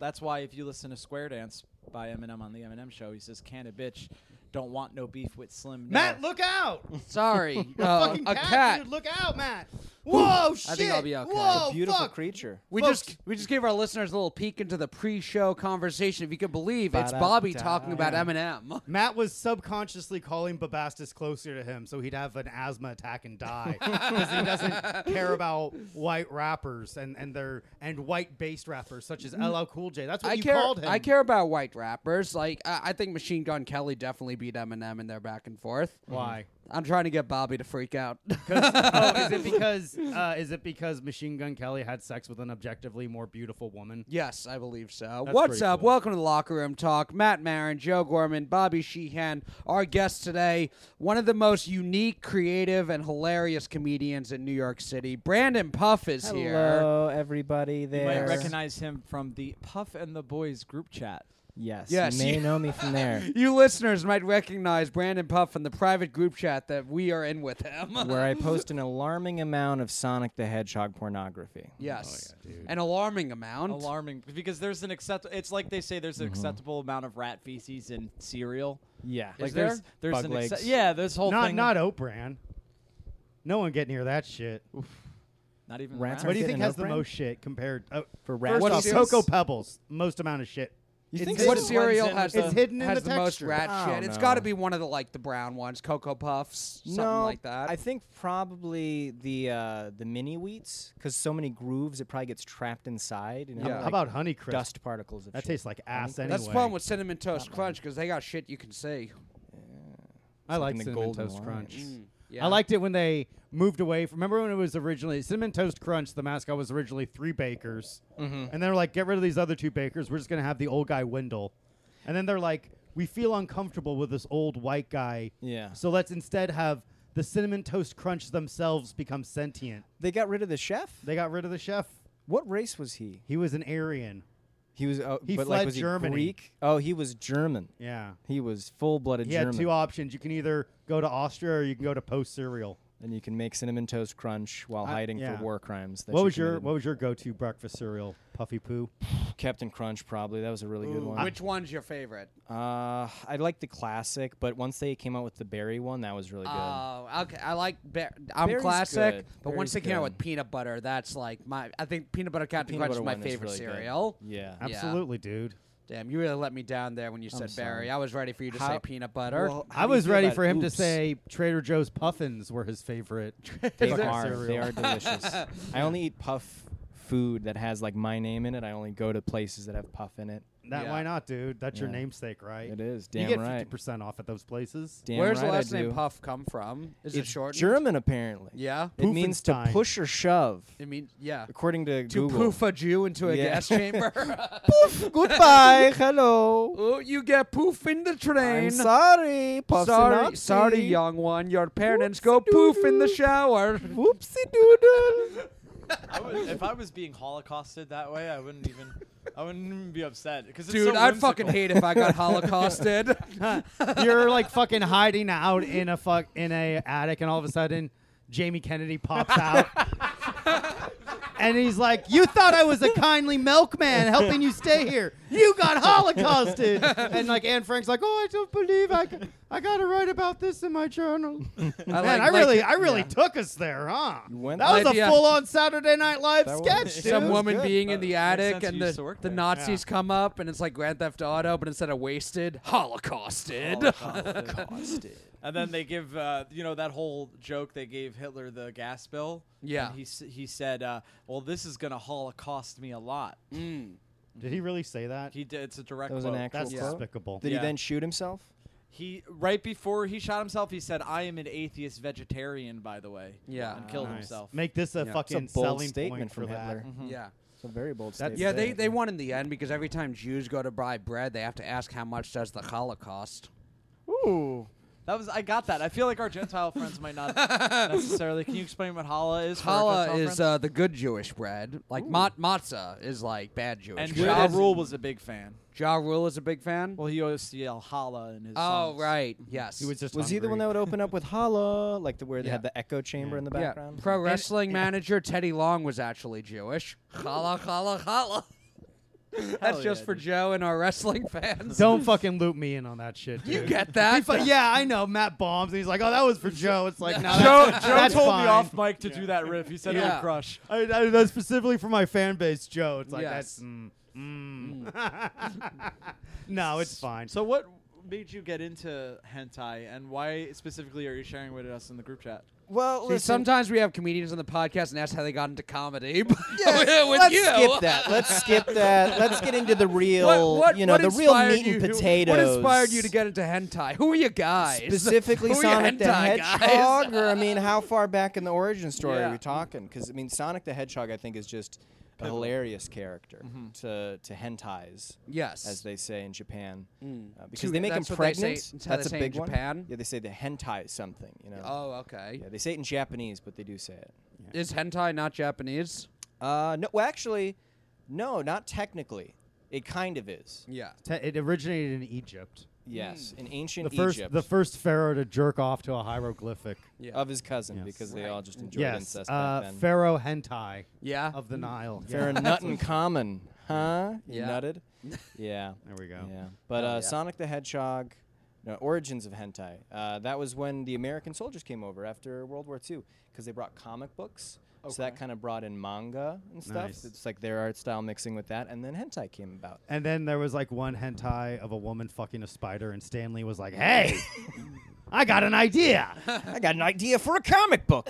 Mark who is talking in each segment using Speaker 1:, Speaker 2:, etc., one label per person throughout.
Speaker 1: That's why if you listen to Square Dance by Eminem on the Eminem Show, he says, "Can a bitch don't want no beef with Slim." Nell."
Speaker 2: Matt, look out!
Speaker 3: Sorry,
Speaker 2: The
Speaker 3: uh,
Speaker 2: fucking
Speaker 3: a
Speaker 2: cat,
Speaker 3: cat.
Speaker 2: dude, look out, Matt! Whoa, shit!
Speaker 3: I think I'll be okay.
Speaker 2: Whoa,
Speaker 4: Beautiful
Speaker 2: fuck.
Speaker 4: creature.
Speaker 3: We
Speaker 2: Folks.
Speaker 3: just we just gave our listeners a little peek into the pre-show conversation. If you could believe, it's
Speaker 4: Ba-da-da.
Speaker 3: Bobby talking about
Speaker 2: Yeah.
Speaker 3: Eminem.
Speaker 2: Matt was subconsciously calling Babastis closer to him so he'd have an asthma attack and die because he doesn't care about white rappers and, and their and white based rappers such as LL Cool J. That's what
Speaker 3: Mm. I
Speaker 2: you
Speaker 3: care.
Speaker 2: called him.
Speaker 3: I care about white rappers. Like I, I think Machine Gun Kelly definitely beat Eminem in their back and forth.
Speaker 2: Why?
Speaker 3: I'm trying to get Bobby to freak out.
Speaker 2: oh, is it because uh, is it because Machine Gun Kelly had sex with an objectively more beautiful woman?
Speaker 3: yes, I believe so.
Speaker 2: That's
Speaker 3: What's
Speaker 2: pretty
Speaker 3: up?
Speaker 2: cool.
Speaker 3: Welcome to the locker room talk. Matt Marin, Joe Gorman, Bobby Sheehan, our guest today, one of the most unique, creative, and hilarious comedians in New York City. Brandon Puff is here.
Speaker 4: Hello, everybody
Speaker 1: You might
Speaker 4: there.
Speaker 1: recognize him from the Puff and the Boys group chat.
Speaker 4: yes,
Speaker 3: Yes,
Speaker 4: you may
Speaker 3: you-
Speaker 4: know me from there,
Speaker 3: You listeners might recognize Brandon Puff from the private group chat that we are in with him.
Speaker 4: where I post an alarming amount of Sonic the Hedgehog pornography.
Speaker 3: yes, an alarming amount.
Speaker 1: Alarming because there's an accept. It's like they say there's an acceptable amount of rat feces in cereal.
Speaker 4: Yeah.
Speaker 1: Like
Speaker 3: there?
Speaker 1: there's there's
Speaker 4: Bug
Speaker 1: an
Speaker 4: legs.
Speaker 1: accept- yeah this whole
Speaker 2: Not
Speaker 1: thing
Speaker 2: not Oprah. No one get near that shit.
Speaker 1: not even
Speaker 4: Rats
Speaker 2: What do you
Speaker 4: Is it
Speaker 2: think
Speaker 4: an
Speaker 2: has the
Speaker 4: Oprah?
Speaker 2: most shit compared? Uh,
Speaker 4: for
Speaker 2: first
Speaker 4: rats.
Speaker 3: What
Speaker 2: off,
Speaker 3: is-
Speaker 2: Cocoa Pebbles, most amount of shit.
Speaker 4: you
Speaker 1: think
Speaker 4: think
Speaker 1: This
Speaker 3: what
Speaker 1: is
Speaker 3: cereal
Speaker 1: what's in
Speaker 3: has
Speaker 1: the-
Speaker 3: the,
Speaker 2: It's hidden in
Speaker 3: has
Speaker 2: the
Speaker 3: most
Speaker 2: texture.
Speaker 3: rat
Speaker 4: Oh,
Speaker 3: shit? It's
Speaker 4: no.
Speaker 3: got to be one of the like the brown ones, Cocoa Puffs, something
Speaker 4: no,
Speaker 3: like that.
Speaker 4: I think probably the uh, the mini wheats because so many grooves it probably gets trapped inside. And
Speaker 3: Yeah.
Speaker 2: How
Speaker 4: like
Speaker 2: about Honey Crisp?
Speaker 4: dust particles? Of
Speaker 2: That
Speaker 4: shit.
Speaker 2: tastes like ass anyway.
Speaker 3: That's the problem with cinnamon toast crunch because they got shit you can see.
Speaker 2: I
Speaker 4: like
Speaker 2: like
Speaker 4: in the
Speaker 2: cinnamon
Speaker 4: Golden
Speaker 2: toast
Speaker 4: Lion.
Speaker 2: crunch.
Speaker 3: Mm, yeah.
Speaker 2: I liked it when they moved away. From, remember when it was originally cinnamon toast crunch? The mascot was originally three bakers, and they're like, "Get rid of these other two bakers. We're just gonna have the old guy Wendell." And then they're like, "We feel uncomfortable with this old white guy,
Speaker 4: Yeah.
Speaker 2: so let's instead have the cinnamon toast crunch themselves become sentient."
Speaker 4: They got rid of the chef.
Speaker 2: They got rid of the chef.
Speaker 4: what race was he?
Speaker 2: He was an Aryan.
Speaker 4: He was. Oh,
Speaker 2: He
Speaker 4: but
Speaker 2: fled
Speaker 4: like, was
Speaker 2: Germany.
Speaker 4: He Greek? Oh, he was German.
Speaker 2: Yeah.
Speaker 4: He was full-blooded
Speaker 2: He
Speaker 4: German.
Speaker 2: had two options. You can either go to Austria or you can go to post cereal.
Speaker 4: and you can make cinnamon toast crunch while
Speaker 2: I-
Speaker 4: hiding
Speaker 2: yeah.
Speaker 4: for war crimes. That
Speaker 2: What
Speaker 4: you
Speaker 2: was your
Speaker 4: committed.
Speaker 2: What was your go to breakfast cereal? Puffy poo.
Speaker 4: Captain Crunch? Probably that was a really good one.
Speaker 3: Which one's your favorite?
Speaker 4: uh, I like the classic, but once they came out with the berry one, that was really good.
Speaker 3: Oh, okay. I like. Bear, I'm
Speaker 4: Berry's
Speaker 3: classic,
Speaker 4: good.
Speaker 3: but once they
Speaker 4: Berry's
Speaker 3: came out
Speaker 4: good.
Speaker 3: with peanut butter, that's like my. I think peanut butter Captain
Speaker 4: Peanut
Speaker 3: Crunch is
Speaker 4: butter
Speaker 3: my
Speaker 4: one is
Speaker 3: favorite
Speaker 4: really good.
Speaker 3: cereal.
Speaker 4: Yeah.
Speaker 3: Yeah.
Speaker 2: Absolutely, dude.
Speaker 3: Damn, you really let me down there when you said berry.
Speaker 4: sorry.
Speaker 3: I was ready for you to say
Speaker 4: How-
Speaker 3: peanut butter.
Speaker 4: Well, how
Speaker 2: I
Speaker 4: do you
Speaker 2: was
Speaker 4: feel
Speaker 2: ready
Speaker 4: about
Speaker 2: for him
Speaker 4: Oops?
Speaker 2: to say Trader Joe's puffins were his favorite.
Speaker 4: They
Speaker 2: fucking
Speaker 4: are.
Speaker 2: cereal.
Speaker 4: They are delicious. I only eat puff food that has like my name in it. I only go to places that have puff in it.
Speaker 2: That,
Speaker 3: Yeah.
Speaker 2: Why not, dude? That's your
Speaker 4: Yeah.
Speaker 2: namesake, right?
Speaker 4: It is.
Speaker 2: You
Speaker 4: Damn
Speaker 2: get
Speaker 4: right.
Speaker 2: fifty percent off at those places.
Speaker 4: Damn
Speaker 3: Where's
Speaker 4: right
Speaker 3: the last
Speaker 4: I do.
Speaker 3: name Puff come from? Is it
Speaker 4: It's
Speaker 3: short?
Speaker 4: German apparently.
Speaker 3: Yeah.
Speaker 4: It means to
Speaker 2: Poofenstein.
Speaker 4: push or shove,
Speaker 3: I mean, yeah.
Speaker 4: according to,
Speaker 3: To
Speaker 4: Google.
Speaker 3: poof a Jew into a
Speaker 4: Yeah.
Speaker 3: gas chamber.
Speaker 4: Goodbye. Hello.
Speaker 3: oh, you get poof in the train.
Speaker 4: I'm sorry. Puffs
Speaker 3: sorry, sorry, young one. Your parents go poof in the shower.
Speaker 4: Whoopsie doodle.
Speaker 1: I would, if I was being holocausted that way, I wouldn't even I wouldn't even be upset because
Speaker 3: Dude, I'd fucking hate if I got holocausted.
Speaker 2: You're like fucking hiding out in a fuck in a attic, and all of a sudden, Jamie Kennedy pops out. And he's like, "You thought I was a kindly milkman helping you stay here. You got holocausted." And like Anne Frank's like, "Oh, I don't believe I, g- I got to write about this in my journal."
Speaker 3: I
Speaker 2: Man,
Speaker 3: like-
Speaker 2: I
Speaker 3: like-
Speaker 2: really, I really took us there, huh?
Speaker 4: went
Speaker 2: that was
Speaker 3: there.
Speaker 2: a
Speaker 3: Yeah.
Speaker 2: full-on Saturday Night Live
Speaker 4: That was-
Speaker 2: sketch, dude.
Speaker 3: some
Speaker 4: Sounds
Speaker 3: woman
Speaker 4: good.
Speaker 3: being in the
Speaker 1: Uh, makes
Speaker 3: attic
Speaker 1: sense
Speaker 3: and
Speaker 1: you
Speaker 3: the,
Speaker 1: used to work
Speaker 3: the
Speaker 1: there.
Speaker 3: Nazis come up and it's like Grand Theft Auto, but instead of wasted, holocausted.
Speaker 1: Oh, And then they give uh, you know that whole joke they gave Hitler the gas bill.
Speaker 3: Yeah.
Speaker 1: and he s- he said, uh, "Well, this is gonna holocaust me a lot."
Speaker 3: Mm.
Speaker 2: Did he really say that?
Speaker 1: He did. It's a direct.
Speaker 4: That was an
Speaker 1: quote.
Speaker 4: actual
Speaker 2: That's
Speaker 4: quote.
Speaker 2: despicable.
Speaker 4: Did
Speaker 1: Yeah.
Speaker 4: he then shoot himself?
Speaker 1: He right before he shot himself, he said, "I am an atheist vegetarian." By the way,
Speaker 3: Yeah.
Speaker 1: and killed
Speaker 2: Nice.
Speaker 1: himself.
Speaker 2: Make this a
Speaker 3: Yeah.
Speaker 2: fucking
Speaker 4: It's a bold
Speaker 2: selling
Speaker 4: statement
Speaker 2: point for
Speaker 4: from
Speaker 2: that.
Speaker 4: Hitler.
Speaker 3: yeah.
Speaker 4: It's a very bold
Speaker 2: That's-
Speaker 4: statement.
Speaker 3: Mm-hmm. Hmm. Yeah, they, they won in the end because every time Jews go to buy bread, they have to ask how much does the Holocaust.
Speaker 1: Ooh. That was I got that. I feel like our Gentile friends might not necessarily. Can you explain what challah is? for our
Speaker 3: Challah
Speaker 1: Gentile
Speaker 3: is
Speaker 1: friends?
Speaker 3: uh, the good Jewish bread. Like mat- matzah is like bad Jewish
Speaker 1: and
Speaker 3: bread.
Speaker 1: Ja Rule was a big fan.
Speaker 3: Ja Rule is a big fan.
Speaker 1: Well, he always yelled "Hala" in his.
Speaker 3: oh
Speaker 1: songs.
Speaker 3: right, yes.
Speaker 2: He was just
Speaker 4: Was he the one that would open up with "Holla," like the where they
Speaker 3: Yeah.
Speaker 4: had the echo chamber in the
Speaker 3: yeah.
Speaker 4: background?
Speaker 3: Pro wrestling manager Teddy Long was actually Jewish. Challah, challah, challah. That's
Speaker 1: Hell
Speaker 3: just
Speaker 1: yeah,
Speaker 3: for
Speaker 1: dude.
Speaker 3: Joe and our wrestling fans.
Speaker 2: Don't fucking loop me in on that shit. Dude.
Speaker 3: you get that?
Speaker 2: But yeah, I know Matt bombs, and he's like, "Oh, that was for Joe." It's like, no,
Speaker 1: Joe,
Speaker 2: that's,
Speaker 1: Joe
Speaker 2: that's
Speaker 1: told
Speaker 2: fine.
Speaker 1: me off mic to do that riff. He said it
Speaker 3: Yeah.
Speaker 1: would crush.
Speaker 2: I, I, that's specifically for my fan base, Joe. It's like
Speaker 3: Yes.
Speaker 2: that's. Mm, mm. no, it's fine. So
Speaker 1: So what made you get into hentai, and why specifically are you sharing with us in the group chat?
Speaker 4: Well,
Speaker 3: See,
Speaker 4: listen,
Speaker 3: sometimes we have comedians on the podcast and ask how they got into comedy. but with
Speaker 4: let's
Speaker 3: you.
Speaker 4: skip that. Let's skip that. Let's get into the real,
Speaker 3: What, what,
Speaker 4: you know,
Speaker 3: what
Speaker 4: the real
Speaker 3: inspired
Speaker 4: meat
Speaker 3: you,
Speaker 4: and potatoes.
Speaker 3: What inspired you to get into hentai? Who are you guys?
Speaker 4: specifically
Speaker 3: Who are you
Speaker 4: Sonic the
Speaker 3: hentai guys?
Speaker 4: Hedgehog, or I mean, how far back in the origin story
Speaker 3: Yeah.
Speaker 4: are we talking? Because I mean, Sonic the Hedgehog, I think, is just a hilarious character
Speaker 3: Mm-hmm.
Speaker 4: to to hentais,
Speaker 3: Yes.
Speaker 4: as they say in Japan, uh,
Speaker 3: Mm.
Speaker 4: because
Speaker 3: To-
Speaker 4: they make
Speaker 3: that's
Speaker 4: them
Speaker 3: what they say-
Speaker 4: pregnant.
Speaker 3: that's how they
Speaker 4: that's
Speaker 3: say
Speaker 4: a
Speaker 3: in
Speaker 4: big one.
Speaker 3: Japan?
Speaker 4: Yeah, they say the hentai something. You know.
Speaker 3: oh, okay.
Speaker 4: Yeah, they say it in Japanese, but they do say it.
Speaker 3: Is hentai not Japanese?
Speaker 4: Uh, no, well, actually, no, not technically. It kind of is.
Speaker 3: Yeah.
Speaker 2: te- it originated in Egypt.
Speaker 4: Yes, in ancient
Speaker 2: The first,
Speaker 4: Egypt
Speaker 2: the first pharaoh to jerk off to a hieroglyphic.
Speaker 3: Yeah.
Speaker 4: of his cousin,
Speaker 2: Yes.
Speaker 4: because they all just enjoyed
Speaker 2: yes,
Speaker 4: incest
Speaker 2: uh,
Speaker 4: back then.
Speaker 2: pharaoh hentai
Speaker 3: Yeah.
Speaker 2: of the Nile.
Speaker 4: Fair
Speaker 2: Yeah.
Speaker 4: nut in common, huh? You
Speaker 3: Yeah.
Speaker 4: nutted? Yeah.
Speaker 2: There we go.
Speaker 4: Yeah. But
Speaker 3: Hell
Speaker 4: uh,
Speaker 3: yeah.
Speaker 4: Sonic the Hedgehog, no, origins of hentai. Uh, that was when the American soldiers came over after World War II because they brought comic books. So that
Speaker 1: Okay.
Speaker 4: kind of brought in manga and stuff.
Speaker 2: Nice.
Speaker 4: It's like their art style mixing with that, and then hentai came about.
Speaker 2: And then there was like one hentai of a woman fucking a spider, and Stanley was like, "Hey, I got an idea."
Speaker 4: I got an idea for a comic book.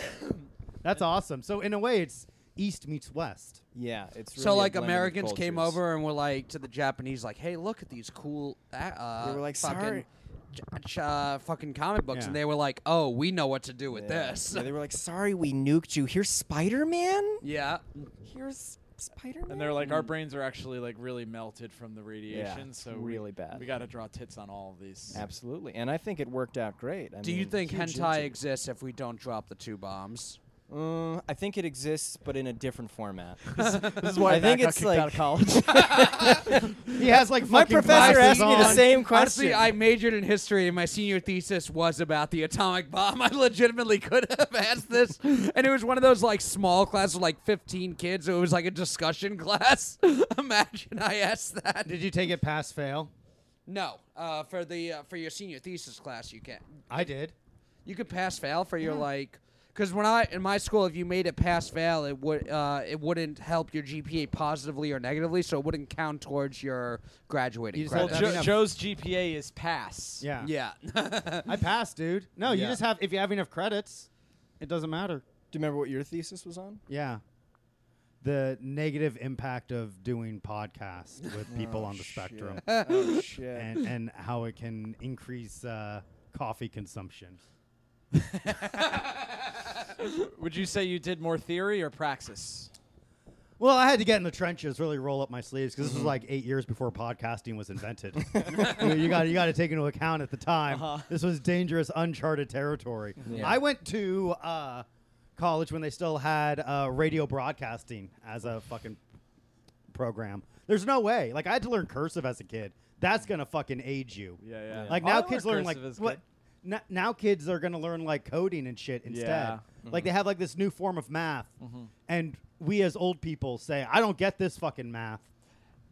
Speaker 2: That's awesome. So in a way, it's East meets West.
Speaker 4: yeah, it's really
Speaker 3: So
Speaker 4: a
Speaker 3: like
Speaker 4: blend of
Speaker 3: Americans came
Speaker 4: cultures.
Speaker 3: over and were like to the Japanese, like, "Hey, look at these cool." uh, Uh,
Speaker 4: They were like,
Speaker 3: fucking,
Speaker 4: "Sorry."
Speaker 3: j- j- uh, fucking comic books,
Speaker 2: Yeah.
Speaker 3: and they were like, "Oh, we know what to do with
Speaker 4: Yeah.
Speaker 3: this."
Speaker 4: Yeah, they were like, "Sorry, we nuked you. Here's Spider Man.
Speaker 3: yeah.
Speaker 4: Here's Spider Man."
Speaker 1: And they're like, our
Speaker 2: Mm.
Speaker 1: brains are actually like really melted from the radiation,
Speaker 4: it's
Speaker 1: so
Speaker 4: really
Speaker 1: we,
Speaker 4: bad.
Speaker 1: We got to draw tits on all of these.
Speaker 4: Absolutely, and I think it worked out great. I
Speaker 3: Do you
Speaker 4: mean,
Speaker 3: think
Speaker 4: huge
Speaker 3: hentai
Speaker 4: influence.
Speaker 3: exists if we don't drop the two bombs?
Speaker 4: Mm, I think it exists, but in a different format.
Speaker 1: This is why
Speaker 4: I
Speaker 1: Matt
Speaker 4: think
Speaker 1: got
Speaker 4: it's
Speaker 1: kicked
Speaker 4: like-
Speaker 1: out of college.
Speaker 2: He has like
Speaker 4: My
Speaker 2: fucking
Speaker 4: professor asked
Speaker 2: glasses
Speaker 4: me the
Speaker 2: on.
Speaker 4: same
Speaker 3: Honestly,
Speaker 4: question.
Speaker 3: I majored in history, and my senior thesis was about the atomic bomb. I legitimately could have asked this, and it was one of those like small classes with like 15 kids. So it was like a discussion class. Imagine I asked that.
Speaker 2: Did you take it pass fail?
Speaker 3: No, uh, for the uh, for your senior thesis class, you can
Speaker 2: I did.
Speaker 3: you could pass fail for
Speaker 4: Hmm.
Speaker 3: your like because when I in my school, if you made it pass fail, it would uh, it wouldn't help your GPA positively or negatively, so it wouldn't count towards your graduating
Speaker 2: You just
Speaker 1: well,
Speaker 2: had
Speaker 3: credit.
Speaker 2: to-
Speaker 1: jo- Joe's GPA is pass.
Speaker 2: Yeah.
Speaker 3: yeah,
Speaker 2: I passed, dude. No, you
Speaker 4: Yeah.
Speaker 2: just have if you have enough credits, it doesn't matter.
Speaker 4: Do you remember what your thesis was on?
Speaker 2: Yeah. The negative impact of doing podcasts with people on the spectrum
Speaker 4: Oh shit!
Speaker 2: and, and how it can increase uh, coffee consumption.
Speaker 1: Would you say you did more theory or praxis?
Speaker 2: Well, I had to get in the trenches, really roll up my sleeves because this was like eight years before podcasting was invented. you got you got to take into account at the time this was dangerous, uncharted territory.
Speaker 3: Yeah.
Speaker 2: I went to uh, college when they still had uh, radio broadcasting as a fucking program. There's no way. Like I had to learn cursive as a kid. That's gonna fucking age you.
Speaker 1: Yeah, yeah.
Speaker 2: Like
Speaker 1: Oh, I
Speaker 2: now
Speaker 1: learned
Speaker 2: kids learn like
Speaker 1: cursive as a
Speaker 2: what.
Speaker 1: kid.
Speaker 2: n- Now kids are gonna learn like coding and shit instead.
Speaker 1: Yeah. Mm-hmm.
Speaker 2: Like they have like this new form of math, and we as old people say, "I don't get this fucking math."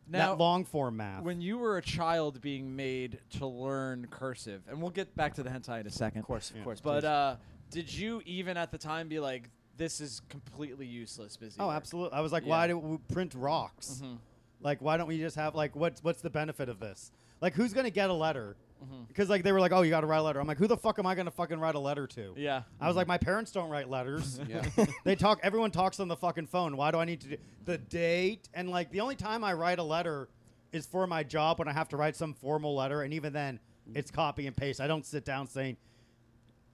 Speaker 1: Now,
Speaker 2: that long form math.
Speaker 1: when you were a child being made to learn cursive, and we'll get back to the hentai in a second.
Speaker 4: of course, of course.
Speaker 1: But
Speaker 4: please.
Speaker 1: uh, did you even at the time be like, this is completely useless, busy?
Speaker 2: oh,
Speaker 1: work?
Speaker 2: absolutely. I was like,
Speaker 1: Yeah. Mm-hmm.
Speaker 2: "Why do we print rocks? Like, why don't we just have like what's what's the benefit of this? Like, who's gonna get a letter?"
Speaker 1: Mm-hmm.
Speaker 2: Because like they were like, "Oh, you got to write a letter." I'm like, "Who the fuck am I gonna fucking write a letter to?"
Speaker 1: Yeah.
Speaker 2: I was like, my parents don't write letters.
Speaker 3: Yeah.
Speaker 2: they talk. Everyone talks on the fucking phone. Why do I need to do the date? And like, the only time I write a letter is for my job when I have to write some formal letter, and even then, it's copy and paste. I don't sit down saying.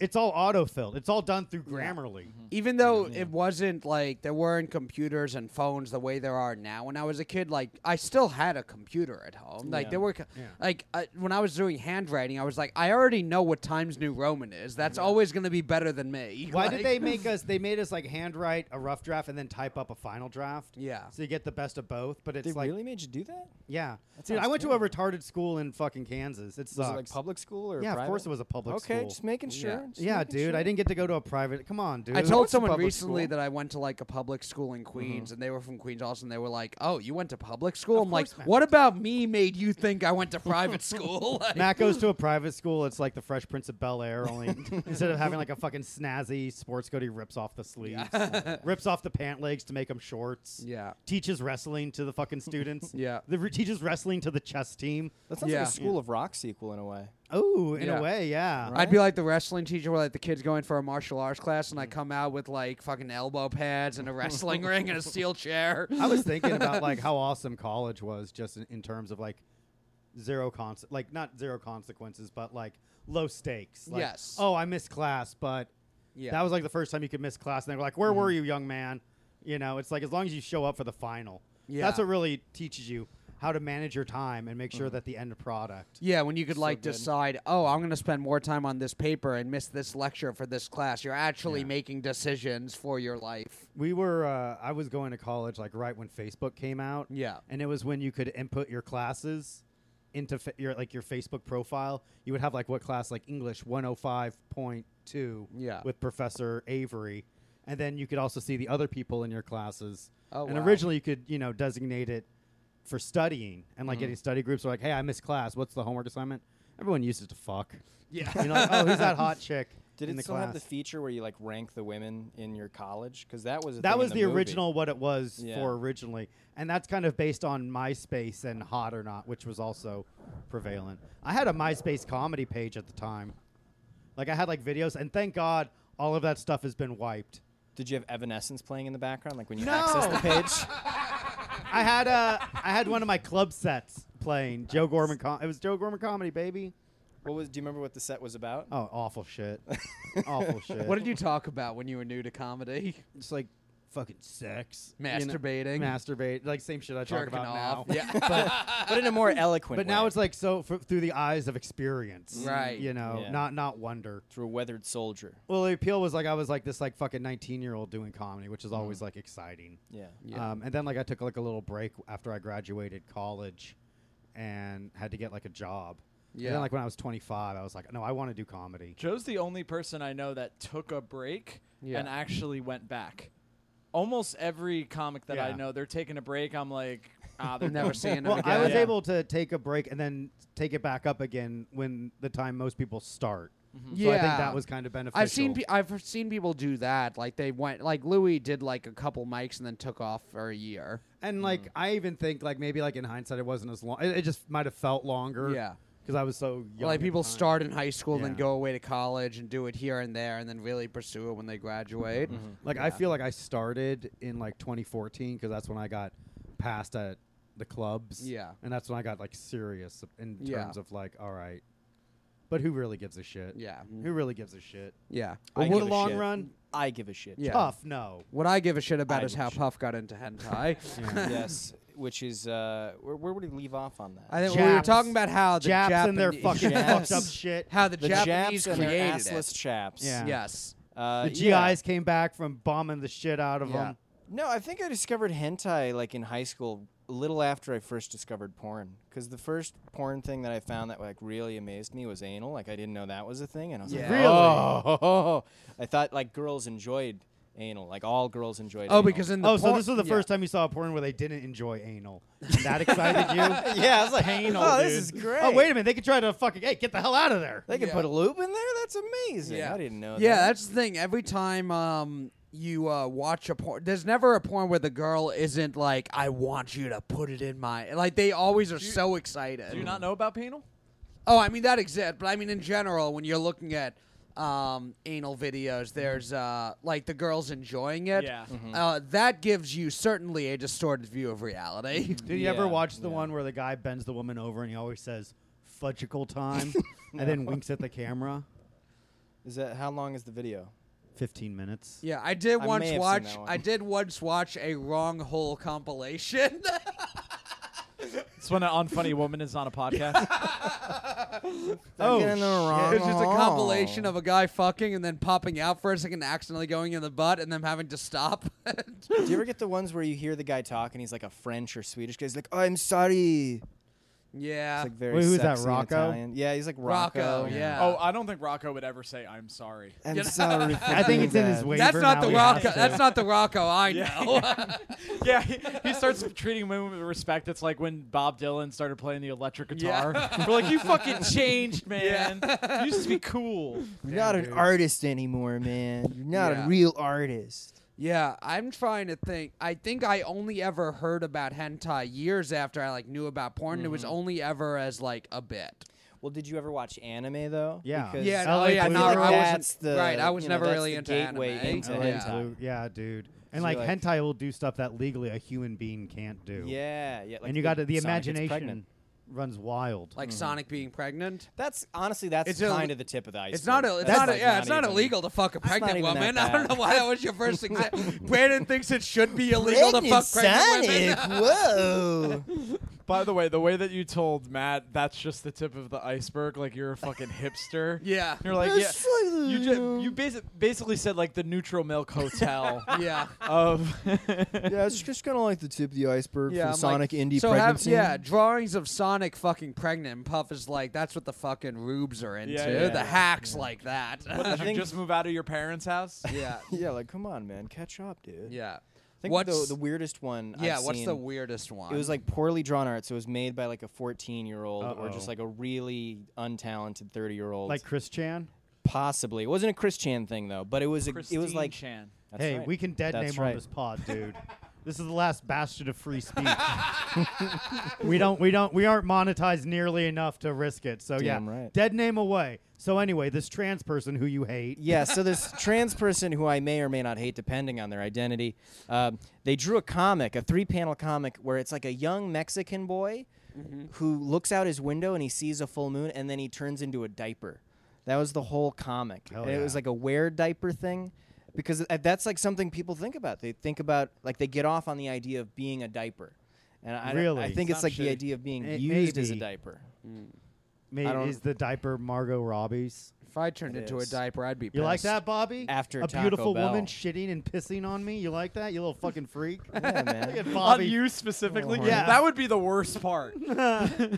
Speaker 2: It's all autofilled. It's all done through Grammarly.
Speaker 3: even though
Speaker 2: Mm-hmm.
Speaker 3: it wasn't like there weren't computers and phones the way there are now when i was a kid like i still had a computer at home like
Speaker 4: Yeah.
Speaker 3: there were co- like I, when i was doing handwriting i was like i already know what times new roman is that's always going to be better than me
Speaker 2: Why
Speaker 3: Like-
Speaker 2: did they make us? They made us like handwrite a rough draft and then type up a final draft.
Speaker 3: Yeah.
Speaker 2: So you get the best of both. But it's
Speaker 4: they
Speaker 2: like,
Speaker 4: really made you do that?
Speaker 2: yeah,
Speaker 4: That
Speaker 2: dude, I
Speaker 4: sounds
Speaker 2: went to a retarded school in fucking Kansas. It sucks.
Speaker 4: Was it like public school or
Speaker 2: yeah, of course
Speaker 4: private?
Speaker 2: it was a public
Speaker 4: okay,
Speaker 2: school.
Speaker 4: just making sure. parents?
Speaker 2: yeah,
Speaker 4: Like,
Speaker 2: dude. I
Speaker 4: sure.
Speaker 2: didn't get to go to a private. Come on, dude.
Speaker 3: I
Speaker 2: I
Speaker 3: told
Speaker 2: went to
Speaker 3: someone
Speaker 2: public
Speaker 3: recently
Speaker 2: school. Mm-hmm.
Speaker 3: that I went to like a public school in Queens, and they were from Queens also, and they were like, "Oh, you went to public school?" I'm like,
Speaker 2: course, Matt.
Speaker 3: "What about me made you think I went to private school?" Like-
Speaker 2: Matt goes to a private school. It's like the Fresh Prince of Bel Air, only instead of having like a fucking snazzy sports coat, he rips off the sleeves, rips off the pant legs to make them shorts.
Speaker 3: Yeah.
Speaker 2: Teaches wrestling to the fucking students.
Speaker 3: Yeah.
Speaker 2: The re- teaches wrestling to the chess team.
Speaker 4: That sounds
Speaker 3: Yeah.
Speaker 4: like a School of Rock sequel in a way.
Speaker 2: Oh, in
Speaker 3: Yeah.
Speaker 2: a way, yeah.
Speaker 3: I'd be like the wrestling teacher where like the kid's going for a martial arts class, and I come out with like fucking elbow pads and a wrestling ring and a steel chair.
Speaker 2: I was thinking about like how awesome college was just in, in terms of like zero cons like not zero consequences, but like low stakes. Like,
Speaker 3: Yes.
Speaker 2: Oh, I missed class, but
Speaker 3: Yeah. Mm-hmm.
Speaker 2: that was like the first time you could miss class, and they were like, "Where were you, young man?" You know, it's like as long as you show up for the final. That's
Speaker 3: Yeah.
Speaker 2: what really teaches you how to manage your time and make sure
Speaker 3: Mm-hmm.
Speaker 2: that the end product.
Speaker 3: Yeah, when you could like
Speaker 4: good.
Speaker 3: decide, oh, I'm going to spend more time on this paper and miss this lecture for this class. You're actually making decisions for your life.
Speaker 2: We were. Uh, I was going to college like right when Facebook came out.
Speaker 3: Yeah.
Speaker 2: and it was when you could input your classes into fa- your like your Facebook profile. You would have like what class like English 105.2.
Speaker 3: Yeah.
Speaker 2: with Professor Avery, and then you could also see the other people in your classes.
Speaker 3: Oh,
Speaker 2: and
Speaker 3: wow.
Speaker 2: originally you could you know designate it for studying and like getting study groups. Were like, hey, I missed class. What's the homework assignment? Everyone used it to fuck.
Speaker 3: Yeah.
Speaker 2: you know, like, oh, who's that hot chick?
Speaker 4: Did
Speaker 2: in
Speaker 4: it
Speaker 2: the
Speaker 4: still
Speaker 2: class?
Speaker 4: have the feature where you like rank the women in your college? Because that was a
Speaker 2: that
Speaker 4: thing in
Speaker 2: was the,
Speaker 4: movie.
Speaker 2: original what it was
Speaker 4: Yeah.
Speaker 2: for originally and that's kind of based on myspace and hot or not which was also prevalent i had a myspace comedy page at the time like i had like videos and thank god all of that stuff has been wiped
Speaker 4: Did you have Evanescence playing in the background, like when you
Speaker 2: No.
Speaker 4: access the page?
Speaker 2: i had uh i had one of my club sets playing joe gorman com- it was joe gorman comedy baby
Speaker 4: What was? Do you remember what the set was about?
Speaker 2: oh awful shit awful shit
Speaker 3: What did you talk about when you were new to comedy?
Speaker 2: it's like fucking sex you know?
Speaker 3: Masturbating.
Speaker 2: masturbate like same shit i talk
Speaker 3: Jerking
Speaker 2: about
Speaker 3: off.
Speaker 2: now
Speaker 3: Yeah.
Speaker 4: but in a more eloquent.
Speaker 2: But now
Speaker 4: way.
Speaker 2: it's like so f- through the eyes of experience,
Speaker 3: Right.
Speaker 2: You know,
Speaker 4: Yeah.
Speaker 2: not not wonder.
Speaker 4: through a weathered soldier.
Speaker 2: Well, the appeal was like I was like this like fucking nineteen year old doing comedy, which is always like exciting.
Speaker 4: Yeah.
Speaker 3: Mm-hmm. Yeah.
Speaker 2: Um, and then like I took like a little break after I graduated college, and had to get like a job. And
Speaker 3: Yeah.
Speaker 2: then like when I was twenty five, I was like, no, I want to do comedy.
Speaker 1: Joe's the only person I know that took a break
Speaker 3: Yeah.
Speaker 1: and actually went back. Almost every comic that I
Speaker 2: Yeah.
Speaker 1: know, they're taking a break. I'm like, ah, they're
Speaker 3: Never
Speaker 1: done.
Speaker 3: seeing him
Speaker 2: Well,
Speaker 3: again.
Speaker 2: I was
Speaker 1: Yeah.
Speaker 2: able to take a break and then take it back up again when the time most people start.
Speaker 3: Mm-hmm.
Speaker 2: So I think
Speaker 3: Yeah.
Speaker 2: that was kind of beneficial.
Speaker 3: I've seen pe- I've seen people do that. Like they went like Louis did like a couple mics and then took off for a year.
Speaker 2: And like I even think like maybe like in hindsight it wasn't as long. It, it just might have felt longer.
Speaker 3: Yeah.
Speaker 2: Because I was so young. at
Speaker 3: like
Speaker 2: the
Speaker 3: people
Speaker 2: time.
Speaker 3: start in high school and then
Speaker 2: Yeah.
Speaker 3: go away to college and do it here and there and then really pursue it when they graduate.
Speaker 1: Mm-hmm.
Speaker 2: Like I feel like I started in like 2014 because that's when I got passed at the clubs.
Speaker 3: Yeah.
Speaker 2: And that's when I got like serious in terms
Speaker 3: Yeah.
Speaker 2: of like all right, but who really gives a shit?
Speaker 3: Yeah.
Speaker 2: Who really gives a shit?
Speaker 3: Yeah.
Speaker 4: I
Speaker 2: In
Speaker 4: give
Speaker 2: the
Speaker 4: a
Speaker 2: long
Speaker 4: shit.
Speaker 2: run,
Speaker 4: I give a shit.
Speaker 3: Yeah.
Speaker 2: tough. No.
Speaker 3: What I give a shit about
Speaker 4: I
Speaker 3: is
Speaker 4: give a
Speaker 3: how
Speaker 4: shit.
Speaker 3: Puff got into hentai.
Speaker 4: yes. Which is uh, where, where would he leave off on that?
Speaker 3: I think we were
Speaker 2: Japs.
Speaker 3: talking about how the
Speaker 2: Japs and their
Speaker 3: Japanese-
Speaker 2: fucking
Speaker 4: Japs.
Speaker 2: fucked up shit.
Speaker 3: how the,
Speaker 4: the
Speaker 3: Japanese
Speaker 4: Japs and their
Speaker 3: created
Speaker 4: assless
Speaker 3: it.
Speaker 4: chaps.
Speaker 2: Yeah.
Speaker 3: Yes.
Speaker 4: Uh,
Speaker 2: The GIs
Speaker 4: yeah.
Speaker 2: came back from bombing the shit out of
Speaker 3: Yeah.
Speaker 2: them.
Speaker 4: No, I think I discovered hentai like in high school, a little after I first discovered porn. Because the first porn thing that I found that like really amazed me was anal. Like I didn't know that was a thing, and I was like,
Speaker 2: Really?
Speaker 4: oh, I thought like girls enjoyed anal, like all girls enjoyed.
Speaker 3: Oh,
Speaker 4: anal.
Speaker 3: because in the
Speaker 2: oh, so
Speaker 3: por-
Speaker 2: this was the
Speaker 4: yeah.
Speaker 2: first time you saw a porn where they didn't enjoy anal. And that excited you?
Speaker 4: yeah, I was like,
Speaker 2: Anal,
Speaker 4: oh, this
Speaker 2: dude.
Speaker 4: is great.
Speaker 2: Oh, wait a minute. They could try to fucking, hey, get the hell out of there.
Speaker 4: They could
Speaker 3: Yeah.
Speaker 4: put a loop in there. That's amazing.
Speaker 3: Yeah.
Speaker 4: I didn't know.
Speaker 3: Yeah,
Speaker 4: that.
Speaker 3: that's the thing. Every time um, you uh, watch a porn, there's never a porn where the girl isn't like, "I want you to put it in my." Like they always are so excited.
Speaker 1: Do you not know about penal?
Speaker 3: Oh, I mean that exists, but I mean in general, when you're looking at um, anal videos, there's uh, like the girls enjoying it.
Speaker 1: Yeah.
Speaker 4: Mm-hmm.
Speaker 3: Uh, that gives you certainly a distorted view of reality.
Speaker 1: Mm-hmm.
Speaker 2: Did you ever
Speaker 4: Yeah,
Speaker 2: watch the
Speaker 4: yeah.
Speaker 2: one where the guy bends the woman over and he always says, fudgicle time, and then winks at the camera?
Speaker 4: Is that how long is the video?
Speaker 2: 15 minutes.
Speaker 3: yeah, I did
Speaker 4: I
Speaker 3: once
Speaker 4: may have seen
Speaker 3: watch.
Speaker 4: that one.
Speaker 3: I did once watch a wrong hole compilation.
Speaker 1: It's when an unfunny woman is on a podcast.
Speaker 2: Oh,
Speaker 4: Get in the
Speaker 2: shit.
Speaker 4: wrong
Speaker 3: It's just a
Speaker 4: hole.
Speaker 3: compilation of a guy fucking and then popping out for a second, accidentally going in the butt, and then having to stop.
Speaker 4: Do you ever get the ones where you hear the guy talk and he's like a French or Swedish guy? He's like, I'm sorry.
Speaker 3: Yeah.
Speaker 4: It's like very
Speaker 2: Wait, who's that,
Speaker 4: sexy
Speaker 2: Rocco?
Speaker 4: Italian. Yeah, he's like Rocco.
Speaker 3: Rocco, yeah.
Speaker 1: Uh,
Speaker 5: Oh, I don't think Rocco would ever say I'm sorry.
Speaker 4: I'm
Speaker 3: You know?
Speaker 4: sorry. for
Speaker 2: I think
Speaker 4: doing
Speaker 2: it's in his
Speaker 4: that.
Speaker 2: waiver.
Speaker 3: that's not
Speaker 2: now.
Speaker 3: the
Speaker 2: He has
Speaker 3: Rocco.
Speaker 2: to.
Speaker 3: That's not the Rocco I
Speaker 1: Yeah.
Speaker 3: know.
Speaker 1: yeah, he, he starts treating women with respect. It's like when Bob Dylan started playing the electric guitar. We're like, you fucking changed, man. You used to be cool.
Speaker 4: You're not an artist anymore, man. You're not
Speaker 3: Yeah.
Speaker 4: a real artist.
Speaker 3: Yeah, I'm trying to think. I think I only ever heard about hentai years after I like knew about porn. and It
Speaker 4: Mm-hmm.
Speaker 3: was only ever as like a bit.
Speaker 4: Well, did you ever watch anime though?
Speaker 2: Yeah.
Speaker 4: Because
Speaker 3: Yeah,
Speaker 2: oh, yeah,
Speaker 4: I feel
Speaker 2: not-
Speaker 4: like
Speaker 2: I wasn't-
Speaker 4: that's the
Speaker 3: right, I was
Speaker 4: you know,
Speaker 3: never
Speaker 4: that's
Speaker 3: really
Speaker 4: the
Speaker 3: into
Speaker 4: gateway
Speaker 3: anime.
Speaker 4: into
Speaker 2: Oh,
Speaker 3: Yeah.
Speaker 2: it's
Speaker 4: hentai.
Speaker 2: blue- yeah, dude. And
Speaker 4: So
Speaker 2: like,
Speaker 4: you're like-
Speaker 2: hentai will do stuff that legally a human being can't do.
Speaker 4: Yeah, yeah. Like
Speaker 2: and you got to the
Speaker 4: Sonic gets
Speaker 2: imagination
Speaker 4: pregnant.
Speaker 2: runs wild.
Speaker 4: Mm-hmm.
Speaker 3: Like Sonic being pregnant.
Speaker 4: That's honestly that's
Speaker 3: It's
Speaker 4: kind
Speaker 3: ill-
Speaker 4: of the tip of the iceberg.
Speaker 3: It's not. A, it's
Speaker 4: That's
Speaker 3: not. a,
Speaker 4: like
Speaker 3: yeah, it's not
Speaker 4: even-
Speaker 3: illegal to fuck a
Speaker 4: not
Speaker 3: pregnant
Speaker 4: even that
Speaker 3: woman. I don't
Speaker 4: bad.
Speaker 3: know why that was your first thing. Brandon thinks it should be illegal to fuck pregnant women.
Speaker 4: Whoa.
Speaker 1: By the way, the way that you told Matt, that's just the tip of the iceberg. Like you're a fucking hipster.
Speaker 3: Yeah.
Speaker 1: You're like, yeah.
Speaker 4: That's
Speaker 1: You
Speaker 4: like-
Speaker 1: ju- you basi- basically said like the neutral milk hotel
Speaker 3: Yeah.
Speaker 1: of
Speaker 4: yeah, it's just kind of like the tip of the iceberg
Speaker 3: Yeah,
Speaker 4: for
Speaker 3: I'm
Speaker 4: Sonic
Speaker 3: like,
Speaker 4: indie
Speaker 3: so
Speaker 4: pregnancy.
Speaker 3: Have, yeah, drawings of Sonic fucking pregnant. And Puff is like, that's what the fucking rubes are into.
Speaker 1: Yeah, yeah,
Speaker 3: the
Speaker 4: yeah.
Speaker 3: hacks like that.
Speaker 1: Did you
Speaker 4: think-
Speaker 1: just move out of your parents' house?
Speaker 3: yeah.
Speaker 4: yeah, like come on, man, catch up, dude.
Speaker 3: Yeah.
Speaker 4: I think
Speaker 3: What's-
Speaker 4: the, the weirdest one?
Speaker 3: Yeah.
Speaker 4: I've
Speaker 3: what's
Speaker 4: seen,
Speaker 3: the weirdest one?
Speaker 4: It was like poorly drawn art, so it was made by like a 14 year old or
Speaker 2: Uh-oh.
Speaker 4: just like a really untalented 30 year old.
Speaker 2: Like Chris Chan.
Speaker 4: possibly, it wasn't a Chris Chan thing though, but it was a, it was
Speaker 1: Christine
Speaker 4: like
Speaker 1: Chan.
Speaker 4: That's
Speaker 2: Hey,
Speaker 4: right.
Speaker 2: we can dead
Speaker 4: That's
Speaker 2: name on
Speaker 4: right.
Speaker 2: this pod, dude. this is the last bastion of free speech. we don't, we don't, we aren't monetized nearly enough to risk it. So
Speaker 4: Damn
Speaker 2: yeah,
Speaker 4: right.
Speaker 2: dead name away. So anyway, this trans person who you hate.
Speaker 4: yeah, so this trans person who I may or may not hate, depending on their identity, um, they drew a comic, a three panel comic, where it's like a young Mexican boy
Speaker 2: Mm-hmm.
Speaker 4: who looks out his window and he sees a full moon and then he turns into a diaper. That was the whole comic.
Speaker 2: Hell
Speaker 4: And It was
Speaker 2: yeah.
Speaker 4: like a wear diaper thing. Because th- that's like something people think about. They think about, like, they get off on the idea of being a diaper. And I, I
Speaker 2: Really?
Speaker 4: think it's
Speaker 1: Sounds
Speaker 4: like
Speaker 1: shitty.
Speaker 4: the idea of being
Speaker 2: It
Speaker 4: used as a
Speaker 2: maybe.
Speaker 4: diaper.
Speaker 2: Maybe
Speaker 4: I don't-
Speaker 2: is the diaper Margot Robbie's.
Speaker 3: if I turned
Speaker 4: It
Speaker 3: into
Speaker 4: is.
Speaker 3: a diaper, I'd be.
Speaker 2: You like
Speaker 3: pissed.
Speaker 2: that, Bobby?
Speaker 4: After
Speaker 2: a
Speaker 4: Taco
Speaker 2: beautiful
Speaker 4: Bell.
Speaker 2: woman shitting and pissing on me. You like that? You little fucking freak.
Speaker 4: Yeah,
Speaker 2: Look
Speaker 4: man.
Speaker 2: at
Speaker 1: On
Speaker 2: Bobby.
Speaker 1: you specifically,
Speaker 2: Yeah.
Speaker 1: That would be the worst part.
Speaker 2: that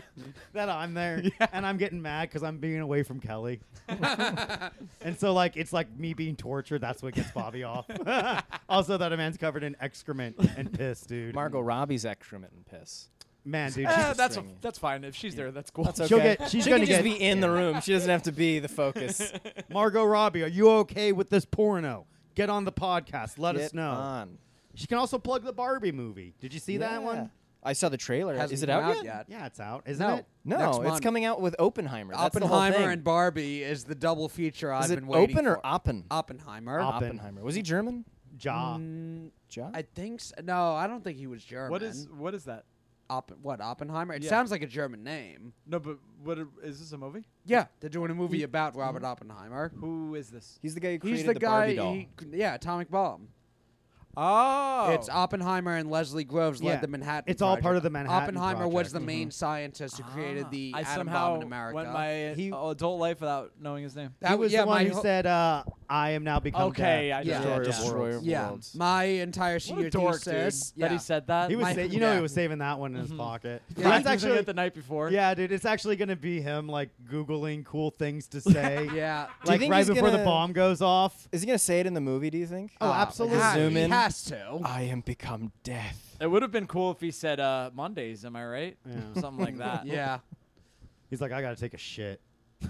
Speaker 2: I'm there, and I'm getting mad because I'm being away from Kelly. and so, like, it's like me being tortured. That's what gets Bobby off. also, that a man's covered in excrement and piss, dude.
Speaker 4: Margot Robbie's excrement and piss.
Speaker 2: man, dude,
Speaker 1: Eh,
Speaker 2: she's,
Speaker 4: a
Speaker 1: that's
Speaker 4: string.
Speaker 1: that's fine. If she's there, that's cool.
Speaker 4: That's
Speaker 2: she'll
Speaker 4: okay.
Speaker 2: get. She's
Speaker 4: She
Speaker 2: gonna
Speaker 4: can
Speaker 2: get
Speaker 4: just be in the room. She doesn't have to be the focus.
Speaker 2: Margot Robbie. Are you okay with this porno? Get on the podcast. Let us
Speaker 4: Get
Speaker 2: know.
Speaker 4: on.
Speaker 2: She can also plug the Barbie movie. Did you see that one?
Speaker 4: I saw the trailer.
Speaker 3: Hasn't
Speaker 4: Is it
Speaker 3: come
Speaker 4: out, yet?
Speaker 2: Yeah, it's out, isn't
Speaker 3: No.
Speaker 2: it?
Speaker 4: No,
Speaker 3: Next
Speaker 4: it's
Speaker 3: month.
Speaker 4: coming out with Oppenheimer. That's the whole
Speaker 3: Oppenheimer
Speaker 4: thing.
Speaker 3: and Barbie is the double feature I've
Speaker 4: Is it
Speaker 3: been waiting
Speaker 4: Open or
Speaker 3: for.
Speaker 4: Oppen?
Speaker 3: Oppenheimer.
Speaker 2: Op-
Speaker 4: Oppenheimer. Was he German?
Speaker 1: Ah.
Speaker 2: Ja.
Speaker 3: Mm,
Speaker 4: John?
Speaker 3: I think so. no. I don't think he was German.
Speaker 1: what is what is that?
Speaker 3: Oppen- what Oppenheimer? It
Speaker 1: Yeah.
Speaker 3: sounds like a German name.
Speaker 1: No, but what are- is this a movie?
Speaker 3: Yeah, they're doing a movie about Robert
Speaker 1: mm-hmm.
Speaker 3: Oppenheimer.
Speaker 1: Who is this?
Speaker 4: He's the guy who created
Speaker 3: He's the, guy.
Speaker 4: Barbie doll.
Speaker 3: he- yeah, Atomic Bomb.
Speaker 1: Oh,
Speaker 3: It's Oppenheimer and Leslie Groves
Speaker 2: Yeah.
Speaker 3: led the Manhattan.
Speaker 2: It's all part
Speaker 3: Project.
Speaker 2: of the Manhattan
Speaker 3: Oppenheimer was
Speaker 2: Project. Mm-hmm.
Speaker 3: the main scientist who created
Speaker 1: Ah.
Speaker 3: the
Speaker 1: I
Speaker 3: atom
Speaker 1: somehow
Speaker 3: bomb in America.
Speaker 1: went my
Speaker 4: He-
Speaker 1: adult life without knowing his name.
Speaker 3: that
Speaker 2: he was
Speaker 3: yeah,
Speaker 2: the one
Speaker 3: my
Speaker 2: who
Speaker 3: whole-
Speaker 2: said, uh, "I am now become
Speaker 1: Okay,
Speaker 2: death,
Speaker 1: I
Speaker 3: Yeah.
Speaker 2: destroyer of
Speaker 4: Destroyer
Speaker 2: worlds."
Speaker 4: of
Speaker 3: Yeah,
Speaker 4: worlds.
Speaker 3: my entire senior
Speaker 1: What a dork, dude,
Speaker 3: thesis.
Speaker 1: that
Speaker 3: yeah.
Speaker 1: he said that.
Speaker 2: He was,
Speaker 3: My-
Speaker 2: sa- you know,
Speaker 3: yeah.
Speaker 2: he was saving that one in his pocket.
Speaker 1: Yeah, he
Speaker 2: That's
Speaker 1: was doing
Speaker 2: actually,
Speaker 1: it the night before.
Speaker 2: yeah, dude. It's actually gonna be him like googling cool things to say,
Speaker 3: Yeah.
Speaker 4: Do you
Speaker 2: like
Speaker 4: think
Speaker 2: right
Speaker 4: he's
Speaker 2: before the
Speaker 4: gonna-
Speaker 2: bomb goes off.
Speaker 4: Is he gonna say it in the movie? Do you think?
Speaker 2: Oh,
Speaker 3: Ah,
Speaker 2: absolutely.
Speaker 3: ha-
Speaker 4: Zoom
Speaker 3: he
Speaker 4: in.
Speaker 3: has to.
Speaker 4: I am become death.
Speaker 1: It would have been cool if he said uh, Mondays. Am I right?
Speaker 2: Yeah.
Speaker 1: Something like that.
Speaker 3: yeah.
Speaker 2: He's like, "I gotta take a shit,"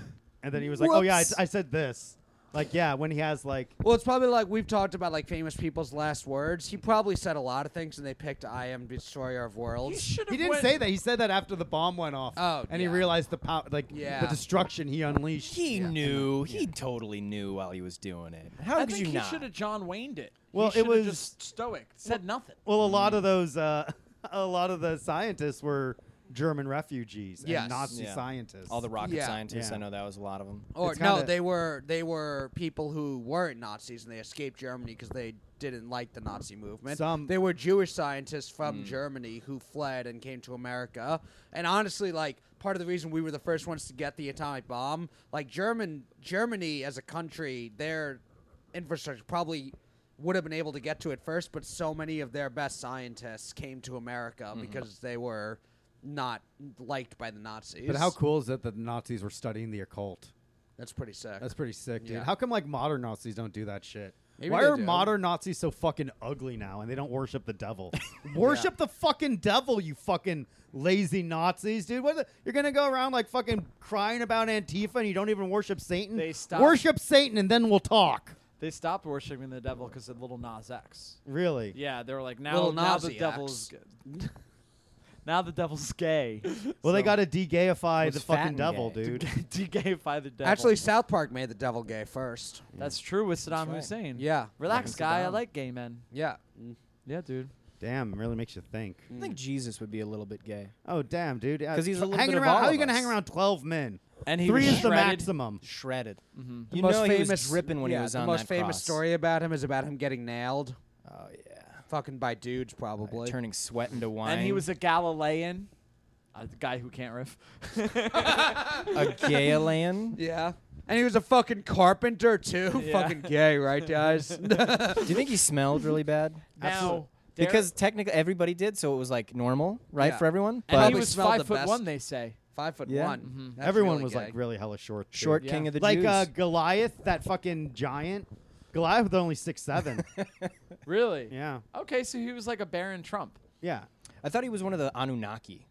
Speaker 2: and then he was like, "Oh yeah, I,
Speaker 3: Whoops.
Speaker 2: I said this." Like, yeah, when he has like,
Speaker 3: Well, it's probably like we've talked about like famous people's last words. He probably said a lot of things, and they picked "I am destroyer of
Speaker 1: He
Speaker 3: worlds."
Speaker 1: should have.
Speaker 2: he didn't
Speaker 1: went-
Speaker 2: say that. He said that after the bomb went off.
Speaker 3: Oh,
Speaker 2: and he
Speaker 3: yeah.
Speaker 2: realized the power, like
Speaker 3: Yeah.
Speaker 2: the destruction he unleashed.
Speaker 4: He knew. He totally knew while he was doing it. How
Speaker 1: I
Speaker 4: could
Speaker 1: think
Speaker 4: you
Speaker 1: he
Speaker 4: not?
Speaker 1: should have John Wayne'd it.
Speaker 2: Well, it
Speaker 1: he should have
Speaker 2: was-
Speaker 1: just stoic. Said nothing.
Speaker 2: Well, a lot of those, uh, a lot of the scientists were German refugees
Speaker 3: Yes.
Speaker 2: and Nazi
Speaker 4: Yeah.
Speaker 2: scientists.
Speaker 4: All the rocket
Speaker 3: Yeah.
Speaker 4: scientists.
Speaker 2: Yeah.
Speaker 4: I know that was a lot of them.
Speaker 3: Or
Speaker 2: It's
Speaker 3: no,
Speaker 2: kinda-
Speaker 3: they were they were people who weren't Nazis and they escaped Germany because they didn't like the Nazi movement.
Speaker 2: Some-
Speaker 3: they were Jewish scientists from Germany who fled and came to America. And honestly, like part of the reason we were the first ones to get the atomic bomb, like German Germany as a country, their infrastructure probably would have been able to get to it first, but so many of their best scientists came to America because they were not liked by the Nazis.
Speaker 2: But how cool is it that the Nazis were studying the occult?
Speaker 3: That's pretty sick.
Speaker 2: That's pretty sick, dude.
Speaker 3: Yeah.
Speaker 2: How come like modern Nazis don't do that shit?
Speaker 3: Maybe
Speaker 2: Why
Speaker 3: they
Speaker 2: are
Speaker 3: do.
Speaker 2: modern Nazis so fucking ugly now and they don't worship the devil? worship the fucking devil, you fucking lazy Nazis, dude. What the, you're going to go around like fucking crying about Antifa and you don't even worship Satan?
Speaker 1: They stopped-
Speaker 2: Worship Satan and then we'll talk.
Speaker 1: They stopped worshiping the devil because of Little Nas X.
Speaker 2: Really?
Speaker 1: Yeah, they were like now,
Speaker 3: Little
Speaker 1: now
Speaker 3: Nas
Speaker 1: the
Speaker 3: X.
Speaker 1: devil's g- now the devil's gay.
Speaker 2: Well, they
Speaker 1: So-
Speaker 2: got to de-gayify
Speaker 4: Was
Speaker 2: the
Speaker 4: fat
Speaker 2: fucking
Speaker 4: and
Speaker 2: devil,
Speaker 4: gay.
Speaker 2: dude.
Speaker 1: Degayify the devil.
Speaker 3: Actually, South Park made the devil gay first.
Speaker 1: that's true with Saddam
Speaker 4: That's right.
Speaker 1: Hussein.
Speaker 3: Yeah.
Speaker 1: relax,
Speaker 4: Fucking
Speaker 1: guy. I
Speaker 4: Saddam.
Speaker 1: like gay men.
Speaker 3: Yeah.
Speaker 1: Yeah, dude.
Speaker 2: Damn, really makes you think.
Speaker 4: I
Speaker 3: Mm.
Speaker 4: think Jesus would be a little bit gay.
Speaker 2: Oh, damn, dude.
Speaker 4: 'Cause he's a little
Speaker 2: hanging
Speaker 4: bit of
Speaker 2: around.
Speaker 4: all
Speaker 2: how are you
Speaker 4: of
Speaker 2: gonna
Speaker 4: us.
Speaker 2: hang around 12 men?
Speaker 1: And he
Speaker 2: Three
Speaker 1: was
Speaker 2: is the
Speaker 1: shredded.
Speaker 2: maximum.
Speaker 4: Shredded.
Speaker 1: Mm-hmm.
Speaker 4: you
Speaker 3: most
Speaker 4: know
Speaker 3: famous,
Speaker 4: he was dripping when
Speaker 3: yeah,
Speaker 4: he was
Speaker 3: the
Speaker 4: on
Speaker 3: most
Speaker 4: that
Speaker 3: famous
Speaker 4: cross.
Speaker 3: story about him is about him getting nailed,
Speaker 4: Oh yeah.
Speaker 3: fucking by dudes probably.
Speaker 4: Like, turning sweat into wine.
Speaker 1: And he was a Galilean, a guy who can't riff.
Speaker 4: a Galilean.
Speaker 3: yeah. And he was a fucking carpenter too.
Speaker 1: Yeah.
Speaker 3: fucking gay, right, guys?
Speaker 4: Do you think he smelled really bad?
Speaker 1: now, there-
Speaker 4: Because technically everybody did, so it was like normal, right,
Speaker 3: Yeah.
Speaker 4: for everyone.
Speaker 1: and
Speaker 4: But
Speaker 1: he
Speaker 3: Probably
Speaker 1: was
Speaker 3: smelled
Speaker 1: five
Speaker 3: the
Speaker 1: foot
Speaker 3: best.
Speaker 1: one. They say.
Speaker 3: Five foot
Speaker 4: Yeah.
Speaker 3: one.
Speaker 1: Mhm.
Speaker 3: That's
Speaker 2: Everyone
Speaker 3: really
Speaker 2: was like
Speaker 3: gay.
Speaker 2: really hella short. dude.
Speaker 4: short
Speaker 1: Yeah.
Speaker 4: king of the
Speaker 2: like
Speaker 4: Jews.
Speaker 2: uh, Goliath, that fucking giant. Goliath was only six seven.
Speaker 1: Really?
Speaker 2: yeah,
Speaker 1: Okay, so he was like a Baron Trump.
Speaker 2: yeah.
Speaker 4: I thought he was one of the Anunnaki,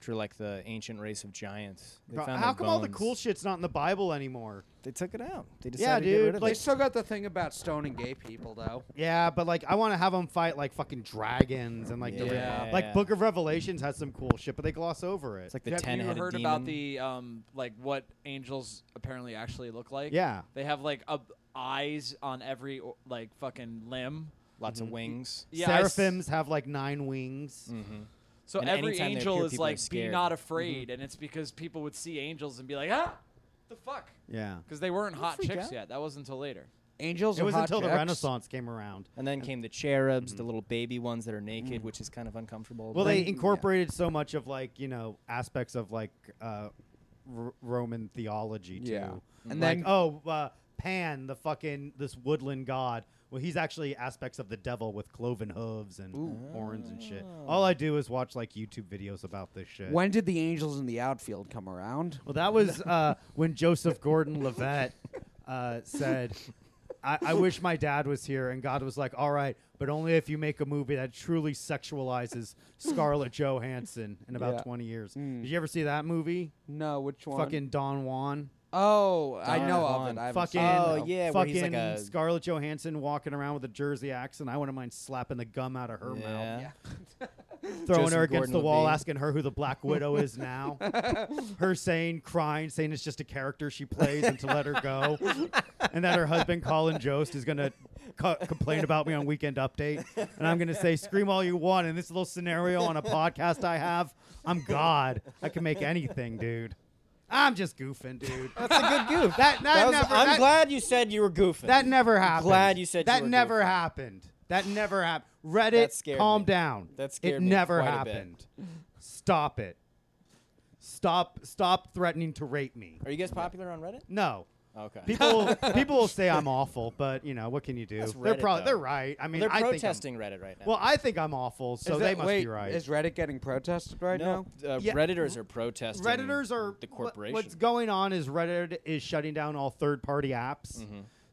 Speaker 4: which are like the ancient race of giants. They
Speaker 2: Bro,
Speaker 4: found
Speaker 2: how
Speaker 4: their
Speaker 2: come all the
Speaker 4: bones.
Speaker 2: cool shit's not in the Bible anymore?
Speaker 4: They took it out. They
Speaker 2: Yeah,
Speaker 4: decided to get
Speaker 2: dude,
Speaker 4: rid of
Speaker 2: like-
Speaker 3: They
Speaker 4: it.
Speaker 3: still got the thing about stoning gay people though.
Speaker 2: Yeah, but like I want to have them fight like fucking dragons and like the
Speaker 4: Yeah.
Speaker 2: like Book of Revelations has some cool shit, but they gloss over it.
Speaker 4: It's like the
Speaker 1: Have you
Speaker 4: ten-headed
Speaker 1: heard
Speaker 4: demon.
Speaker 1: about the um like what angels apparently actually look like?
Speaker 2: yeah,
Speaker 1: They have like a, eyes on every o- like fucking limb.
Speaker 4: Lots of wings.
Speaker 1: Yeah, I s-
Speaker 2: seraphims have like nine wings.
Speaker 4: Mm.
Speaker 1: So
Speaker 4: And
Speaker 1: every
Speaker 4: anytime they
Speaker 1: angel
Speaker 4: appear,
Speaker 1: is
Speaker 4: people are
Speaker 1: like, be
Speaker 4: scared." Mm-hmm.
Speaker 1: not afraid, and it's because people would see angels and be like, ah, the fuck,
Speaker 2: Yeah,
Speaker 1: because they weren't hot
Speaker 4: freak
Speaker 1: chicks
Speaker 4: out.
Speaker 1: yet. That was until later.
Speaker 3: Angels
Speaker 2: it
Speaker 3: are
Speaker 2: was
Speaker 3: hot
Speaker 2: until the
Speaker 3: chicks.
Speaker 2: Renaissance came around.
Speaker 4: And then came the cherubs, the little baby ones that are naked, which is kind of uncomfortable.
Speaker 2: Well,
Speaker 4: but-
Speaker 2: they incorporated so much of like you know aspects of like uh, R- Roman theology too.
Speaker 3: Yeah. And
Speaker 2: like,
Speaker 3: then-
Speaker 2: oh, uh, Pan, the fucking this woodland god. Well, he's actually aspects of the devil with cloven hooves and horns and shit. All I do is watch like YouTube videos about this shit.
Speaker 3: When did the angels in the outfield come around?
Speaker 2: well, that was uh, when Joseph Gordon-Levitt uh, said. I, I wish my dad was here, and God was like, "All right, but only if you make a movie that truly sexualizes Scarlett Johansson in about
Speaker 3: Yeah.
Speaker 2: 20 years."
Speaker 4: Hmm.
Speaker 3: Mm.
Speaker 2: Did you ever see that movie?
Speaker 3: No, which one?
Speaker 2: Fucking Don Juan.
Speaker 3: Oh, I
Speaker 4: Don
Speaker 3: know of
Speaker 4: Juan.
Speaker 3: it. I haven't
Speaker 2: Fucking
Speaker 3: seen it,
Speaker 4: Oh,
Speaker 3: though.
Speaker 4: yeah, where
Speaker 2: fucking
Speaker 4: he's like a-
Speaker 2: Scarlett Johansson walking around with a Jersey accent. I wouldn't mind slapping the gum out of her
Speaker 4: Yeah.
Speaker 3: Yeah.
Speaker 2: mouth, throwing
Speaker 4: Joseph
Speaker 2: her against the
Speaker 4: Gordon-Levitt.
Speaker 2: wall, asking her who the Black Widow is now. her saying, crying, saying it's just a character she plays, and to let her go, and that her husband Colin Jost is gonna co- complain about me on Weekend Update, and I'm gonna say, scream all you want in this little scenario on a podcast I have. I'm God. I can make anything, dude. I'm just goofing, dude.
Speaker 4: That's a good goof.
Speaker 2: That, that,
Speaker 4: That was-
Speaker 2: never,
Speaker 4: I'm
Speaker 2: that-
Speaker 4: glad you said you were goofing.
Speaker 2: That never happened.
Speaker 4: glad you said you
Speaker 2: that
Speaker 4: were
Speaker 2: never
Speaker 4: goofing.
Speaker 2: happened. That never happened.
Speaker 4: That
Speaker 2: Reddit,
Speaker 4: scared
Speaker 2: calm
Speaker 4: me.
Speaker 2: down.
Speaker 4: That scared
Speaker 2: it
Speaker 4: me
Speaker 2: never
Speaker 4: quite a bit.
Speaker 2: happened. Stop it. Stop. Stop threatening to rape me.
Speaker 4: Are you guys popular on Reddit? Oh,
Speaker 2: No.
Speaker 4: Okay.
Speaker 2: People, people will say I'm awful, but you know what can you do?
Speaker 4: That's
Speaker 2: they're
Speaker 4: Reddit,
Speaker 2: probably
Speaker 4: though.
Speaker 2: they're right. I mean,
Speaker 4: They're
Speaker 2: I
Speaker 4: protesting
Speaker 2: Think
Speaker 4: Reddit right now.
Speaker 2: I'm, well, I think I'm awful, so
Speaker 3: Is
Speaker 2: they
Speaker 3: that-
Speaker 2: must
Speaker 3: wait,
Speaker 2: be right.
Speaker 3: Is Reddit getting protested right
Speaker 4: no,
Speaker 3: now?
Speaker 4: uh,
Speaker 2: Yeah.
Speaker 4: Redditors are protesting.
Speaker 2: Redditors are
Speaker 4: the
Speaker 2: what-
Speaker 4: corporation.
Speaker 2: What's going on is Reddit is shutting down all third-party apps.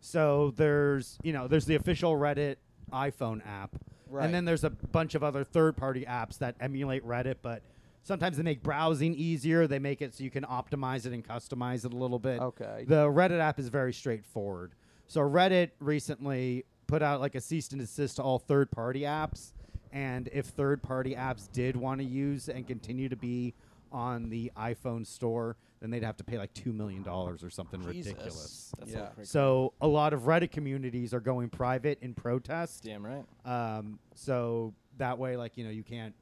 Speaker 2: So there's you know there's the official Reddit iPhone app,
Speaker 3: Right.
Speaker 2: and then there's a bunch of other third-party apps that emulate Reddit, but sometimes they make browsing easier. They make it so you can optimize it and customize it a little bit.
Speaker 3: Okay.
Speaker 2: The Reddit app is very straightforward. So Reddit recently put out like a cease and desist to all third-party apps, and if third-party apps did want to use and continue to be on the iPhone store, then they'd have to pay like two million dollars or something ridiculous.
Speaker 4: That's
Speaker 3: Yeah.
Speaker 4: all crazy.
Speaker 2: So a lot of Reddit communities are going private in protest.
Speaker 4: Damn right.
Speaker 2: Um, so that way, like you know, you can't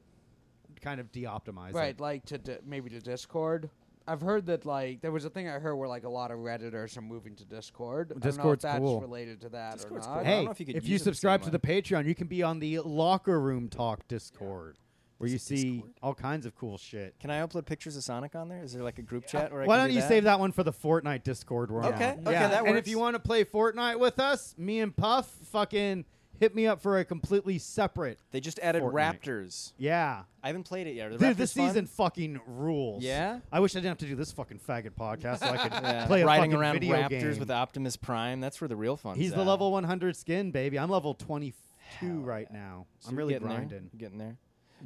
Speaker 2: kind of de-optimize. it.
Speaker 3: Right, like to di- maybe to Discord. I've heard that like there was a thing I heard where like a lot of redditors are moving to Discord.
Speaker 2: Discord's
Speaker 3: I don't know if
Speaker 2: cool.
Speaker 3: that's related to that
Speaker 4: Discord's
Speaker 3: or not.
Speaker 4: cool. I
Speaker 2: Hey,
Speaker 4: don't know if you could
Speaker 2: if
Speaker 4: use
Speaker 2: you
Speaker 4: it the same
Speaker 2: subscribe to
Speaker 4: way.
Speaker 2: the Patreon, you can be on the Locker Room Talk Discord, where you see all kinds of cool shit.
Speaker 4: Can I upload pictures of Sonic on there? Is there like a group chat? Where I
Speaker 2: Why
Speaker 4: can
Speaker 2: don't
Speaker 4: do
Speaker 2: you
Speaker 4: that?
Speaker 2: save that one for the Fortnite Discord? We're on.
Speaker 4: Okay, okay,
Speaker 2: yeah.
Speaker 4: that
Speaker 2: And if
Speaker 4: works.
Speaker 2: you want to play Fortnite with us, me and Puff, fucking hit me up for a completely separate.
Speaker 4: They just added
Speaker 2: Fortnite.
Speaker 4: Raptors.
Speaker 2: Yeah.
Speaker 4: I haven't played it yet. Are the
Speaker 2: Dude,
Speaker 4: Raptors
Speaker 2: this
Speaker 4: fun?
Speaker 2: season fucking rules.
Speaker 4: Yeah?
Speaker 2: I wish I didn't have to do this fucking faggot podcast so I could
Speaker 4: Yeah,
Speaker 2: play a
Speaker 4: riding
Speaker 2: fucking
Speaker 4: around
Speaker 2: video
Speaker 4: Raptors
Speaker 2: game.
Speaker 4: with Optimus Prime. That's where the real fun.
Speaker 2: He's the level 100 skin, baby. I'm level 22 right now. I'm really
Speaker 4: getting
Speaker 2: grinding. Mm.
Speaker 4: There. Getting there.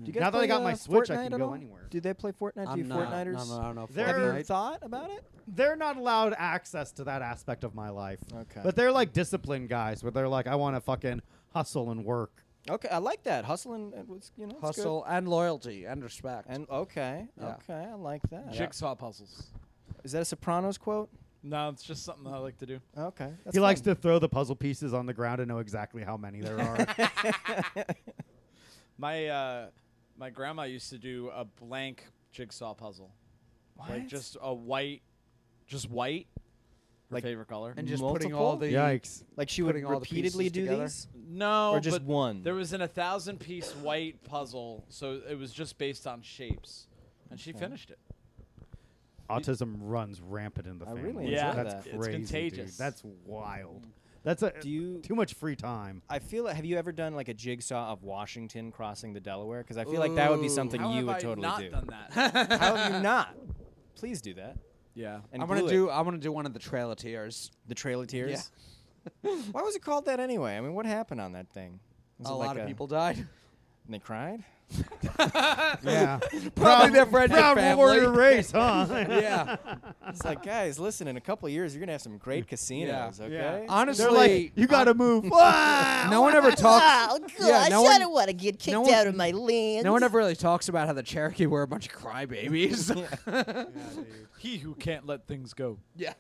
Speaker 4: Do you
Speaker 2: Now that I
Speaker 4: play,
Speaker 2: got my
Speaker 4: uh,
Speaker 2: Switch, I
Speaker 4: Fortnite
Speaker 2: can
Speaker 4: at
Speaker 2: go
Speaker 4: all?
Speaker 2: anywhere.
Speaker 4: Do they play Fortnite? Do you
Speaker 3: I'm not,
Speaker 4: Fortniters?
Speaker 3: No, no, I don't know. if
Speaker 2: They're-
Speaker 4: Have you
Speaker 3: Fortnite-
Speaker 4: thought about it?
Speaker 2: They're not allowed access to that aspect of my life.
Speaker 4: Okay.
Speaker 2: But they're like disciplined guys where they're like, I want to fucking hustle and work.
Speaker 4: Okay, I like that. Hustling, uh, was, you know, it's good.
Speaker 3: hustle and loyalty and respect.
Speaker 4: And okay,
Speaker 3: Yeah.
Speaker 4: okay, I like that. Is
Speaker 5: Jigsaw puzzles.
Speaker 4: that a Sopranos quote?
Speaker 5: No, it's just something I like to do.
Speaker 4: Okay, that's
Speaker 2: he likes
Speaker 4: fun.
Speaker 2: to throw the puzzle pieces on the ground and know exactly how many there are.
Speaker 5: My uh, my grandma used to do a blank jigsaw puzzle, like
Speaker 4: What?
Speaker 5: just a white, just white, her
Speaker 4: Like-
Speaker 5: favorite color.
Speaker 3: and just putting all the
Speaker 4: multiple?
Speaker 2: Yikes.
Speaker 4: like she would
Speaker 3: putting all the
Speaker 4: repeatedly
Speaker 3: pieces
Speaker 4: do
Speaker 3: together.
Speaker 4: these.
Speaker 5: no,
Speaker 4: Or just
Speaker 5: but
Speaker 4: one?
Speaker 5: There was an a thousand piece white puzzle, so it was just based on shapes, and she finished it.
Speaker 2: Autism runs rampant in the
Speaker 4: I
Speaker 2: family.
Speaker 4: really
Speaker 5: Yeah. enjoy
Speaker 2: that's
Speaker 5: that. It's
Speaker 2: crazy. dude.
Speaker 5: contagious.
Speaker 2: That's wild. That's a,
Speaker 4: Do you-
Speaker 2: too much free time.
Speaker 4: I feel like have you ever done like a jigsaw of Washington crossing the Delaware? Because I feel like that would be
Speaker 3: Ooh.
Speaker 4: something
Speaker 5: How
Speaker 4: you
Speaker 5: have
Speaker 4: would
Speaker 5: I
Speaker 4: totally
Speaker 5: not
Speaker 4: do.
Speaker 5: done that?
Speaker 4: How have you not? Please do that.
Speaker 5: yeah,
Speaker 4: And
Speaker 3: I'm gonna
Speaker 4: glue it.
Speaker 3: do. I'm gonna do one of the trailer tiers.
Speaker 4: the Trail of Tears. Why was it called that anyway? I mean, what happened on that thing? Was
Speaker 3: A
Speaker 4: it like
Speaker 3: lot of people died.
Speaker 4: And they cried.
Speaker 2: yeah.
Speaker 3: Probably
Speaker 2: Proud-
Speaker 3: their friends and
Speaker 2: Proud
Speaker 3: family.
Speaker 2: warrior race, huh?
Speaker 3: yeah.
Speaker 4: It's like, guys, listen. In a couple of years, you're gonna have some great casinos. Okay.
Speaker 3: Honestly,
Speaker 2: They're like, you got to move.
Speaker 3: no one ever talks.
Speaker 6: Oh, gosh,
Speaker 3: yeah, no
Speaker 6: I
Speaker 3: one,
Speaker 6: don't want to get kicked
Speaker 3: no one-
Speaker 6: out of my land.
Speaker 3: no one ever really talks about how the Cherokee were a bunch of crybabies.
Speaker 5: he who can't let things go.
Speaker 3: yeah.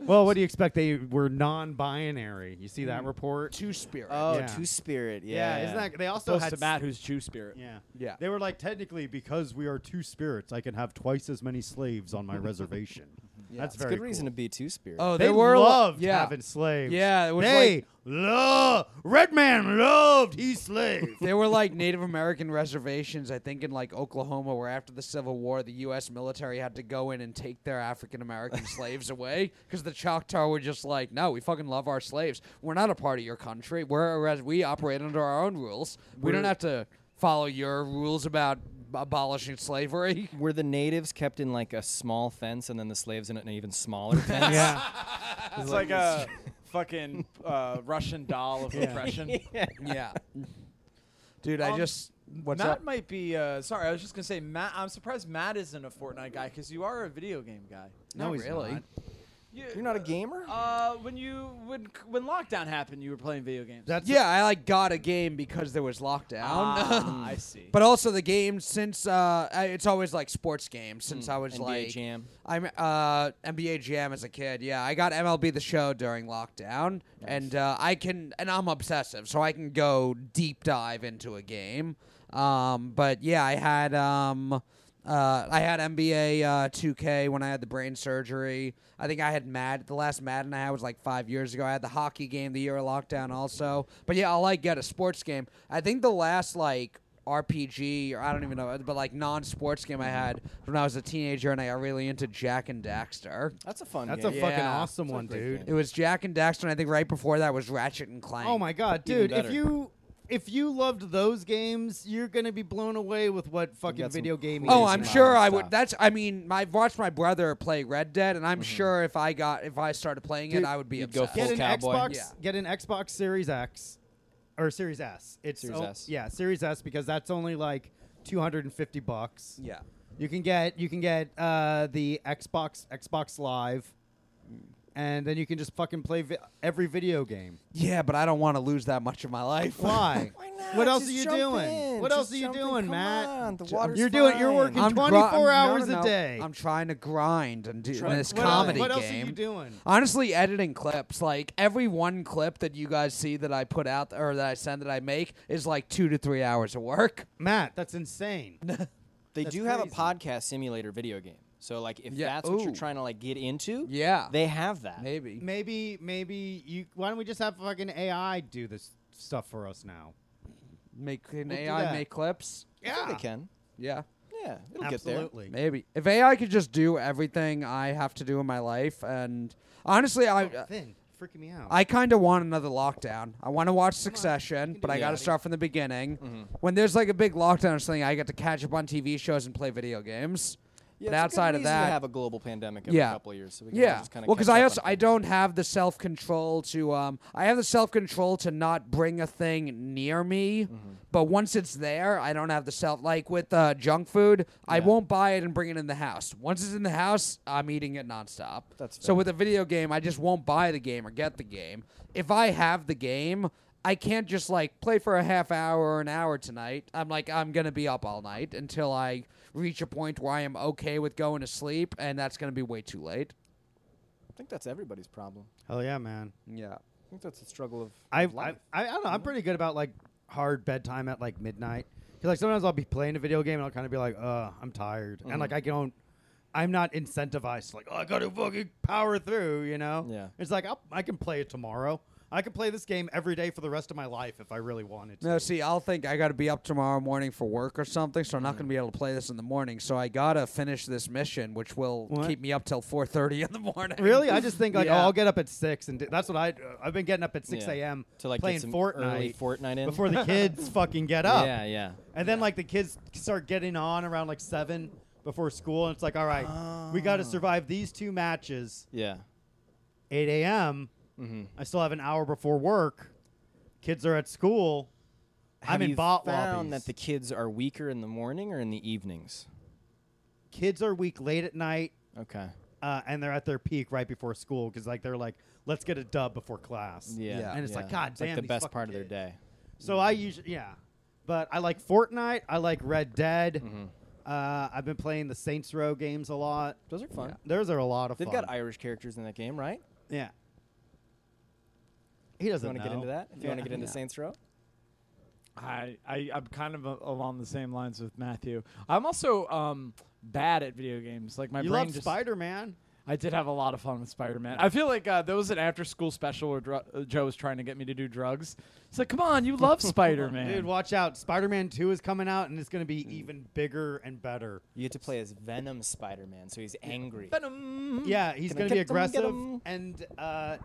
Speaker 2: well, what do you expect? They were non-binary. You see that report?
Speaker 3: Two spirit.
Speaker 4: Oh,
Speaker 2: Yeah.
Speaker 4: Two Spirit.
Speaker 2: yeah,
Speaker 4: Yeah.
Speaker 2: isn't that? They also
Speaker 5: Close
Speaker 2: had
Speaker 5: to
Speaker 2: s-
Speaker 5: Matt, who's Jew spirit.
Speaker 2: Yeah.
Speaker 3: Yeah.
Speaker 2: They were like technically because we are two spirits, I can have twice as many slaves on my reservation. That's
Speaker 4: It's a
Speaker 2: very
Speaker 4: good reason to
Speaker 2: cool.
Speaker 4: be Two Spirit.
Speaker 3: oh,
Speaker 2: They,
Speaker 3: they were lo-
Speaker 2: loved
Speaker 3: yeah.
Speaker 2: having slaves.
Speaker 3: Yeah, it was
Speaker 2: they
Speaker 3: like-
Speaker 2: love Red Man loved his slave.
Speaker 3: There were like Native American reservations, I think, in like Oklahoma, where after the Civil War, the U.S. military had to go in and take their African American slaves away because the Choctaw were just like, "No, we fucking love our slaves. We're not a part of your country. We're a res- we operate under our own rules. we don't have to follow your rules about abolishing slavery."
Speaker 4: Were the natives kept in like a small fence, and then the slaves in an even smaller fence?
Speaker 2: yeah.
Speaker 5: It's like a fucking uh, Russian doll of oppression.
Speaker 3: yeah, dude, I
Speaker 5: Um,
Speaker 3: just what's
Speaker 5: Matt
Speaker 3: up?
Speaker 5: might be. Uh, sorry, I was just gonna say Matt. I'm surprised Matt isn't a Fortnite guy because you are a video game guy.
Speaker 2: No,
Speaker 3: Not
Speaker 2: he's
Speaker 3: really.
Speaker 2: not.
Speaker 5: You,
Speaker 4: You're not a gamer.
Speaker 5: Uh, when you when when lockdown happened, you were playing video games.
Speaker 2: That's
Speaker 3: Yeah, I like got a game because there was lockdown.
Speaker 4: Oh,
Speaker 5: ah, I see.
Speaker 3: But also the games since uh, I- it's always like sports games since I was
Speaker 4: NBA
Speaker 3: like
Speaker 4: Jam.
Speaker 3: I'm uh, NBA Jam as a kid. Yeah, I got MLB the Show during lockdown, and uh, I can and I'm obsessive, so I can go deep dive into a game. Um, but yeah, I had um, uh, I had NBA uh, 2K when I had the brain surgery. I think I had Mad the last Madden I had was like five years ago. I had the hockey game the year of lockdown also. But yeah, I'll like get a sports game. I think the last like RPG or I don't even know, but like non-sports game I had when I was a teenager, and I got really into Jack and Daxter.
Speaker 4: That's a fun.
Speaker 2: that's
Speaker 4: game.
Speaker 2: a fucking
Speaker 3: Yeah.
Speaker 2: awesome one,
Speaker 4: great
Speaker 2: dude.
Speaker 4: game.
Speaker 3: It was Jack and Daxter, and I think right before that was Ratchet and Clank.
Speaker 2: Oh my god,
Speaker 4: Even
Speaker 2: dude! If
Speaker 4: better.
Speaker 2: you if you loved those games, you're gonna be blown away with what fucking
Speaker 4: got some
Speaker 2: video game.
Speaker 4: cool
Speaker 2: is
Speaker 3: Oh,
Speaker 4: Amazing
Speaker 3: I'm
Speaker 2: now.
Speaker 4: amount
Speaker 3: sure
Speaker 4: of
Speaker 3: I would.
Speaker 4: stuff.
Speaker 3: That's. I mean, I've watched my brother play Red Dead, and
Speaker 2: Mm-hmm.
Speaker 3: I'm sure if I got if I started playing it,
Speaker 4: Dude,
Speaker 3: I would be
Speaker 4: you'd go
Speaker 3: obsessed.
Speaker 4: full
Speaker 2: Get an
Speaker 4: cowboy.
Speaker 2: Xbox.
Speaker 3: Yeah.
Speaker 2: Get an Xbox Series X, or Series S. It's
Speaker 4: Series
Speaker 2: o-
Speaker 4: S.
Speaker 2: Yeah, Series S because that's only like 250 bucks.
Speaker 3: yeah.
Speaker 2: You can get you can get uh, the Xbox Xbox Live, and then you can just fucking play vi- every video game.
Speaker 3: Yeah, but I don't want to lose that much of my life.
Speaker 2: Why?
Speaker 4: Why not?
Speaker 2: What else
Speaker 4: Just
Speaker 2: are you
Speaker 4: jump
Speaker 2: doing?
Speaker 4: in.
Speaker 2: What
Speaker 4: Just
Speaker 2: else are you
Speaker 4: jump in.
Speaker 2: doing,
Speaker 4: Come
Speaker 2: Matt?
Speaker 4: on, the water's
Speaker 2: You're doing- you're
Speaker 4: fine.
Speaker 2: working
Speaker 3: I'm gr-
Speaker 2: 24
Speaker 3: I'm- no,
Speaker 2: hours
Speaker 3: no,
Speaker 2: a
Speaker 3: no.
Speaker 2: day.
Speaker 3: I'm trying to grind and do
Speaker 4: Try-
Speaker 3: this
Speaker 2: What else-
Speaker 3: comedy
Speaker 2: what
Speaker 3: game.
Speaker 2: else are you doing?
Speaker 3: Honestly, editing clips like every one clip that you guys see that I put out or that I send that I make is like two to three hours of work.
Speaker 2: Matt, that's insane.
Speaker 4: They
Speaker 2: That's
Speaker 4: do have a
Speaker 2: crazy.
Speaker 4: podcast simulator video game. So like if
Speaker 3: Yeah,
Speaker 4: that's what
Speaker 3: ooh.
Speaker 4: you're trying to like get into,
Speaker 3: Yeah.
Speaker 4: they have that.
Speaker 3: Maybe.
Speaker 2: Maybe maybe you why don't we just have fucking AI do this stuff for us now?
Speaker 3: Make an
Speaker 2: We'll do
Speaker 3: AI
Speaker 2: that.
Speaker 3: make clips.
Speaker 4: I think they can.
Speaker 3: Yeah.
Speaker 4: Yeah, it'll get there.
Speaker 2: Absolutely.
Speaker 3: Maybe. If
Speaker 4: uh,
Speaker 3: AI could just do everything I have to do in my life and honestly I
Speaker 2: Then Oh, freaking me out.
Speaker 3: I kind of want another lockdown. I want to watch Succession, but I
Speaker 4: it,
Speaker 3: got to
Speaker 4: buddy.
Speaker 3: start from the beginning. When there's like a big lockdown or something, I get to catch up on TV shows and play video games.
Speaker 4: Yeah,
Speaker 3: but
Speaker 4: it's a good
Speaker 3: outside of
Speaker 4: reason to
Speaker 3: that,
Speaker 4: have a global pandemic every
Speaker 3: Yeah.
Speaker 4: couple of years. So we can
Speaker 3: yeah.
Speaker 4: Just kinda
Speaker 3: well, because
Speaker 4: catch
Speaker 3: I
Speaker 4: up
Speaker 3: also
Speaker 4: on
Speaker 3: I
Speaker 4: things.
Speaker 3: don't have the self control to um I have the self control to not bring a thing near me,
Speaker 4: Mm-hmm.
Speaker 3: but once it's there, I don't have the self like with uh, junk food. I
Speaker 4: Yeah.
Speaker 3: won't buy it and bring it in the house. Once it's in the house, I'm eating it nonstop.
Speaker 4: That's
Speaker 3: so
Speaker 4: fair.
Speaker 3: with a video game, I just won't buy the game or get the game. If I have the game. I can't just like play for a half hour or an hour tonight. I'm like I'm gonna be up all night until I reach a point where I am okay with going to sleep, and that's gonna be way too late.
Speaker 4: I think that's everybody's problem.
Speaker 2: Hell yeah, man.
Speaker 3: Yeah.
Speaker 4: I think that's the struggle of
Speaker 2: I,
Speaker 4: of
Speaker 2: I,
Speaker 4: life.
Speaker 2: I, I don't know. I'm pretty good about like hard bedtime at like midnight. 'Cause, like sometimes I'll be playing a video game and I'll kind of be like, uh, I'm tired,
Speaker 4: Mm-hmm.
Speaker 2: and like I don't, I'm not incentivized. Like, oh, I gotta fucking power through, you know?
Speaker 4: Yeah.
Speaker 2: It's like I'll, I can play it tomorrow. I can play this game every day for the rest of my life if I really wanted to.
Speaker 3: No, see, I'll think I got to be up tomorrow morning for work or something, so I'm not going to be able to play this in the morning. So I got to finish this mission, which will
Speaker 2: What?
Speaker 3: keep me up till 4:30 in the morning.
Speaker 2: Really, I just think like,
Speaker 3: Yeah.
Speaker 2: oh, I'll get up at six, and do, that's what I. uh, I've been getting up at six
Speaker 4: Yeah.
Speaker 2: a.m.
Speaker 4: to like
Speaker 2: playing
Speaker 4: get some
Speaker 2: Fortnite
Speaker 4: early Fortnite in
Speaker 2: before the kids fucking get up.
Speaker 4: Yeah, yeah.
Speaker 2: And then like the kids start getting on around like seven before school, and it's like, all right, we got to survive these two matches.
Speaker 4: Yeah.
Speaker 2: Eight a.m.
Speaker 4: Mhm.
Speaker 2: I still have an hour before work. Kids are at school.
Speaker 4: Have
Speaker 2: I'm in
Speaker 4: you
Speaker 2: bot lobbies.
Speaker 4: found that the kids are weaker in the morning or in the evenings?
Speaker 2: kids are weak late at night,
Speaker 4: Okay.
Speaker 2: uh, and they're at their peak right before school because like they're like, let's get a dub before class.
Speaker 4: Yeah.
Speaker 3: Yeah.
Speaker 2: And it's like,
Speaker 4: yeah.
Speaker 2: God
Speaker 4: It's
Speaker 2: damn,
Speaker 4: Like the
Speaker 2: these
Speaker 4: best
Speaker 2: fucking
Speaker 4: part of their
Speaker 2: kids.
Speaker 4: day.
Speaker 2: So I usually yeah, but I like Fortnite. I like Red Dead. Uh, I've been playing the Saints Row games a lot.
Speaker 4: Those are fun.
Speaker 2: Those are a lot of
Speaker 4: They've
Speaker 2: fun.
Speaker 4: got Irish characters in that game, right?
Speaker 2: Yeah. He
Speaker 4: If you
Speaker 2: doesn't
Speaker 4: want to get into that, if you want to get into Saints Row,
Speaker 1: I, I I'm kind of a, along the same lines with Matthew. I'm also um bad at video games. Like my
Speaker 2: you
Speaker 1: brain
Speaker 2: love
Speaker 1: just
Speaker 2: Spider Man.
Speaker 1: I did have a lot of fun with Spider Man. I feel like uh, there was an after school special where dru- uh, Joe was trying to get me to do drugs. It's like, come on, you love Spider Man.
Speaker 2: Dude, watch out. Spider Man 2 is coming out, and it's going to
Speaker 4: Mm.
Speaker 2: be even bigger and better.
Speaker 4: you get to play as Venom Spider-Man, so he's angry.
Speaker 1: Venom.
Speaker 2: Yeah, he's
Speaker 4: Gonna
Speaker 2: going to be
Speaker 4: Mm-hmm.
Speaker 2: aggressive.
Speaker 4: get 'em, get 'em.
Speaker 2: And uh,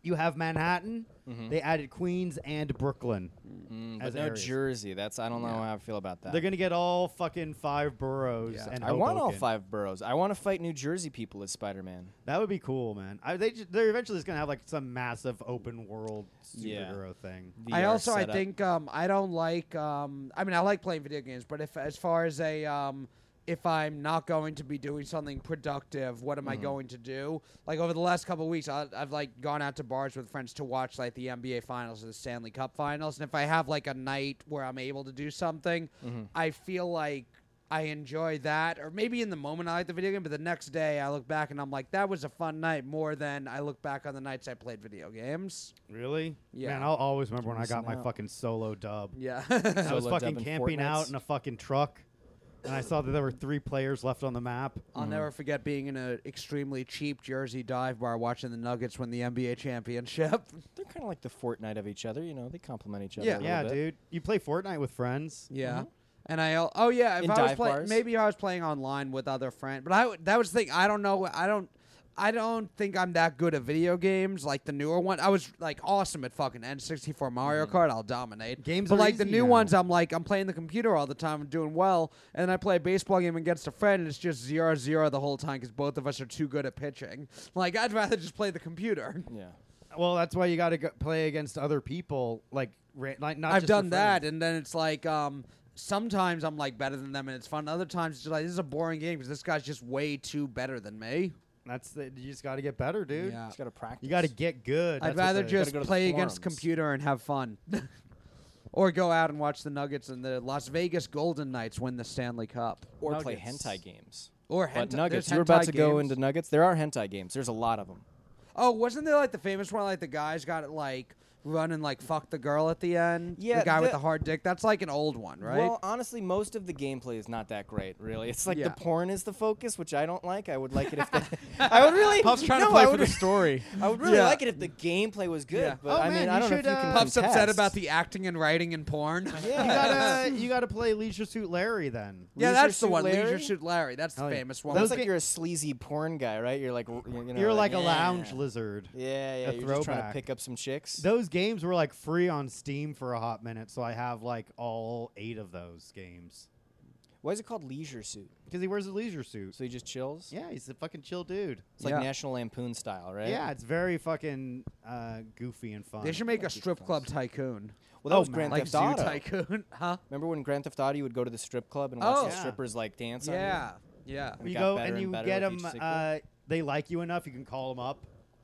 Speaker 2: you have Manhattan. They added Queens and Brooklyn.
Speaker 4: Mm-hmm. Mm,
Speaker 2: as
Speaker 4: but no
Speaker 2: areas.
Speaker 4: Jersey. That's I don't know how I feel about that.
Speaker 2: They're going to get all fucking five boroughs.
Speaker 3: Yeah.
Speaker 2: And
Speaker 4: I want all
Speaker 2: Hoboken.
Speaker 4: five boroughs. I want to fight New Jersey people as Spider-Man.
Speaker 2: That would be cool, man. I, they, ju- they're eventually just going to have like some massive open world
Speaker 4: Yeah.
Speaker 2: superhero thing.
Speaker 3: I
Speaker 4: VR
Speaker 3: also I
Speaker 4: uh, setup.
Speaker 3: think um, I don't like um, I mean I like playing video games, but if as far as a um, if I'm not going to be doing something productive, what am I going to do? Like over the last couple of weeks, I, I've like gone out to bars with friends to watch like the NBA Finals or the Stanley Cup Finals, and if I have like a night where I'm able to do something, I feel like I enjoy that, or maybe in the moment I like the video game, but the next day I look back and I'm like, that was a fun night more than I look back on the nights I played video games.
Speaker 2: Really?
Speaker 3: Yeah.
Speaker 2: Man, I'll always remember when I
Speaker 4: Missing
Speaker 2: got my
Speaker 4: out.
Speaker 2: fucking solo dub.
Speaker 3: Yeah.
Speaker 2: I was
Speaker 4: Solo dub
Speaker 2: fucking
Speaker 4: in
Speaker 2: camping
Speaker 4: Fortnites.
Speaker 2: out in a fucking truck, and I saw that there were three players left on the map.
Speaker 3: I'll never forget being in an extremely cheap Jersey dive bar watching the Nuggets win the NBA championship.
Speaker 2: Mm-hmm.
Speaker 4: they're kind of like the Fortnite of each other. You know, they complement each other.
Speaker 3: Yeah.
Speaker 4: a little
Speaker 2: Yeah,
Speaker 4: bit.
Speaker 2: dude, you play Fortnite with friends.
Speaker 3: yeah. And I al- oh yeah, if
Speaker 4: In
Speaker 3: I was
Speaker 4: dive
Speaker 3: play-
Speaker 4: bars?
Speaker 3: maybe I was playing online with other friends, but I w- that was the thing. I don't know. I don't. I don't think I'm that good at video games like the newer one. I was like awesome at fucking N64 Mario Kart. I'll dominate
Speaker 2: Mm-hmm. Games
Speaker 3: but
Speaker 2: are
Speaker 3: like the
Speaker 2: easy
Speaker 3: new
Speaker 2: now.
Speaker 3: ones. I'm like I'm playing the computer all the time and doing well, and then I play a baseball game against a friend, and it's just zero zero the whole time because both of us are too good at pitching. Like I'd rather just play the computer.
Speaker 4: Yeah.
Speaker 2: Well, that's why you got to go- play against other people. Like, ra- like not.
Speaker 3: I've
Speaker 2: just your
Speaker 3: done that,
Speaker 2: friends.
Speaker 3: and then it's like um, sometimes I'm like better than them, and it's fun. Other times it's just like this is a boring game because this guy's just way too better than me.
Speaker 2: That's the, you just got to get better, dude.
Speaker 3: Yeah.
Speaker 4: Just gotta practice.
Speaker 2: You got to get good.
Speaker 3: I'd
Speaker 2: That's what
Speaker 3: rather
Speaker 2: the-
Speaker 3: just
Speaker 4: go to the
Speaker 3: play against
Speaker 4: forums.
Speaker 3: computer and have fun, or go out and watch the Nuggets and the Las Vegas Golden Knights win the Stanley Cup.
Speaker 4: or play
Speaker 1: Nuggets.
Speaker 4: hentai games.
Speaker 3: Or
Speaker 4: But
Speaker 3: henta-
Speaker 4: nuggets,
Speaker 3: there's
Speaker 4: you're about
Speaker 3: hentai
Speaker 4: to go
Speaker 3: games.
Speaker 4: into nuggets. There are hentai games. There's a lot of them.
Speaker 3: Oh, wasn't there like the famous one? Like the guys got like running like fuck the girl at the end.
Speaker 4: Yeah,
Speaker 3: the guy with
Speaker 4: the-
Speaker 3: the hard dick. That's like an old one, right?
Speaker 4: Well, honestly, most of the gameplay is not that great, really. It's like
Speaker 3: Yeah.
Speaker 4: the porn is the focus, which I don't like. I would like it if the, I would really
Speaker 1: Puff's trying
Speaker 4: no,
Speaker 1: to play
Speaker 4: I
Speaker 1: for
Speaker 4: would,
Speaker 1: the story.
Speaker 4: I would really
Speaker 3: Yeah.
Speaker 4: like it if the gameplay was good,
Speaker 3: Yeah.
Speaker 4: but
Speaker 2: Oh,
Speaker 4: I
Speaker 2: man,
Speaker 4: mean,
Speaker 2: you
Speaker 4: I don't
Speaker 2: should,
Speaker 4: know if you
Speaker 2: uh,
Speaker 4: can
Speaker 3: Puff's upset
Speaker 4: contest.
Speaker 3: about the acting and writing in porn.
Speaker 4: Yeah.
Speaker 2: You gotta you gotta play Leisure Suit Larry then.
Speaker 3: Yeah,
Speaker 4: Leisure
Speaker 3: that's the
Speaker 4: Suit
Speaker 3: one. Leisure
Speaker 4: Larry?
Speaker 3: Suit Larry. That's the
Speaker 2: Oh, yeah.
Speaker 3: famous one.
Speaker 4: That's
Speaker 2: Those
Speaker 4: like
Speaker 2: ga-
Speaker 4: you're a sleazy porn guy, right? You're like, r- you know,
Speaker 2: You're like a
Speaker 4: yeah.
Speaker 2: lounge lizard.
Speaker 4: Yeah, yeah.
Speaker 2: a
Speaker 4: you're just trying to
Speaker 2: throwback.
Speaker 4: pick up some chicks.
Speaker 2: Those games were like free on Steam for a hot minute, so I have like all eight of those games.
Speaker 4: Why is it called Leisure Suit?
Speaker 2: Because he wears a leisure suit.
Speaker 4: So he just chills.
Speaker 2: Yeah, he's a fucking chill dude.
Speaker 4: It's like
Speaker 3: Yeah.
Speaker 4: National Lampoon style, right?
Speaker 2: Yeah, it's very fucking uh, goofy and fun.
Speaker 3: they should make a strip club tycoon,
Speaker 4: Well, that
Speaker 2: Oh,
Speaker 4: was Grand
Speaker 3: like
Speaker 4: Theft
Speaker 3: Zoo
Speaker 4: Auto.
Speaker 3: Tycoon, huh?
Speaker 4: Remember when Grand Theft Auto, you would go to the strip club and watch
Speaker 3: Oh.
Speaker 4: the
Speaker 2: Yeah.
Speaker 4: strippers like dance on you?
Speaker 3: Yeah, yeah.
Speaker 4: And it
Speaker 2: You
Speaker 4: got
Speaker 2: go
Speaker 4: better
Speaker 2: and you
Speaker 4: better
Speaker 2: get
Speaker 4: with
Speaker 2: them.
Speaker 4: each sequel.
Speaker 2: Uh, they like you enough, you can call them up,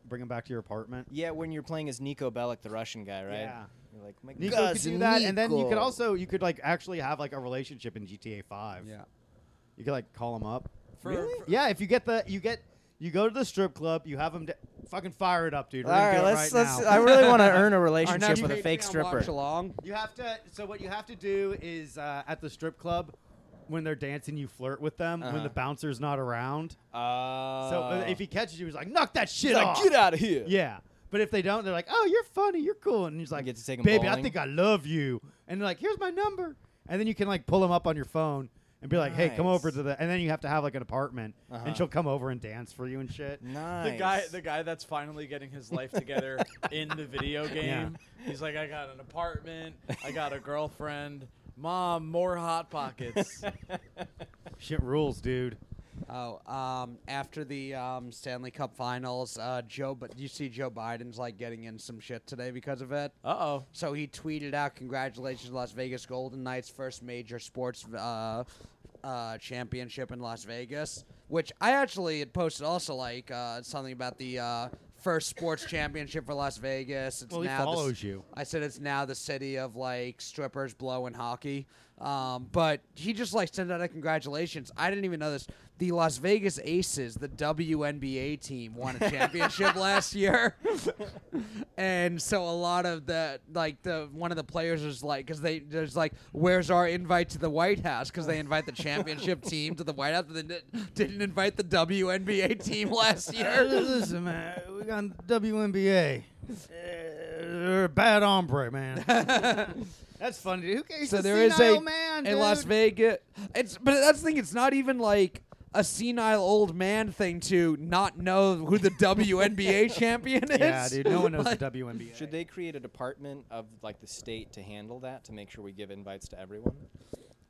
Speaker 2: bring them back to your apartment.
Speaker 4: Yeah, when you're playing as Nico Bellic, the Russian guy, right?
Speaker 2: Yeah.
Speaker 4: You're like, my
Speaker 2: Nico could
Speaker 4: cousin
Speaker 2: do that, and then you could
Speaker 4: Nico."
Speaker 2: also you could like actually have like a relationship in GTA Five.
Speaker 3: Yeah.
Speaker 2: you could like call them up.
Speaker 5: For, for-
Speaker 2: Yeah, if you get the you get you go to the strip club, you have them d- fucking fire it up, dude. We're
Speaker 4: All
Speaker 2: gonna
Speaker 4: right,
Speaker 2: do it
Speaker 4: let's
Speaker 2: right
Speaker 4: let's.
Speaker 2: now.
Speaker 4: I really want to earn a
Speaker 3: Our
Speaker 4: relationship
Speaker 3: next
Speaker 4: with a fake
Speaker 3: Patreon watch
Speaker 4: stripper.
Speaker 3: along.
Speaker 2: You have to. So what you have to do is uh, at the strip club, when they're dancing, you flirt with them.
Speaker 4: Uh-huh.
Speaker 2: When the bouncer's not around,
Speaker 4: Uh,
Speaker 2: so uh, if he catches you, he's like, "Knock that shit
Speaker 4: He's like,
Speaker 2: off!"
Speaker 4: get out of here.
Speaker 2: Yeah. But if they don't, they're like, "Oh, you're funny, you're cool," and he's like,
Speaker 4: get to take 'em
Speaker 2: "Baby, I
Speaker 4: bowling.
Speaker 2: think I love you," and they're like, "Here's my number," and then you can like pull them up on your phone and be like, "Hey, come over
Speaker 4: Nice.
Speaker 2: to the," and then you have to have like an apartment,
Speaker 4: Uh-huh.
Speaker 2: and she'll come over and dance for you and shit.
Speaker 4: Nice.
Speaker 1: The guy, the guy that's finally getting his life together in the video game. He's like, I got an apartment, I got a girlfriend, mom, more hot pockets.
Speaker 2: Shit rules, dude.
Speaker 3: Oh, um, after the um, Stanley Cup Finals, uh, Joe, but you see Joe Biden's like getting in some shit today because of it.
Speaker 1: Uh oh.
Speaker 3: So he tweeted out, "Congratulations, Las Vegas Golden Knights' first major sports uh, uh, championship in Las Vegas." Which I actually had posted also like uh, something about the uh, first sports championship for Las Vegas. It's
Speaker 2: Well, he
Speaker 3: now the c-
Speaker 2: follows you.
Speaker 3: I said it's now the city of like strippers, blow, and hockey. Um, but he just like sent out a congratulations. I didn't even know this. The Las Vegas Aces, the WNBA team, won a championship last year, and so a lot of the like the one of the players was like, because they there's like, where's our invite to the White House? Because they invite the championship team to the White House, but they didn't- didn't invite the WNBA team last year.
Speaker 2: Listen, man, we got WNBA. They're a bad hombre, man. That's funny. Dude. Who cares?
Speaker 3: So there is a
Speaker 2: man,
Speaker 3: a Las Vegas. It's but that's the thing. It's not even like a senile old man thing to not know who the WNBA champion is.
Speaker 2: Yeah, dude. No one knows the WNBA.
Speaker 4: Should they create a department of like the state to handle that to make sure we give invites to everyone?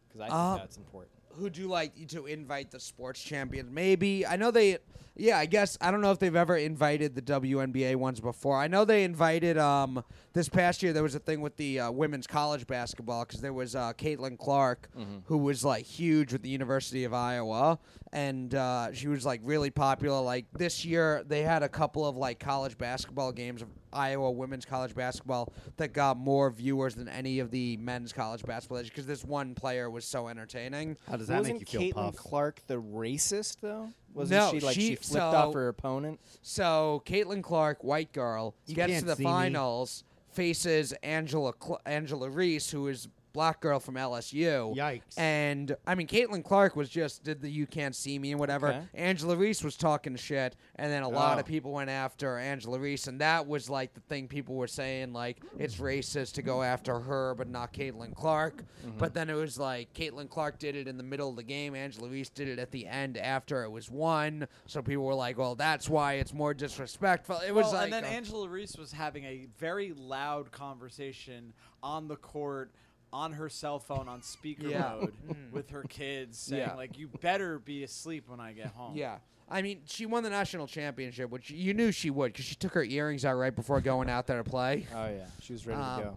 Speaker 4: Because I think
Speaker 3: Uh,
Speaker 4: that's important.
Speaker 3: Who'd you like to invite the sports champion? Maybe I know they. Yeah, I guess I don't know if they've ever invited the WNBA ones before. I know they invited um this past year. There was a thing with the uh, women's college basketball because there was uh, Caitlin Clark who was like huge with the University of Iowa, and uh, she was like really popular. Like this year, they had a couple of like college basketball games of Iowa women's college basketball that got more viewers than any of the men's college basketball because this one player was so entertaining.
Speaker 2: How does that
Speaker 4: Wasn't
Speaker 2: make you feel,
Speaker 4: Caitlin
Speaker 2: Puff?
Speaker 4: Clark the racist though? Wasn't
Speaker 3: No,
Speaker 4: she like
Speaker 3: she-
Speaker 4: she, flipped off
Speaker 3: so-
Speaker 4: her opponent?
Speaker 3: So Caitlin Clark, white girl,
Speaker 2: You
Speaker 3: gets to
Speaker 2: can't
Speaker 3: the
Speaker 2: see me.
Speaker 3: finals, faces Angela Cl- Angela Reese, who is black girl from LSU.
Speaker 2: Yikes.
Speaker 3: And I mean, Caitlin Clark was just did the "You Can't See Me" and whatever.
Speaker 4: Okay.
Speaker 3: Angela Reese was talking shit, and then a lot of
Speaker 4: Oh.
Speaker 3: people went after Angela Reese, and that was like the thing people were saying, like it's racist to go after her but not Caitlin Clark.
Speaker 1: Mm-hmm.
Speaker 3: But then it was like Caitlin Clark did it in the middle of the game, Angela Reese did it at the end after it was won, so people were like, well, that's why it's more disrespectful. It was
Speaker 1: Well,
Speaker 3: like,
Speaker 1: and then
Speaker 3: uh,
Speaker 1: Angela Reese was having a very loud conversation on the court on her cell phone on speaker
Speaker 3: Yeah.
Speaker 1: mode with her kids saying
Speaker 4: Yeah.
Speaker 1: like you better be asleep when I get home.
Speaker 3: yeah. I mean, she won the national championship, which you knew she would because she took her earrings out right before going out there to play.
Speaker 4: Oh yeah, she was ready
Speaker 3: Um,
Speaker 4: to go.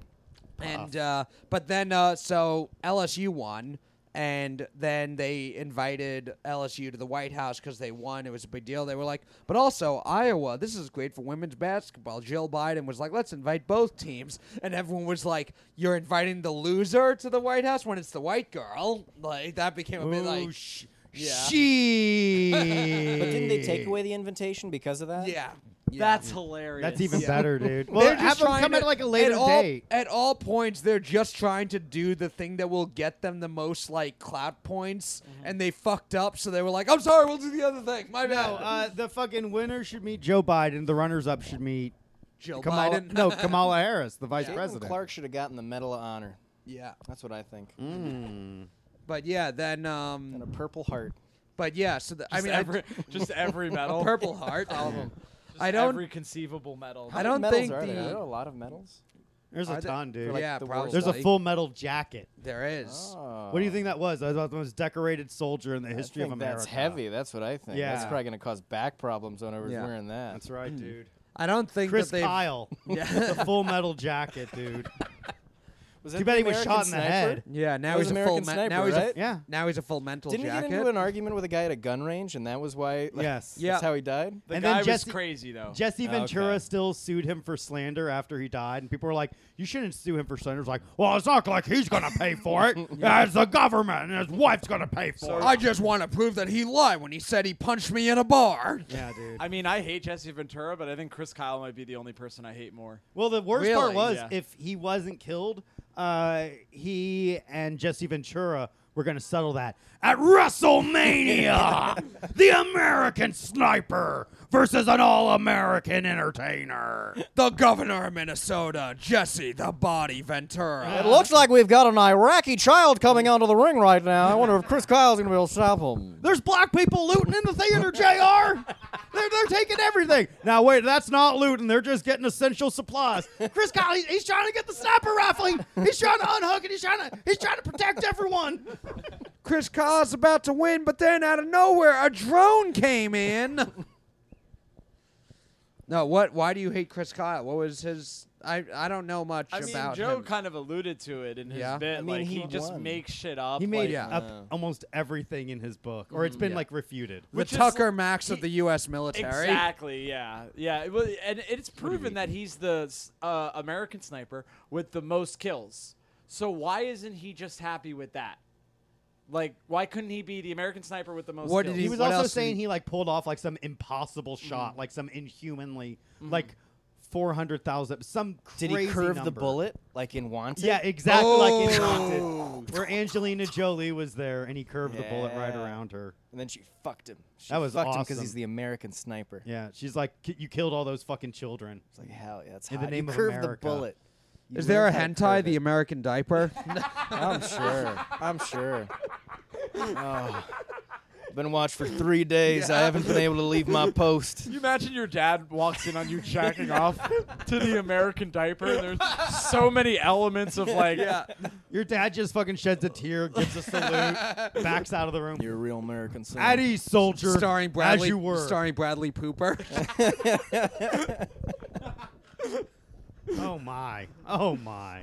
Speaker 3: And uh, but then uh, so LSU won, and then they invited LSU to the White House because they won. It was a big deal. They were like, but also Iowa, this is great for women's basketball. Jill Biden was like, let's invite both teams, and everyone was like, you're inviting the loser to the White House when it's the white girl. Like that became a bit like,
Speaker 2: sh-
Speaker 1: Yeah.
Speaker 2: she.
Speaker 4: But didn't they take away the invitation because of that?
Speaker 3: yeah.
Speaker 1: That's hilarious.
Speaker 2: That's even
Speaker 3: Yeah.
Speaker 2: better, dude. Well, have them come at like a later
Speaker 3: at all,
Speaker 2: date.
Speaker 3: At all points, they're just trying to do the thing that will get them the most like clout points, and they fucked up. So they were like, "I'm sorry, we'll do the other thing." My
Speaker 2: Mm-hmm. No,
Speaker 3: bad.
Speaker 2: uh, the fucking winner should meet Joe Biden. The runners-up should meet
Speaker 3: Jill
Speaker 2: Kamala.
Speaker 3: Biden.
Speaker 2: No, Kamala Harris, the vice
Speaker 4: Caitlin
Speaker 2: president.
Speaker 4: Clark should have gotten the Medal of Honor.
Speaker 3: yeah,
Speaker 4: That's what I think.
Speaker 2: Mm.
Speaker 3: but yeah, then
Speaker 4: And a
Speaker 3: um,
Speaker 4: Purple Heart.
Speaker 3: but yeah. So the, I
Speaker 1: Just
Speaker 3: mean, I-
Speaker 1: every, just every medal.
Speaker 3: Purple Heart, all of them.
Speaker 1: Just
Speaker 3: I don't.
Speaker 1: every conceivable medal.
Speaker 3: I don't
Speaker 4: medals
Speaker 3: think
Speaker 4: are
Speaker 3: the-
Speaker 4: there? Are there a lot of medals?
Speaker 2: There's
Speaker 3: Are
Speaker 2: a
Speaker 3: they-
Speaker 2: ton, dude.
Speaker 4: like,
Speaker 3: yeah,
Speaker 4: the worst-
Speaker 3: probably.
Speaker 2: There's a full Ah. metal jacket.
Speaker 3: There is.
Speaker 2: What do you think that was? That was about the most decorated soldier in the
Speaker 4: Oh. I
Speaker 2: history
Speaker 4: think
Speaker 2: of America.
Speaker 4: That's heavy. That's what I think. That's
Speaker 2: Yeah.
Speaker 4: probably going to cause back problems on whoever's
Speaker 3: Yeah.
Speaker 4: wearing that.
Speaker 2: That's right, dude.
Speaker 3: I don't think
Speaker 2: Chris
Speaker 3: that they.
Speaker 2: Kyle,
Speaker 3: Yeah.
Speaker 2: the full metal jacket, dude.
Speaker 4: Was
Speaker 2: Too
Speaker 4: that
Speaker 2: bad
Speaker 4: the
Speaker 2: he was
Speaker 4: American
Speaker 2: shot in the
Speaker 4: sniper?
Speaker 2: head.
Speaker 3: Yeah, now
Speaker 4: That was
Speaker 3: he's a full.
Speaker 4: American
Speaker 3: men-
Speaker 4: Sniper,
Speaker 3: now he's
Speaker 4: right?
Speaker 3: a.
Speaker 2: Yeah.
Speaker 3: Now he's a full mental
Speaker 4: Didn't
Speaker 3: jacket.
Speaker 4: he get into an argument with a guy at a gun range, and that was why? like,
Speaker 2: Yes.
Speaker 4: That's
Speaker 3: Yeah.
Speaker 4: how he died?
Speaker 1: The
Speaker 2: and
Speaker 1: guy
Speaker 2: then
Speaker 1: was
Speaker 2: Jesse-
Speaker 1: crazy though.
Speaker 2: Jesse
Speaker 4: Ah, Okay.
Speaker 2: Ventura still sued him for slander after he died, and people were like, "You shouldn't sue him for slander." It's like, well, it's not like he's gonna pay for it. It's the government, and his wife's gonna pay for it.
Speaker 3: I just want to prove that he lied when he said he punched me in a bar.
Speaker 2: yeah, dude.
Speaker 1: I mean, I hate Jesse Ventura, but I think Chris Kyle might be the only person I hate more.
Speaker 2: Well, the worst part
Speaker 3: Really?
Speaker 2: was
Speaker 1: Yeah.
Speaker 2: if he wasn't killed, uh, he and Jesse Ventura were going to settle that at WrestleMania. the American sniper versus an all-American entertainer.
Speaker 3: The governor of Minnesota, Jesse the Body Ventura.
Speaker 4: It looks like we've got an Iraqi child coming onto the ring right now. I wonder if Chris Kyle's going to be able to stop him.
Speaker 2: There's black people looting in the theater, Jr. They're, they're taking everything. Now wait, that's not looting. They're just getting essential supplies. Chris Kyle, he- he's trying to get the sniper rifle. He- He's trying to unhook it. He's trying to he's trying to protect everyone.
Speaker 3: Chris Kyle's about to win, but then out of nowhere, a drone came in. no, what? Why do you hate Chris Kyle? What was his? I I don't know much
Speaker 1: I mean,
Speaker 3: about
Speaker 1: Joe
Speaker 3: him.
Speaker 1: kind of alluded to it in his
Speaker 3: Yeah.
Speaker 1: bit.
Speaker 4: I mean,
Speaker 1: like
Speaker 4: he
Speaker 1: he, just
Speaker 4: won.
Speaker 1: makes shit up.
Speaker 2: He made
Speaker 1: like,
Speaker 3: Yeah.
Speaker 2: up
Speaker 4: Yeah.
Speaker 2: almost everything in his book, or it's been
Speaker 3: yeah.
Speaker 2: like refuted.
Speaker 3: the
Speaker 1: which is-
Speaker 3: Tucker Max of
Speaker 1: he-
Speaker 3: the U.S. military.
Speaker 1: Exactly. Yeah. Yeah. It was, and it's proven that he's the s- uh, American sniper with the most kills. So why isn't he just happy with that? Like, why couldn't he be the American sniper with the most?
Speaker 3: What did
Speaker 1: kills?
Speaker 2: He was
Speaker 3: What
Speaker 2: also
Speaker 3: else did
Speaker 2: saying
Speaker 3: he-
Speaker 2: he like pulled off like some impossible
Speaker 4: Mm-hmm.
Speaker 2: shot, like some inhumanly, like four hundred thousand, some
Speaker 4: Did
Speaker 2: crazy
Speaker 4: he curve the
Speaker 2: number.
Speaker 4: bullet like in Wanted?
Speaker 2: Yeah, exactly like in
Speaker 3: Oh.
Speaker 2: Wanted, where Angelina Jolie was there and he curved the bullet right
Speaker 4: Yeah.
Speaker 2: around her.
Speaker 4: And then she fucked him. She
Speaker 2: That was
Speaker 4: fucked him because
Speaker 2: awesome.
Speaker 4: he's the American sniper.
Speaker 2: Yeah, she's like, "K- you killed all those fucking children.
Speaker 4: It's like hell yeah, that's
Speaker 2: In the
Speaker 4: hot.
Speaker 2: name
Speaker 4: you
Speaker 2: of
Speaker 4: curved
Speaker 2: America.
Speaker 4: the bullet. You
Speaker 3: Is there a
Speaker 4: learned how
Speaker 3: hentai,
Speaker 4: to curve
Speaker 3: the
Speaker 4: it.
Speaker 3: American diaper?
Speaker 4: I'm sure. I'm sure. Oh. Been watched for three days. I haven't been able to leave my post.
Speaker 1: Can you imagine your dad walks in on you jacking off to the American diaper? There's so many elements of like,
Speaker 2: Your dad just fucking sheds a tear, gives a salute, backs out of the room.
Speaker 4: You're a real American son.
Speaker 2: Addy soldier,
Speaker 3: starring Bradley.
Speaker 2: as you were.
Speaker 3: Starring Bradley Pooper.
Speaker 2: Oh my, oh my.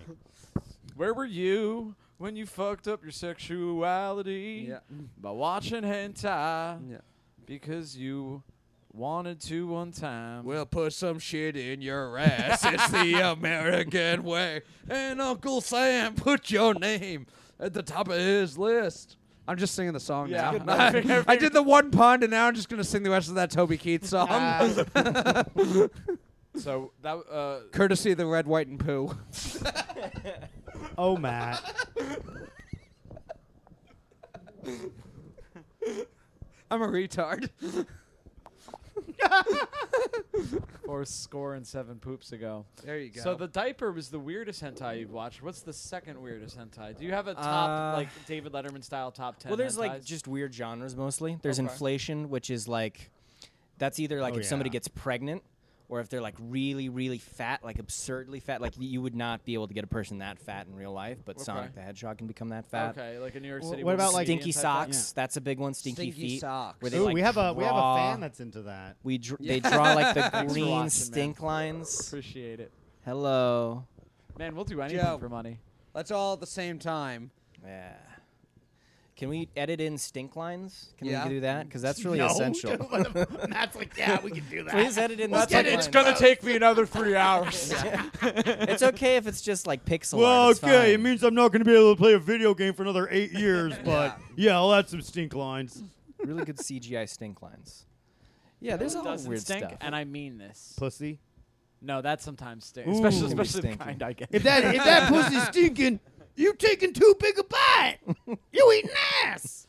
Speaker 1: where were you when you fucked up your sexuality
Speaker 3: yeah.
Speaker 1: by watching hentai
Speaker 3: Yeah.
Speaker 1: because you wanted to one time?
Speaker 3: We'll put some shit in your ass. it's the American way. And Uncle Sam put your name at the top of his list. I'm just singing the song
Speaker 1: Yeah. Good
Speaker 3: now. I,
Speaker 1: night.
Speaker 3: did the one pun, and now I'm just going to sing the rest of that Toby Keith song.
Speaker 2: Ah.
Speaker 1: so that uh,
Speaker 3: Courtesy of the Red, White, and Pooh.
Speaker 2: Oh Matt,
Speaker 3: I'm a retard.
Speaker 1: or score and seven poops ago.
Speaker 3: There you go.
Speaker 1: So the diaper was the weirdest hentai you've watched. What's the second weirdest hentai? Do you have a top
Speaker 4: Uh,
Speaker 1: like David Letterman style top ten?
Speaker 4: Well, there's
Speaker 1: hentais?
Speaker 4: like just weird genres mostly. There's
Speaker 1: Okay.
Speaker 4: inflation, which is like that's either like
Speaker 2: Oh,
Speaker 4: if somebody
Speaker 2: yeah.
Speaker 4: gets pregnant or if they're like really, really fat, like absurdly fat. Like you would not be able to get a person that fat in real life, but Sonic
Speaker 1: Okay.
Speaker 4: the Hedgehog can become that fat.
Speaker 1: okay, like in New York
Speaker 2: Wh-
Speaker 1: City.
Speaker 2: what
Speaker 1: with
Speaker 2: about, like-
Speaker 4: Stinky
Speaker 1: comedians, I thought?
Speaker 4: socks. That's a big one. Stinky,
Speaker 3: Stinky
Speaker 4: feet.
Speaker 3: socks.
Speaker 4: Where they
Speaker 2: Ooh,
Speaker 4: like
Speaker 2: we have a we have a
Speaker 4: draw-
Speaker 2: fan that's into that.
Speaker 4: We dr- they draw like the
Speaker 1: Thanks for
Speaker 4: green
Speaker 1: watching, man.
Speaker 4: stink lines.
Speaker 1: Appreciate it.
Speaker 4: Hello.
Speaker 1: Man, we'll do anything
Speaker 3: Joe.
Speaker 1: for money.
Speaker 3: Let's all at the same time.
Speaker 4: Yeah. Can we edit in stink lines? Can
Speaker 3: Yeah.
Speaker 4: we do that? Because that's really
Speaker 2: No,
Speaker 4: essential.
Speaker 2: dude, Matt's like, yeah, we can do that.
Speaker 4: Please edit in the
Speaker 2: Let's
Speaker 4: stink
Speaker 2: get it.
Speaker 4: lines.
Speaker 2: It's gonna
Speaker 1: take me another three hours.
Speaker 4: It's okay if it's just like pixel
Speaker 2: Well,
Speaker 4: art. It's
Speaker 2: okay, it
Speaker 4: fine.
Speaker 2: means I'm not going to be able to play a video game for another eight years, but yeah, I'll add some stink lines.
Speaker 4: really good CGI stink lines. Yeah, there's a lot of
Speaker 1: doesn't
Speaker 4: weird
Speaker 1: stink,
Speaker 4: stuff.
Speaker 1: and I mean this.
Speaker 2: Pussy.
Speaker 1: No, that sometimes stinks, especially
Speaker 4: Ooh,
Speaker 1: especially the
Speaker 4: stinky.
Speaker 1: kind I get.
Speaker 2: If that if that pussy's stinking, you taking too big a bite. You eating ass.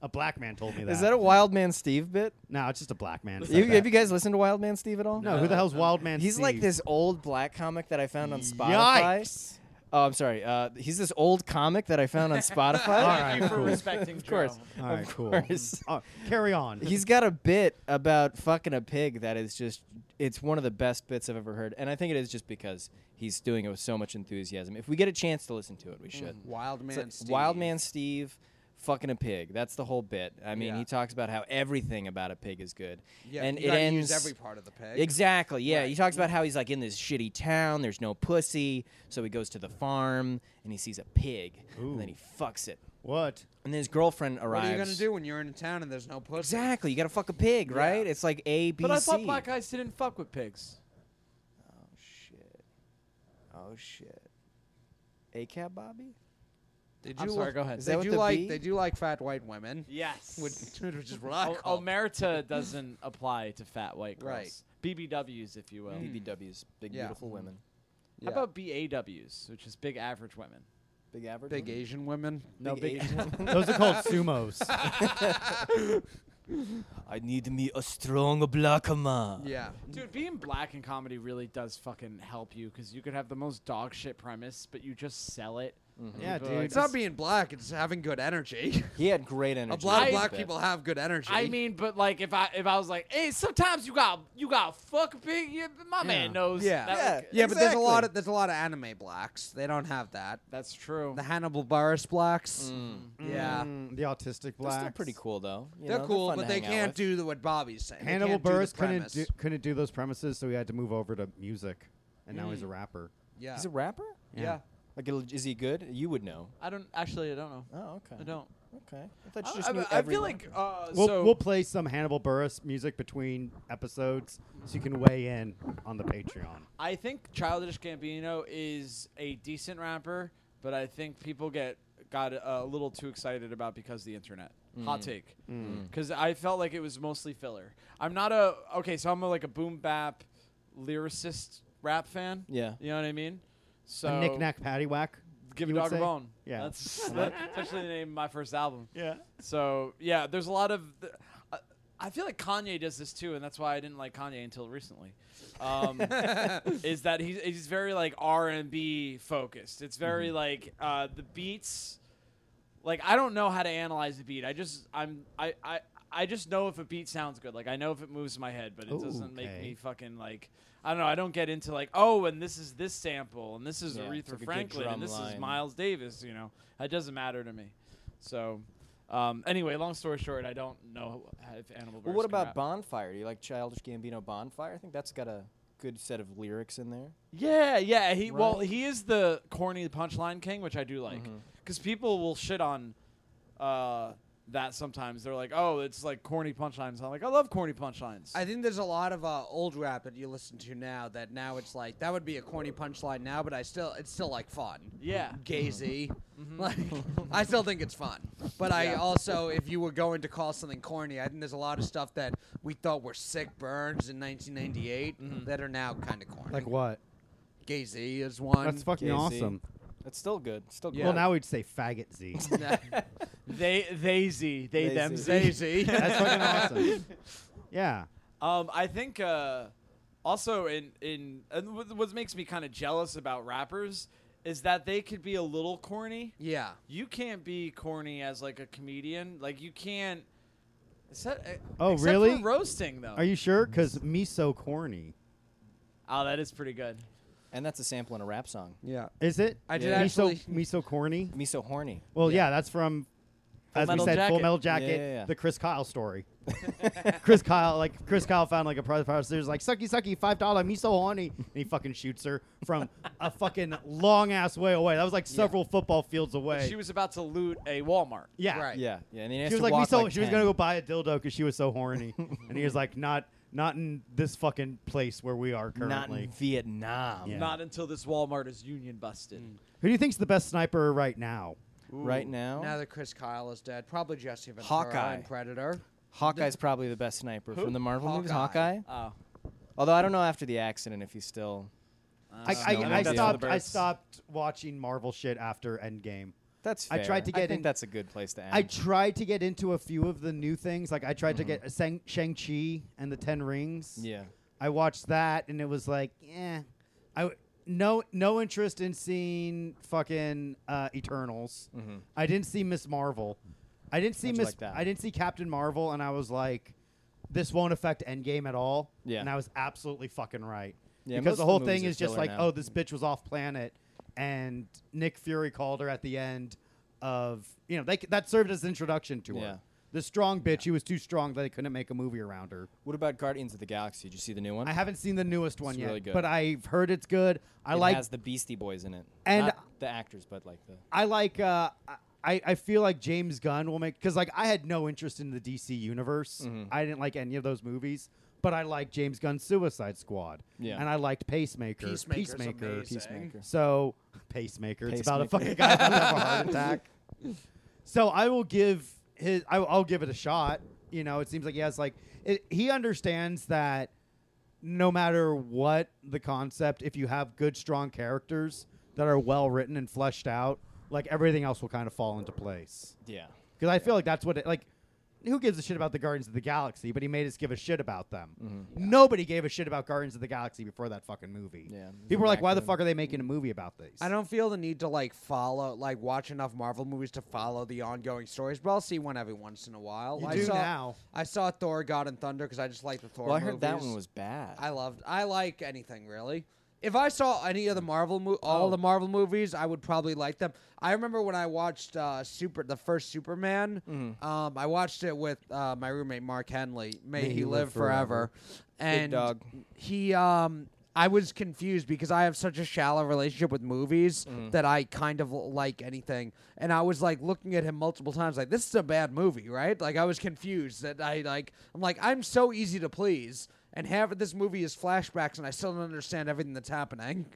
Speaker 2: A black man told me that.
Speaker 4: Is that a Wild Man Steve bit?
Speaker 2: No, it's just a black man.
Speaker 4: You, have you guys listened to Wild Man Steve at all?
Speaker 2: no, who the hell's Wild Man?
Speaker 4: He's like
Speaker 2: Steve?
Speaker 4: this old black comic that I found on Spotify.
Speaker 2: Yikes.
Speaker 4: Oh, I'm sorry. Uh, he's this old comic that I found on Spotify.
Speaker 2: All
Speaker 1: Thank you
Speaker 2: right,
Speaker 1: for
Speaker 2: cool.
Speaker 1: respecting of
Speaker 4: course.
Speaker 2: All right, cool.
Speaker 4: course.
Speaker 2: Uh, carry on.
Speaker 4: He's got a bit about fucking a pig that is just it's one of the best bits I've ever heard. And I think it is just because he's doing it with so much enthusiasm. If we get a chance to listen to it, we should.
Speaker 3: Mm. Wild
Speaker 4: It's
Speaker 3: man.
Speaker 4: like
Speaker 3: Steve.
Speaker 4: Wild Man Steve fucking a pig. That's the whole bit. I mean,
Speaker 3: Yeah.
Speaker 4: he talks about how everything about a pig is good.
Speaker 3: Yeah,
Speaker 4: and
Speaker 3: you
Speaker 4: it
Speaker 3: gotta
Speaker 4: ends
Speaker 3: use every part of the pig.
Speaker 4: Exactly. Yeah, he talks about how he's like in this shitty town, there's no pussy, so he goes to the farm and he sees a pig and then he fucks it.
Speaker 2: what?
Speaker 4: And then his girlfriend
Speaker 3: what
Speaker 4: arrives.
Speaker 3: are you gonna do when you're in a town and there's no pussy?
Speaker 4: Exactly. You gotta fuck a pig, right? It's like A, B,
Speaker 1: But I
Speaker 4: C.
Speaker 1: thought black guys didn't fuck with pigs.
Speaker 4: Oh shit. Oh shit. A cab Bobby?
Speaker 3: They do
Speaker 1: I'm sorry,
Speaker 3: li-
Speaker 1: go ahead.
Speaker 4: Is that
Speaker 3: They
Speaker 4: what
Speaker 3: do
Speaker 4: the
Speaker 3: like
Speaker 4: B?
Speaker 3: they do like fat white women,
Speaker 1: Yes. Oh,
Speaker 3: which, which is what I
Speaker 1: O-
Speaker 3: call.
Speaker 1: Omerta doesn't apply to fat white girls.
Speaker 3: Right.
Speaker 1: BBWs, if you will.
Speaker 4: BBWs, big
Speaker 3: Yeah.
Speaker 4: beautiful women.
Speaker 3: Yeah.
Speaker 1: How about BAWs, which is big average women?
Speaker 4: Big average.
Speaker 3: big Asian women?
Speaker 1: No big.
Speaker 4: mm-hmm. Asian women.
Speaker 2: Those are called sumos.
Speaker 4: I need me a strong black man.
Speaker 3: Yeah.
Speaker 1: Dude, being black in comedy really does fucking help you because you could have the most dog shit premise, but you just sell it. And
Speaker 2: Yeah,
Speaker 1: people are like,
Speaker 2: dude.
Speaker 3: It's not
Speaker 1: "This-
Speaker 3: being black; it's having good energy.
Speaker 4: He had great energy.
Speaker 3: a lot
Speaker 4: in
Speaker 3: of
Speaker 4: his
Speaker 3: black
Speaker 4: bit.
Speaker 3: people have good energy.
Speaker 1: I mean, but like if I if I was like, hey, sometimes you got you got fuck big. Yeah, my man knows. that
Speaker 3: Yeah.
Speaker 4: Yeah.
Speaker 1: was good."
Speaker 3: yeah, but there's a lot
Speaker 4: exactly.
Speaker 3: of there's a lot of anime blacks. They don't have that.
Speaker 1: That's true.
Speaker 3: The Hannibal Burris blacks.
Speaker 4: Mm.
Speaker 3: Yeah.
Speaker 2: Mm, the autistic
Speaker 4: They're
Speaker 2: black.
Speaker 4: still pretty cool though. You
Speaker 3: They're
Speaker 4: know,
Speaker 3: cool,
Speaker 4: fun to
Speaker 3: but they
Speaker 4: hang out
Speaker 3: can't
Speaker 4: with.
Speaker 3: do the, what Bobby's saying. They
Speaker 2: Hannibal
Speaker 3: can't do the
Speaker 2: Burris couldn't
Speaker 3: premise.
Speaker 2: do, couldn't do those premises, so he had to move over to music, and now he's a rapper.
Speaker 3: Yeah.
Speaker 4: He's a rapper.
Speaker 3: yeah.
Speaker 4: Like, it'll- is he good? You would know.
Speaker 1: I don't actually. I don't know.
Speaker 4: Oh, okay.
Speaker 1: I don't.
Speaker 4: Okay. I thought
Speaker 1: I,
Speaker 4: you just
Speaker 1: I-
Speaker 4: knew
Speaker 1: I feel
Speaker 4: everyone.
Speaker 1: like uh,
Speaker 2: We'll,
Speaker 1: so
Speaker 2: we'll play some Hannibal Burris music between episodes, so you can weigh in on the Patreon.
Speaker 1: I think Childish Gambino is a decent rapper, but I think people get got a, a little too excited about because the internet. Hot take, because I felt like it was mostly filler. I'm not a okay, so I'm a, like a boom bap lyricist rap fan.
Speaker 4: Yeah.
Speaker 1: you know what I mean. So
Speaker 2: A knick-knack paddywhack.
Speaker 1: give a
Speaker 2: you would
Speaker 1: dog a
Speaker 2: say?
Speaker 1: bone.
Speaker 2: Yeah.
Speaker 1: that's, that's actually the name of my first album.
Speaker 2: Yeah.
Speaker 1: So yeah, there's a lot of. Th- I- I feel like Kanye does this too, and that's why I didn't like Kanye until recently. Um, is that he's he's very like R and B focused. It's
Speaker 2: Mm-hmm.
Speaker 1: very like uh, the beats. Like I don't know how to analyze a beat. I just I'm I I. I just know if a beat sounds good. Like I know if it moves my head, but it doesn't make
Speaker 2: Okay.
Speaker 1: me fucking like I don't know. I don't get into like oh, and this is this sample, and this is
Speaker 4: Yeah, it's
Speaker 1: Aretha
Speaker 4: like a good
Speaker 1: Franklin,
Speaker 4: drum
Speaker 1: and this is
Speaker 4: line.
Speaker 1: Miles Davis. You know, it doesn't matter to me. So, um, anyway, long story short, I don't know if Animal
Speaker 4: Well,
Speaker 1: Burris
Speaker 4: what
Speaker 1: can
Speaker 4: about
Speaker 1: rap.
Speaker 4: Bonfire? Do you like Childish Gambino Bonfire? I think that's got a good set of lyrics in there.
Speaker 1: Yeah, yeah. He well,
Speaker 4: Right?
Speaker 1: he is the corny punchline king, which I do like, because people will shit on uh, that sometimes. They're like, "Oh, it's like corny punchlines." I'm like, "I love corny punchlines."
Speaker 3: I think there's a lot of uh, old rap that you listen to now that now it's like that would be a corny punchline now, but I still it's still like fun.
Speaker 1: yeah,
Speaker 3: Gazy, like I still think it's fun, but I also if you were going to call something corny, I think there's a lot of stuff that we thought were sick burns in 1998 that are now kind of corny.
Speaker 2: Like what?
Speaker 3: Gazy is one.
Speaker 2: That's fucking
Speaker 4: KC.
Speaker 2: awesome.
Speaker 4: That's still good. Still good.
Speaker 2: Well, now we'd say faggot Z.
Speaker 1: they they z they
Speaker 4: They
Speaker 1: them
Speaker 4: z.
Speaker 1: z.
Speaker 3: Gazy.
Speaker 2: That's fucking awesome. Yeah.
Speaker 1: Um, I think uh, also in in and what what makes me kind of jealous about rappers is that they could be a little corny.
Speaker 3: yeah.
Speaker 1: You can't be corny as like a comedian. Like you can't. Except, eh,
Speaker 2: Oh,
Speaker 1: except for
Speaker 2: really?
Speaker 1: roasting though.
Speaker 2: Are you sure? Because me so corny.
Speaker 1: oh, that is pretty good.
Speaker 4: and that's a sample in a rap song.
Speaker 3: Yeah.
Speaker 2: Is it?
Speaker 3: I did
Speaker 2: me So,
Speaker 3: actually-
Speaker 2: me so corny.
Speaker 4: Me so horny.
Speaker 2: Well, yeah, that's from, as we
Speaker 1: Metal
Speaker 2: said, Full
Speaker 1: Jacket.
Speaker 2: Metal Jacket,
Speaker 4: Yeah, yeah, yeah.
Speaker 2: the Chris Kyle story. Chris Kyle, like Chris Kyle found like a private prostitute, was like sucky sucky five dollar, me so horny, and he fucking shoots her from a fucking long ass way away. That was like several football fields away.
Speaker 1: She was about to loot a Walmart.
Speaker 2: yeah,
Speaker 3: Right.
Speaker 4: Yeah. Yeah. And he has
Speaker 2: She was
Speaker 4: to
Speaker 2: like, me
Speaker 4: walk
Speaker 2: so.
Speaker 4: like
Speaker 2: she was gonna
Speaker 4: 10.
Speaker 2: go buy a dildo because she was so horny, and he was like, not, not in this fucking place where we are
Speaker 4: Not
Speaker 2: currently.
Speaker 4: in Vietnam.
Speaker 2: Yeah.
Speaker 1: Not until this Walmart is union busted.
Speaker 2: Who do you think's the best sniper right now?
Speaker 4: Right now.
Speaker 3: Now that Chris Kyle is dead, probably Jesse Ventura
Speaker 4: Hawkeye.
Speaker 3: and Predator.
Speaker 4: Hawkeye's probably the best sniper from the Marvel movies.
Speaker 3: Hawkeye.
Speaker 4: Hawkeye.
Speaker 5: Oh,
Speaker 4: Although I don't know after the accident if he's still.
Speaker 2: I, I,
Speaker 4: Snowman
Speaker 2: I
Speaker 4: does all the
Speaker 2: stopped. I
Speaker 4: birds.
Speaker 2: stopped watching Marvel shit after Endgame.
Speaker 4: That's.
Speaker 2: I
Speaker 4: Fair.
Speaker 2: tried to
Speaker 4: I
Speaker 2: get
Speaker 4: think
Speaker 2: in-
Speaker 4: that's a good place to end.
Speaker 2: I tried to get into a few of the new things. Like I tried to get Shang Shang Chi and the Ten Rings.
Speaker 4: Mm-hmm. yeah.
Speaker 2: I watched that and it was like, eh. I w- no no interest in seeing fucking uh, Eternals. I didn't see Miss Marvel. I didn't see
Speaker 4: Mm-hmm. How'd you
Speaker 2: Miss.
Speaker 4: like that?
Speaker 2: I didn't see Captain Marvel, and I was like, this won't affect Endgame at all.
Speaker 4: Yeah.
Speaker 2: And I was absolutely fucking right.
Speaker 4: Yeah, most
Speaker 2: because the
Speaker 4: of
Speaker 2: whole
Speaker 4: the movies
Speaker 2: thing
Speaker 4: are
Speaker 2: is just
Speaker 4: filler
Speaker 2: like,
Speaker 4: now.
Speaker 2: oh, this bitch was off planet, and Nick Fury called her at the end of you know they, c- that served as introduction to
Speaker 4: Yeah.
Speaker 2: her. The strong bitch who was too strong that they couldn't make a movie around her.
Speaker 4: What about Guardians of the Galaxy? Did you see the new one?
Speaker 2: I haven't seen the newest one
Speaker 4: It's
Speaker 2: yet,
Speaker 4: really good.
Speaker 2: but I've heard it's good. I
Speaker 4: it
Speaker 2: like
Speaker 4: has the Beastie Boys in it,
Speaker 2: And-
Speaker 4: Not the actors, but like the.
Speaker 2: I like uh I, I feel like James Gunn will make cuz like I had no interest in the DC universe.
Speaker 4: Mm-hmm.
Speaker 2: I didn't like any of those movies, but I like James Gunn's Suicide Squad.
Speaker 4: Yeah.
Speaker 2: And I liked Pacemaker.
Speaker 3: Peacemaker's
Speaker 2: Peacemaker.
Speaker 3: amazing.
Speaker 4: Peacemaker.
Speaker 2: So Pacemaker. It's about a fucking
Speaker 4: Pacemaker.
Speaker 2: guy who has a heart attack. So I will give his I, I'll give it a shot. You know, it seems like he has like it, he understands that no matter what the concept, if you have good, strong characters that are well written and fleshed out, like everything else will kind of fall into place.
Speaker 4: Yeah.
Speaker 2: Because I feel like that's what it, like. Who gives a shit about the Guardians of the Galaxy? But he made us give a shit about them.
Speaker 4: Mm-hmm.
Speaker 2: Nobody gave a shit about Guardians of the Galaxy before that fucking movie.
Speaker 4: Yeah.
Speaker 2: People were like, "Why the fuck are they making a movie about these?"
Speaker 3: I don't feel the need to like follow, like watch enough Marvel movies to follow the ongoing stories, but I'll see one every once in a while.
Speaker 2: You
Speaker 3: I
Speaker 2: do
Speaker 3: saw,
Speaker 2: now.
Speaker 3: I saw Thor: God and Thunder because I just like the Thor.
Speaker 4: Well, I heard that
Speaker 3: movies.
Speaker 4: one was bad.
Speaker 3: I loved. I like anything really. If I saw any of the Marvel mo- all the Marvel movies, I would probably like them. I remember when I watched uh, Super, the first Superman.
Speaker 4: Mm-hmm.
Speaker 3: Um, I watched it with uh, my roommate Mark Henley. May, he, live, forever. And
Speaker 4: dog.
Speaker 3: he, um, I was confused because I have such a shallow relationship with movies
Speaker 4: Mm.
Speaker 3: that I kind of like anything. And I was like looking at him multiple times, like this is a bad movie, right? Like I was confused that I like, I'm like I'm so easy to please and half of this movie is flashbacks, and I still don't understand everything that's happening.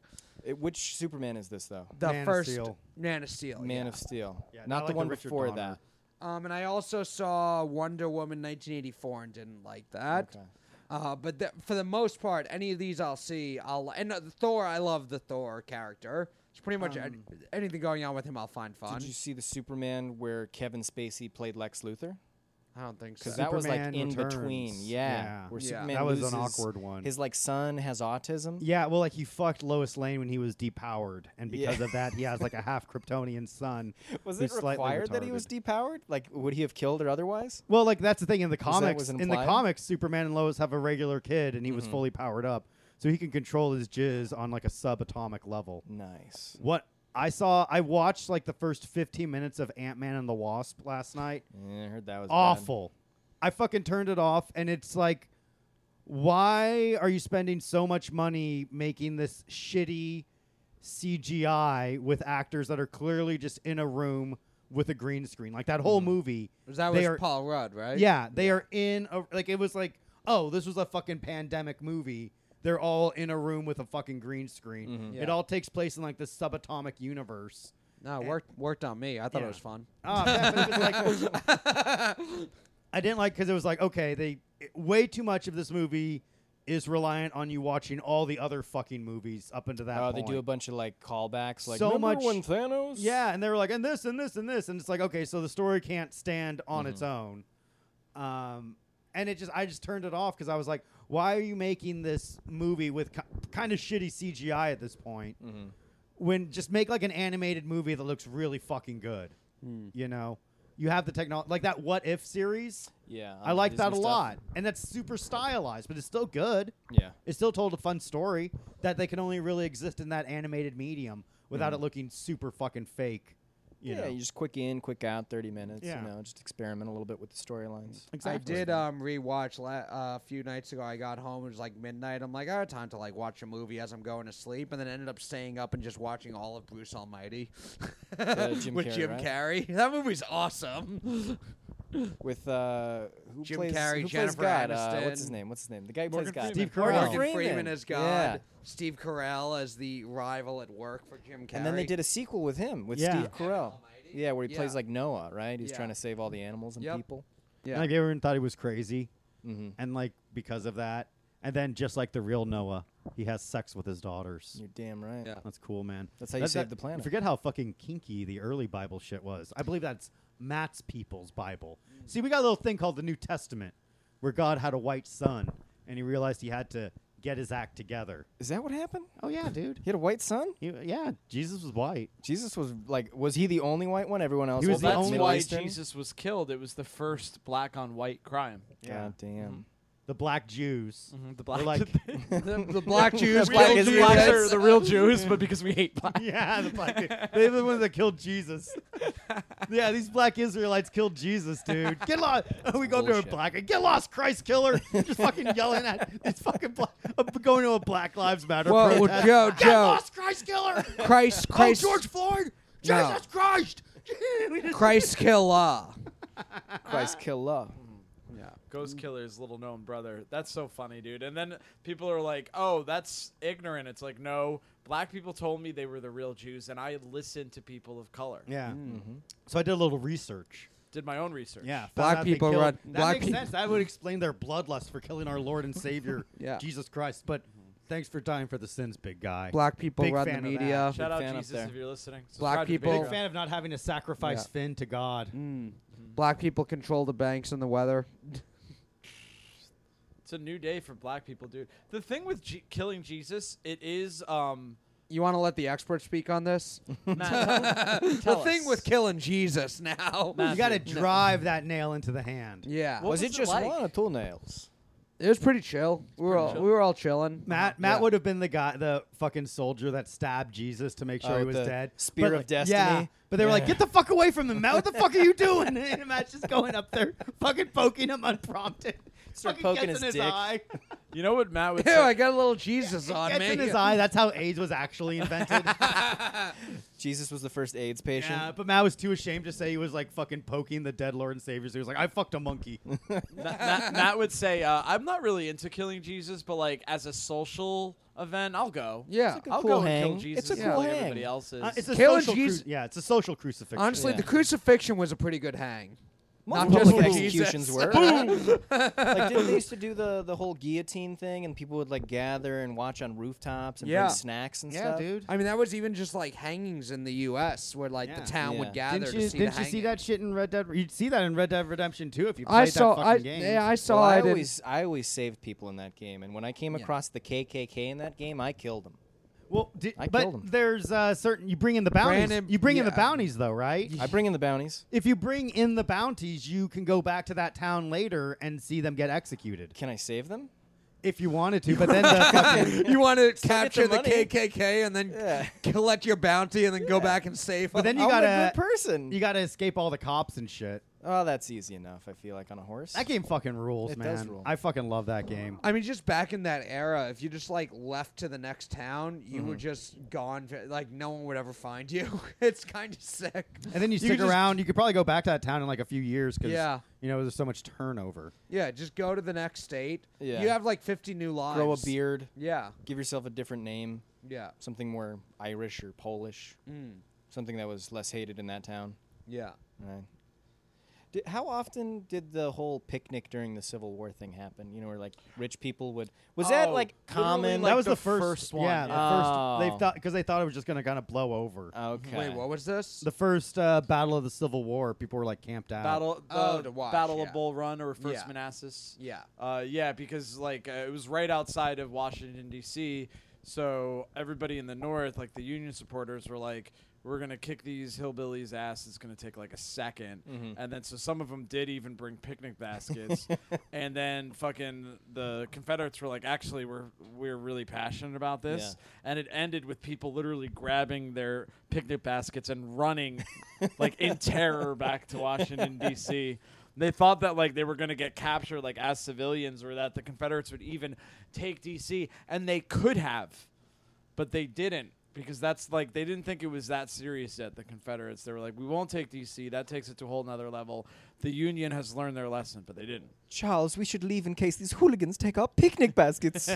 Speaker 4: It- which Superman is this though?
Speaker 3: The
Speaker 2: Man of
Speaker 3: first
Speaker 2: Steel.
Speaker 3: Man of Steel.
Speaker 4: Man
Speaker 3: yeah.
Speaker 4: of Steel.
Speaker 2: Yeah, not
Speaker 4: not
Speaker 2: like
Speaker 4: the
Speaker 2: the
Speaker 4: one
Speaker 2: Richard
Speaker 4: before
Speaker 2: Donner.
Speaker 4: that.
Speaker 3: Um, and I also saw Wonder Woman 1984 and didn't like that.
Speaker 4: Okay.
Speaker 3: Uh, but th- for the most part, any of these I'll see. I'll and uh, Thor. I love the Thor character. It's pretty much an- anything going on with him. I'll find fun.
Speaker 4: Did you see the Superman where Kevin Spacey played Lex Luthor?
Speaker 3: I don't think so.
Speaker 4: Because that was like
Speaker 2: Superman
Speaker 4: in between.
Speaker 2: Returns.
Speaker 4: Yeah.
Speaker 2: Yeah.
Speaker 4: Where
Speaker 3: Yeah.
Speaker 4: Superman
Speaker 2: That was an
Speaker 4: loses-
Speaker 2: awkward one.
Speaker 4: His like son has autism.
Speaker 2: Yeah, well, like he fucked Lois Lane when he was depowered, and because of that, he has like a half Kryptonian son.
Speaker 4: Was
Speaker 2: who's
Speaker 4: it
Speaker 2: slightly
Speaker 4: required that he
Speaker 2: retarded.
Speaker 4: was depowered? Like, would he have killed her otherwise?
Speaker 2: Well, like that's the thing in the
Speaker 4: that
Speaker 2: comics.
Speaker 4: was
Speaker 2: In the
Speaker 4: implied? Mm-hmm.
Speaker 2: comics, Superman and Lois have a regular kid, and he was fully powered up, so he can control his jizz on like a subatomic level.
Speaker 4: Nice.
Speaker 2: What I saw, I watched like the first 15 minutes of Ant Man and the Wasp last night.
Speaker 4: Yeah, I heard that was bad.
Speaker 2: Awful. I fucking turned it off, and it's like, why are you spending so much money making this shitty CGI with actors that are clearly just in a room with a green screen? Like that whole
Speaker 4: Mm.
Speaker 2: movie.
Speaker 3: that
Speaker 2: they
Speaker 3: was
Speaker 2: are-
Speaker 3: Paul Rudd, right?
Speaker 2: yeah, they are in a like it was like, oh, this was a fucking pandemic movie. They're all in a room with a fucking green screen. It
Speaker 4: Mm-hmm.
Speaker 3: Yeah.
Speaker 2: all takes place in like this subatomic universe.
Speaker 3: No, it worked worked on me. I thought
Speaker 2: Yeah.
Speaker 3: it was fun.
Speaker 2: Oh, yeah, but it was like, I didn't like because it was like, okay, they it- way too much of this movie is reliant on you watching all the other fucking movies up until that
Speaker 4: Oh, they
Speaker 2: point.
Speaker 4: do a bunch of like callbacks, like
Speaker 2: So
Speaker 4: "Remember
Speaker 2: much-
Speaker 4: when Thanos.
Speaker 2: Yeah, and they were like, and this, and this, and this, and it's like, okay, so the story can't stand on its
Speaker 4: Mm-hmm.
Speaker 2: own. Um, and it just, I just turned it off because I was like, why are you making this movie with ki- kind of shitty CGI at this point?
Speaker 4: Mm-hmm.
Speaker 2: When just make like an animated movie that looks really fucking good. You know, you have the technology, like that What If series.
Speaker 4: yeah.
Speaker 2: I
Speaker 4: on
Speaker 2: like
Speaker 4: Uh, Disney
Speaker 2: that a
Speaker 4: stuff.
Speaker 2: lot, and that's super stylized, but it's still good.
Speaker 4: Yeah.
Speaker 2: It still told a fun story that they can only really exist in that animated medium without it looking super fucking fake. You
Speaker 4: Mm. yeah,
Speaker 2: know?
Speaker 4: you just quick in, quick out, thirty minutes.
Speaker 2: Yeah. Mm.
Speaker 4: You know, just experiment a little bit with the storylines.
Speaker 3: I
Speaker 4: uh,
Speaker 3: did um rewatch la- uh, a few nights ago. I got home it was like midnight. I'm like, I have time to like watch a movie as I'm going to sleep, and then ended up staying up and just watching all of Bruce Almighty
Speaker 4: Jim
Speaker 3: with
Speaker 4: Carrey,
Speaker 3: Jim
Speaker 4: right?
Speaker 3: Carrey. That movie's awesome.
Speaker 4: With uh, who
Speaker 3: Jim
Speaker 4: plays
Speaker 3: Carrey,
Speaker 4: who
Speaker 3: Jennifer
Speaker 4: plays God? Uh,
Speaker 3: Aniston.
Speaker 4: what's his name? What's his name? The guy who
Speaker 5: Morgan
Speaker 4: plays God.
Speaker 5: Freeman.
Speaker 2: Steve Carell.
Speaker 3: Morgan
Speaker 4: Freeman.
Speaker 3: Freeman as God.
Speaker 4: Yeah.
Speaker 3: Steve Carell as the rival at work for Jim Carrey.
Speaker 4: And then they did a sequel with him with
Speaker 2: Yeah.
Speaker 4: Steve Carell.
Speaker 3: Almighty.
Speaker 4: Yeah, where he plays
Speaker 3: Yeah.
Speaker 4: like Noah, right? He's
Speaker 3: Yeah.
Speaker 4: trying to save all the animals and
Speaker 3: Yep.
Speaker 4: people.
Speaker 3: Yeah.
Speaker 2: And, like everyone thought he was crazy,
Speaker 4: Mm-hmm.
Speaker 2: and like because of that, and then just like the real Noah, he has sex with his daughters.
Speaker 4: You're damn right.
Speaker 3: Yeah.
Speaker 2: That's cool, man.
Speaker 4: That's how you save the planet.
Speaker 2: Forget how fucking kinky the early Bible shit was. I believe that's Matt's people's Bible.
Speaker 4: Mm.
Speaker 2: See, we got a little thing called the New Testament, where God had a white son, and he realized he had to get his act together.
Speaker 4: Is that what happened?
Speaker 2: Oh yeah, dude.
Speaker 4: He had a white son.
Speaker 2: He- yeah, Jesus was white.
Speaker 4: Jesus was like, was he the only white one? Everyone else
Speaker 2: He
Speaker 5: Well,
Speaker 2: was the
Speaker 5: that's
Speaker 2: only-
Speaker 5: why
Speaker 4: Eastern?
Speaker 5: Jesus was killed. It was the first black on white crime.
Speaker 4: God damn.
Speaker 2: The black Jews. We're
Speaker 5: The black,
Speaker 2: like-
Speaker 3: the, the black Jews,
Speaker 4: Black
Speaker 3: killed
Speaker 4: is
Speaker 3: Jews.
Speaker 5: blacks
Speaker 4: Yes.
Speaker 5: are the real Jews, but because we hate black.
Speaker 2: yeah, the black. They're the ones that killed Jesus. yeah, these black Israelites killed Jesus, dude. Get lost. we go to a
Speaker 4: bullshit.
Speaker 2: black. guy, Get lost, Christ killer. Just fucking yelling at it's fucking black. uh, going to a Black Lives Matter
Speaker 3: Well, well,
Speaker 2: protest.
Speaker 3: Joe,
Speaker 2: Get
Speaker 3: Joe.
Speaker 2: lost, Christ killer.
Speaker 3: Christ, Christ,
Speaker 2: Oh, George Floyd.
Speaker 3: No.
Speaker 2: Jesus Christ. We just-
Speaker 3: Christ killer.
Speaker 4: Christ killer.
Speaker 5: Ghost Killer's little known brother. That's so funny, dude. And then people are like, "Oh, that's ignorant." It's like, no, black people told me they were the real Jews, and I listened to people of color.
Speaker 2: yeah. Mm-hmm. So I did a little research.
Speaker 5: Did my own research.
Speaker 2: Yeah, found
Speaker 3: Black
Speaker 2: out they
Speaker 3: people
Speaker 2: killed-
Speaker 3: run-
Speaker 2: That
Speaker 3: black
Speaker 2: makes
Speaker 3: peop-
Speaker 2: sense. That would explain their bloodlust for killing our Lord and Savior,
Speaker 3: Yeah.
Speaker 2: Jesus Christ. But thanks for dying for the sins, big guy.
Speaker 3: Black people
Speaker 2: Big
Speaker 3: run
Speaker 2: fan
Speaker 3: the
Speaker 2: of that.
Speaker 3: media.
Speaker 5: Shout out
Speaker 4: fan up
Speaker 5: Jesus
Speaker 4: there.
Speaker 5: if you're listening.
Speaker 3: Black
Speaker 5: Subscribe to the
Speaker 3: people-
Speaker 2: Big
Speaker 5: Patreon.
Speaker 2: fan of not having to sacrifice
Speaker 3: Yeah.
Speaker 2: Finn to God.
Speaker 3: Mm. Black people control the banks and the weather.
Speaker 5: It's a new day for black people, dude. The thing with G- killing Jesus, it is um.
Speaker 3: You want to let the experts speak on this?
Speaker 5: Matt, tell-
Speaker 3: the
Speaker 5: tell
Speaker 3: thing
Speaker 5: us.
Speaker 3: with killing Jesus now.
Speaker 5: Matt-
Speaker 2: You got to
Speaker 5: No.
Speaker 2: drive that nail into the hand.
Speaker 3: Yeah,
Speaker 5: What
Speaker 4: was,
Speaker 5: was
Speaker 4: it
Speaker 5: it
Speaker 4: just
Speaker 5: like?
Speaker 4: one or two nails?
Speaker 3: it was pretty chill. We were
Speaker 5: pretty
Speaker 3: all,
Speaker 5: chill.
Speaker 3: we were all chilling.
Speaker 2: Matt Matt
Speaker 3: Yeah.
Speaker 2: would have been the guy, the fucking soldier that stabbed Jesus to make sure
Speaker 4: Oh,
Speaker 2: he was
Speaker 4: the
Speaker 2: dead.
Speaker 4: spear
Speaker 2: But
Speaker 4: of
Speaker 2: like-
Speaker 4: destiny?
Speaker 2: Yeah, but they were like,
Speaker 4: Yeah.
Speaker 2: "Get the fuck away from him, Matt! What the fuck are you doing?" And Matt's just going up there, fucking poking him unprompted.
Speaker 4: Start
Speaker 2: Fucking
Speaker 4: poking
Speaker 2: gets
Speaker 4: his
Speaker 2: in his
Speaker 4: dick.
Speaker 2: eye.
Speaker 5: You know what Matt would
Speaker 3: Ew,
Speaker 5: say?
Speaker 3: I got a little Jesus on
Speaker 2: gets
Speaker 3: me.
Speaker 2: in his eye. That's how AIDS was actually invented.
Speaker 4: Jesus was the first AIDS patient.
Speaker 2: yeah, but Matt was too ashamed to say he was like fucking poking the dead Lord and Savior. So he was like, "I fucked a monkey."
Speaker 5: Matt, Matt, Matt would say, uh, "I'm not really into killing Jesus, but like as a social event, I'll go.
Speaker 3: Yeah.
Speaker 4: It's like a
Speaker 5: I'll
Speaker 4: cool
Speaker 5: go and
Speaker 4: hang.
Speaker 5: kill Jesus
Speaker 4: It's a
Speaker 5: like
Speaker 4: cool
Speaker 5: everybody
Speaker 4: hang.
Speaker 5: else is.
Speaker 2: Uh, it's a
Speaker 3: Killing
Speaker 2: social. cru-
Speaker 3: Jesus-
Speaker 2: yeah, it's a social crucifixion.
Speaker 3: Honestly,
Speaker 4: Yeah.
Speaker 3: the crucifixion was a pretty good hang.
Speaker 4: Most
Speaker 3: Not just
Speaker 4: public
Speaker 3: for
Speaker 4: executions
Speaker 3: Jesus.
Speaker 4: were. like, didn't they used to do the, the whole guillotine thing, and people would like gather and watch on rooftops and
Speaker 3: Yeah.
Speaker 4: bring snacks and
Speaker 2: yeah,
Speaker 4: stuff.
Speaker 2: dude.
Speaker 3: I mean, that was even just like hangings in the U.S. where like
Speaker 2: Yeah.
Speaker 3: the town
Speaker 4: Yeah.
Speaker 3: would gather
Speaker 2: Didn't
Speaker 3: to
Speaker 2: you,
Speaker 3: see
Speaker 2: didn't
Speaker 3: the
Speaker 2: you see
Speaker 3: hanging.
Speaker 2: that shit in Red Dead? You'd see that in Red Dead Redemption too if you played
Speaker 3: I saw.
Speaker 2: that fucking
Speaker 3: I,
Speaker 2: game.
Speaker 3: yeah, I saw.
Speaker 4: Well, I,
Speaker 3: I, didn't-
Speaker 4: always I always saved people in that game, and when I came
Speaker 3: Yeah.
Speaker 4: across the KKK in that game, I killed them.
Speaker 2: Well, di-
Speaker 4: I
Speaker 2: but
Speaker 4: killed 'em.
Speaker 2: there's uh, certain you bring in the bounties.
Speaker 3: Brandon-
Speaker 2: you bring in the
Speaker 3: yeah.
Speaker 2: bounties though, right?
Speaker 4: I bring in the bounties.
Speaker 2: if you bring in the bounties, you can go back to that town later and see them get executed
Speaker 4: Can I save them?
Speaker 2: if you wanted to. But then the fucking,
Speaker 3: you want to capture the,
Speaker 4: money.
Speaker 3: KKK and then
Speaker 4: Yeah.
Speaker 3: collect your bounty and then go back and save.
Speaker 2: But then
Speaker 3: them?
Speaker 2: you
Speaker 4: I'm
Speaker 2: gotta-
Speaker 4: a good person.
Speaker 2: you got to escape all the cops and shit.
Speaker 4: oh, that's easy enough. I feel like on a horse.
Speaker 2: That game fucking rules,
Speaker 4: It
Speaker 2: man.
Speaker 4: does rule.
Speaker 2: I fucking love that game.
Speaker 3: I mean, just back in that era, if you just like left to the next town, you were just gone. ve- Like no one would ever find you. it's kind of sick.
Speaker 2: And then you
Speaker 3: could
Speaker 2: stick
Speaker 3: just-
Speaker 2: around. You could probably go back to that town in like a few years because
Speaker 3: Yeah.
Speaker 2: you know there's so much turnover.
Speaker 3: Yeah, just go to the next state.
Speaker 4: Yeah.
Speaker 3: You have like 50 new lives.
Speaker 4: Grow a beard.
Speaker 3: Yeah,
Speaker 4: Give yourself a different name.
Speaker 3: yeah,
Speaker 4: Something more Irish or Polish.
Speaker 3: Mm.
Speaker 4: Something that was less hated in that town.
Speaker 3: yeah.
Speaker 4: Right. Did, how often did the whole picnic during the Civil War thing happen? You know, where like rich people would. Was that
Speaker 5: Oh,
Speaker 4: like
Speaker 5: literally,
Speaker 4: common?
Speaker 5: Like
Speaker 2: that was
Speaker 5: the
Speaker 2: the, first,
Speaker 5: first one,
Speaker 2: Yeah,
Speaker 4: yeah.
Speaker 2: the first.
Speaker 4: Oh. Uh,
Speaker 2: They thought because they thought it was just gonna kind of blow over.
Speaker 4: okay.
Speaker 3: Wait, what was this?
Speaker 2: the first uh, battle of the Civil War, people were like camped out.
Speaker 5: Battle,
Speaker 3: Oh,
Speaker 5: the
Speaker 3: to watch,
Speaker 5: Battle
Speaker 3: yeah.
Speaker 5: of Bull Run or First
Speaker 3: Yeah.
Speaker 5: Manassas.
Speaker 3: yeah,
Speaker 5: Uh, yeah, because like uh, it was right outside of Washington D.C., so everybody in the North, like the Union supporters, were like, "We're gonna kick these hillbillies' ass. It's gonna take like a 2nd
Speaker 3: Mm-hmm.
Speaker 5: And then so some of them did even bring picnic baskets, and then fucking the Confederates were like, "Actually, we're we're really passionate about this," and it ended with people literally grabbing their picnic baskets and running, like in terror, back to Washington D.C. They thought that like they were going to get captured like as civilians or that the Confederates would even take DC and they could have. But they didn't because that's like they didn't think it was that serious yet the Confederates. They were like we won't take DC. That takes it to a whole nother level. The union has learned their lesson, but they didn't.
Speaker 4: Charles, we should leave in case these hooligans take our picnic baskets.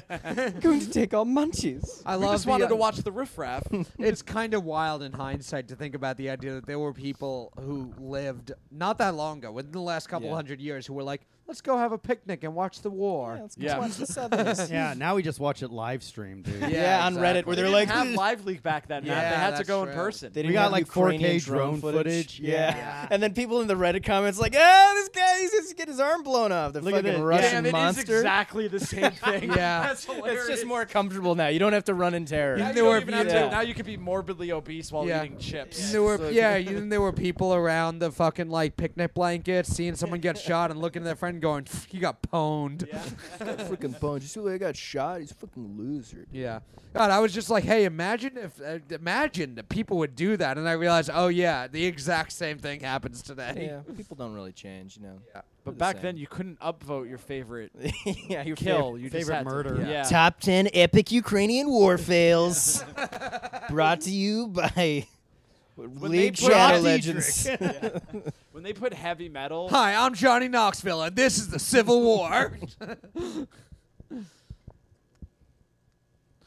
Speaker 4: Going to take our munchies.
Speaker 3: I
Speaker 5: I
Speaker 3: love.
Speaker 5: just
Speaker 3: the-
Speaker 5: wanted to watch the riffraff.
Speaker 3: it's kind of wild in hindsight to think about the idea that there were people who lived not that long ago, within the last couple
Speaker 4: Yeah.
Speaker 3: hundred years, who were like, "Let's go have a picnic and watch the war."
Speaker 4: let's
Speaker 5: Yeah.
Speaker 4: watch the Southerners.
Speaker 2: Yeah, now we just watch it live stream, dude.
Speaker 4: Yeah, on Reddit where
Speaker 5: they
Speaker 4: they're
Speaker 5: didn't
Speaker 4: like,
Speaker 5: have live leak back then. Matt.
Speaker 3: Yeah,
Speaker 5: they had to
Speaker 3: that's
Speaker 5: go in
Speaker 3: true.
Speaker 5: person.
Speaker 4: They
Speaker 2: We
Speaker 4: didn't
Speaker 2: got,
Speaker 4: have
Speaker 2: like, 4K
Speaker 4: Ukrainian
Speaker 2: drone footage.
Speaker 4: Yeah.
Speaker 2: Yeah.
Speaker 4: and then people in the Reddit comments like, "Ah, this guy, he's just get his arm blown off." The
Speaker 2: Look at
Speaker 4: fucking
Speaker 2: it.
Speaker 4: Russian
Speaker 5: Damn, it is
Speaker 4: monster.
Speaker 5: exactly the same thing.
Speaker 3: Yeah.
Speaker 5: that's hilarious.
Speaker 4: It's just more comfortable now. You don't have to run in terror.
Speaker 5: Now you,
Speaker 3: There
Speaker 5: don't
Speaker 3: were
Speaker 5: even have
Speaker 4: people-
Speaker 5: to, now you could be morbidly obese while
Speaker 3: Yeah.
Speaker 5: eating chips.
Speaker 3: There were,
Speaker 5: So-
Speaker 3: yeah, you, and there were people around the fucking like picnic blankets, seeing someone get shot and looking at their friend, going, "Pff, "You got pwned." Yeah.
Speaker 4: freaking punch. You see the way I got shot? He's a fucking loser.
Speaker 3: God, I was just like, "Hey, imagine if, uh, imagine that people would do that," and I realized, oh yeah, the exact same thing happens today.
Speaker 4: Yeah, people don't really change, you know.
Speaker 5: But back then, you couldn't upvote your favorite
Speaker 4: yeah, your
Speaker 5: kill. You just
Speaker 2: favorite
Speaker 5: had to-
Speaker 2: murder.
Speaker 5: Yeah.
Speaker 4: Top 10 epic Ukrainian war fails. Brought to you by
Speaker 5: they
Speaker 4: League
Speaker 5: put
Speaker 4: Shadow
Speaker 5: out
Speaker 4: Legends.
Speaker 5: When they put heavy metal,
Speaker 3: Hi, I'm Johnny Knoxville, and this is the Civil War.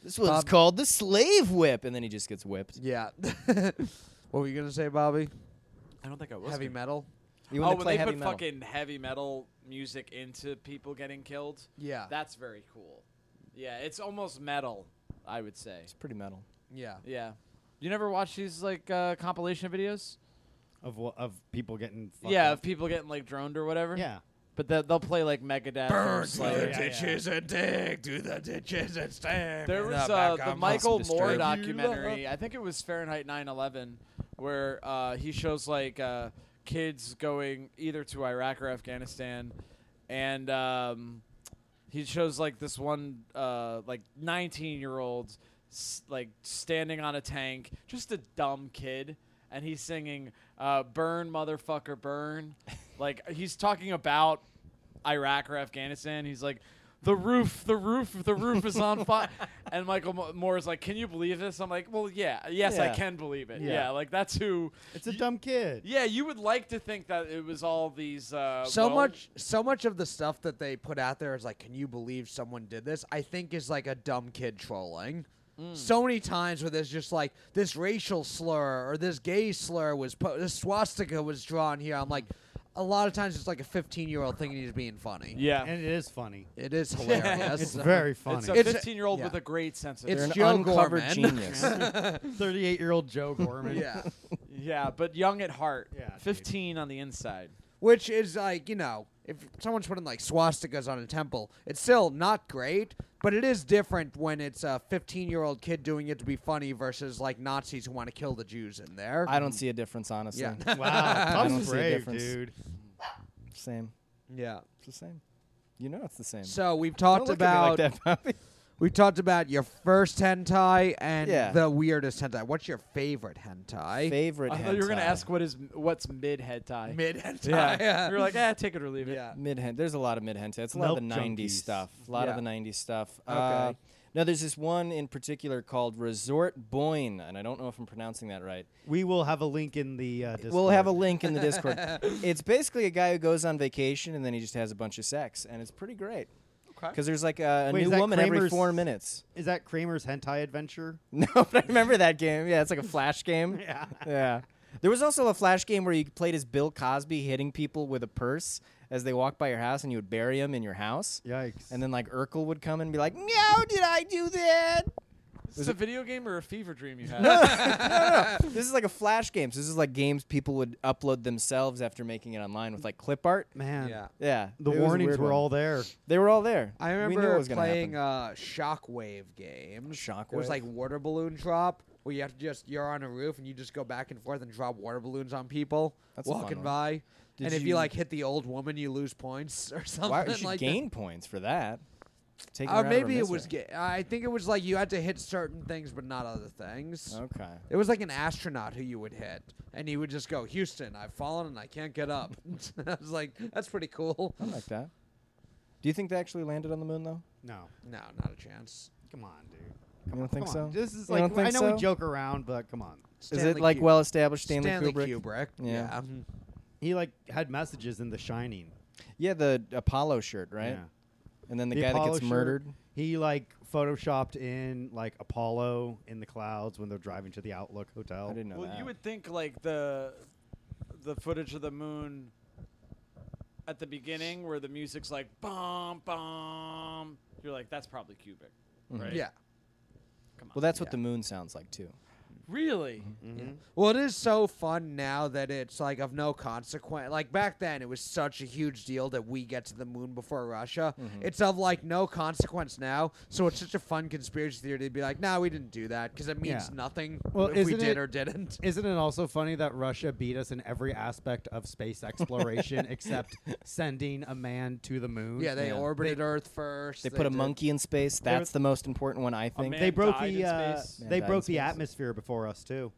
Speaker 4: this one's
Speaker 3: Bob-
Speaker 4: called the Slave Whip. And then he just gets whipped.
Speaker 3: yeah. what were you gonna say, Bobby?
Speaker 5: I don't think I was.
Speaker 3: Heavy
Speaker 5: gonna-
Speaker 3: metal.
Speaker 4: You
Speaker 5: Oh,
Speaker 4: want to
Speaker 5: when
Speaker 4: play
Speaker 5: they
Speaker 4: heavy
Speaker 5: put
Speaker 4: metal.
Speaker 5: fucking heavy metal music into people getting killed,
Speaker 3: Yeah.
Speaker 5: that's very cool. Yeah, it's almost metal, I would say.
Speaker 4: It's pretty metal.
Speaker 3: yeah.
Speaker 5: Yeah. You never watch these like uh, compilation videos?
Speaker 2: Of wha- of people getting. fucked
Speaker 5: yeah,
Speaker 2: up.
Speaker 5: of people getting like droned or whatever.
Speaker 2: Yeah.
Speaker 5: But they'll, they'll play like Megadeth. or Slayer.
Speaker 2: yeah, yeah.
Speaker 3: and dig, do the ditches and stand.
Speaker 5: There
Speaker 3: in
Speaker 5: was
Speaker 3: back
Speaker 5: uh, the
Speaker 3: of
Speaker 5: Michael
Speaker 3: Austin
Speaker 5: Moore
Speaker 3: Disturbed.
Speaker 5: documentary. I think it was Fahrenheit 9/11, where uh, he shows like uh, kids going either to Iraq or Afghanistan, and um, he shows like this one uh, like 19 year old s- like standing on a tank, just a dumb kid, and he's singing uh, "Burn, motherfucker, burn," like he's talking about Iraq or Afghanistan. He's like, the roof, the roof, the roof is on fire. and Michael Mo- Moore is like, can you believe this? I'm like, well, yeah, yes, I
Speaker 4: Yeah.
Speaker 5: can believe it. Yeah,
Speaker 2: Yeah.
Speaker 5: like that's who.
Speaker 2: It's a dumb kid.
Speaker 5: Yeah, you would like to think that it was all these. Uh,
Speaker 3: So
Speaker 5: well-
Speaker 3: much, so much of the stuff that they put out there is like, can you believe someone did this? I think is like a dumb kid trolling. So many times where there's just like this racial slur or this gay slur was po- this swastika was drawn here. I'm like, a lot of times it's like a 15 year old thinking he's being funny.
Speaker 5: Yeah,
Speaker 2: And it is funny.
Speaker 3: It is hilarious.
Speaker 2: It's very
Speaker 5: it's
Speaker 2: funny.
Speaker 5: a
Speaker 3: It's a-
Speaker 5: 15 year old
Speaker 3: yeah.
Speaker 5: with a great sense of.
Speaker 3: It's
Speaker 4: They're an
Speaker 3: Joe
Speaker 4: uncovered
Speaker 3: Gorman.
Speaker 4: genius.
Speaker 2: 38 year old Joe Gorman.
Speaker 3: yeah.
Speaker 5: yeah, but young at heart.
Speaker 2: Yeah, dude.
Speaker 5: 15 on the inside.
Speaker 3: Which is like, you know, if someone's putting like swastikas on a temple, it's still not great, but it is different when it's a 15 year old kid doing it to be funny versus like Nazis who want to kill the Jews in there.
Speaker 4: I don't see a difference, honestly.
Speaker 3: Yeah.
Speaker 2: Wow.
Speaker 4: I don't
Speaker 2: Tom's
Speaker 4: see a
Speaker 2: brave,
Speaker 4: difference.
Speaker 2: dude.
Speaker 4: Same.
Speaker 3: yeah.
Speaker 4: It's the same. You know it's the same.
Speaker 3: So we've
Speaker 4: Don't
Speaker 3: talked
Speaker 4: look
Speaker 3: about
Speaker 4: at me like that, Bobby.
Speaker 3: we've talked about your first hentai and
Speaker 4: Yeah.
Speaker 3: the weirdest hentai. What's your favorite hentai?
Speaker 4: Favorite
Speaker 5: I thought you were gonna
Speaker 4: hentai.
Speaker 5: ask what is what's mid head tie.
Speaker 3: Mid hentai.
Speaker 5: Yeah, you're like, eh, take it or leave it.
Speaker 3: Yeah.
Speaker 4: Mid hen. There's a lot of mid hentai. It's a lot of the
Speaker 2: Milk
Speaker 4: '90s
Speaker 2: junkies.
Speaker 4: stuff. A lot
Speaker 3: Yeah.
Speaker 4: of the '90s stuff. Uh, now there's this one in particular called Resort Boyne, and I don't know if I'm pronouncing that right.
Speaker 2: We will have a link in the uh, Discord.
Speaker 4: We'll have a link in the Discord. it's basically a guy who goes on vacation and then he just has a bunch of sex, and it's pretty great.
Speaker 3: Okay.
Speaker 4: Because there's like a, a
Speaker 2: Wait, is
Speaker 4: new
Speaker 2: that
Speaker 4: woman every
Speaker 2: Kramer's-
Speaker 4: four minutes.
Speaker 2: Is that Kramer's hentai adventure?
Speaker 4: No, but I remember that game. Yeah, it's like a flash game.
Speaker 2: Yeah.
Speaker 4: Yeah. There was also a flash game where you played as Bill Cosby hitting people with a purse as they walked by your house, and you would bury them in your house.
Speaker 2: Yikes.
Speaker 4: And then like Urkel would come and be like, "No, did I do that?"
Speaker 5: Is this a video game or a fever dream you had?
Speaker 4: This is like a flash game. So this is like games people would upload themselves after making it online with like clip art.
Speaker 2: man,
Speaker 3: Yeah.
Speaker 4: Yeah,
Speaker 2: the
Speaker 4: it was a
Speaker 2: warnings
Speaker 4: weird
Speaker 2: were
Speaker 4: one.
Speaker 2: all there.
Speaker 4: They were all there.
Speaker 3: I
Speaker 4: we knew it
Speaker 3: remember
Speaker 4: was gonna
Speaker 3: playing
Speaker 4: happen.
Speaker 3: uh, shockwave games. It
Speaker 4: Shockwave?
Speaker 3: was like water balloon drop, where you have to just you're on a roof and you just go back and forth and drop water balloons on people
Speaker 4: That's a fun
Speaker 3: walking
Speaker 4: one.
Speaker 3: by.
Speaker 4: Did
Speaker 3: and if you
Speaker 4: you-
Speaker 3: like hit the old woman, you lose points or something
Speaker 4: Why, you should
Speaker 3: uh, like
Speaker 4: gain points for that. Take
Speaker 3: that.
Speaker 4: her
Speaker 3: Or
Speaker 4: out of her
Speaker 3: maybe it was.
Speaker 4: misery.
Speaker 3: Ga- I think it was like you had to hit certain things, but not other things.
Speaker 4: Okay.
Speaker 3: It was like an astronaut who you would hit, and he would just go, "Houston, I've fallen and I can't get up." I was like, "That's pretty cool."
Speaker 4: I like that. Do you think they actually landed on the moon though?
Speaker 2: No,
Speaker 3: No, not a chance.
Speaker 2: come on, dude.
Speaker 4: You don't think
Speaker 2: come
Speaker 4: so?
Speaker 2: on. This is
Speaker 4: You don't
Speaker 2: like I know
Speaker 4: think
Speaker 2: we
Speaker 4: so?
Speaker 2: joke around, but come on.
Speaker 4: Is it
Speaker 3: Stanley
Speaker 4: like
Speaker 3: Kubrick.
Speaker 4: well established Stanley,
Speaker 3: Stanley
Speaker 4: Kubrick?
Speaker 3: Kubrick.
Speaker 4: Yeah.
Speaker 3: Mhm.
Speaker 2: He like had messages in The Shining.
Speaker 4: Yeah, the Apollo shirt, right?
Speaker 2: Yeah.
Speaker 4: And then the, guy that
Speaker 2: Apollo
Speaker 4: gets
Speaker 2: shirt,
Speaker 4: murdered.
Speaker 2: He like photoshopped in like Apollo in the clouds when they're driving to the Outlook Hotel.
Speaker 4: I didn't know
Speaker 5: Well,
Speaker 4: that.
Speaker 5: you would think like the the footage of the moon at the beginning where the music's like bomb bomb. You're like, that's probably cubic, right?
Speaker 3: Yeah.
Speaker 4: well, that's what the moon sounds like too.
Speaker 5: Really?
Speaker 3: Well, it is so fun now that it's like of no consequence. Like back then, it was such a huge deal that we get to the moon before Russia. It's of like no consequence now, so it's such a fun conspiracy theory to be like, "Nah, we didn't do that," because it means
Speaker 2: Yeah.
Speaker 3: nothing
Speaker 2: Well,
Speaker 3: if we
Speaker 2: isn't
Speaker 3: did
Speaker 2: it-
Speaker 3: or didn't.
Speaker 2: Isn't it also funny that Russia beat us in every aspect of space exploration except sending a man to the moon?
Speaker 3: Yeah, they
Speaker 4: Yeah.
Speaker 3: orbited Earth first.
Speaker 4: They, put a
Speaker 3: did-
Speaker 4: monkey in space. That's the most important one, I think.
Speaker 5: man-
Speaker 2: They broke
Speaker 5: died
Speaker 2: the
Speaker 5: in
Speaker 2: uh,
Speaker 5: space.
Speaker 4: Man
Speaker 2: they
Speaker 4: died
Speaker 2: broke
Speaker 4: in
Speaker 2: the
Speaker 4: space.
Speaker 2: atmosphere before us too.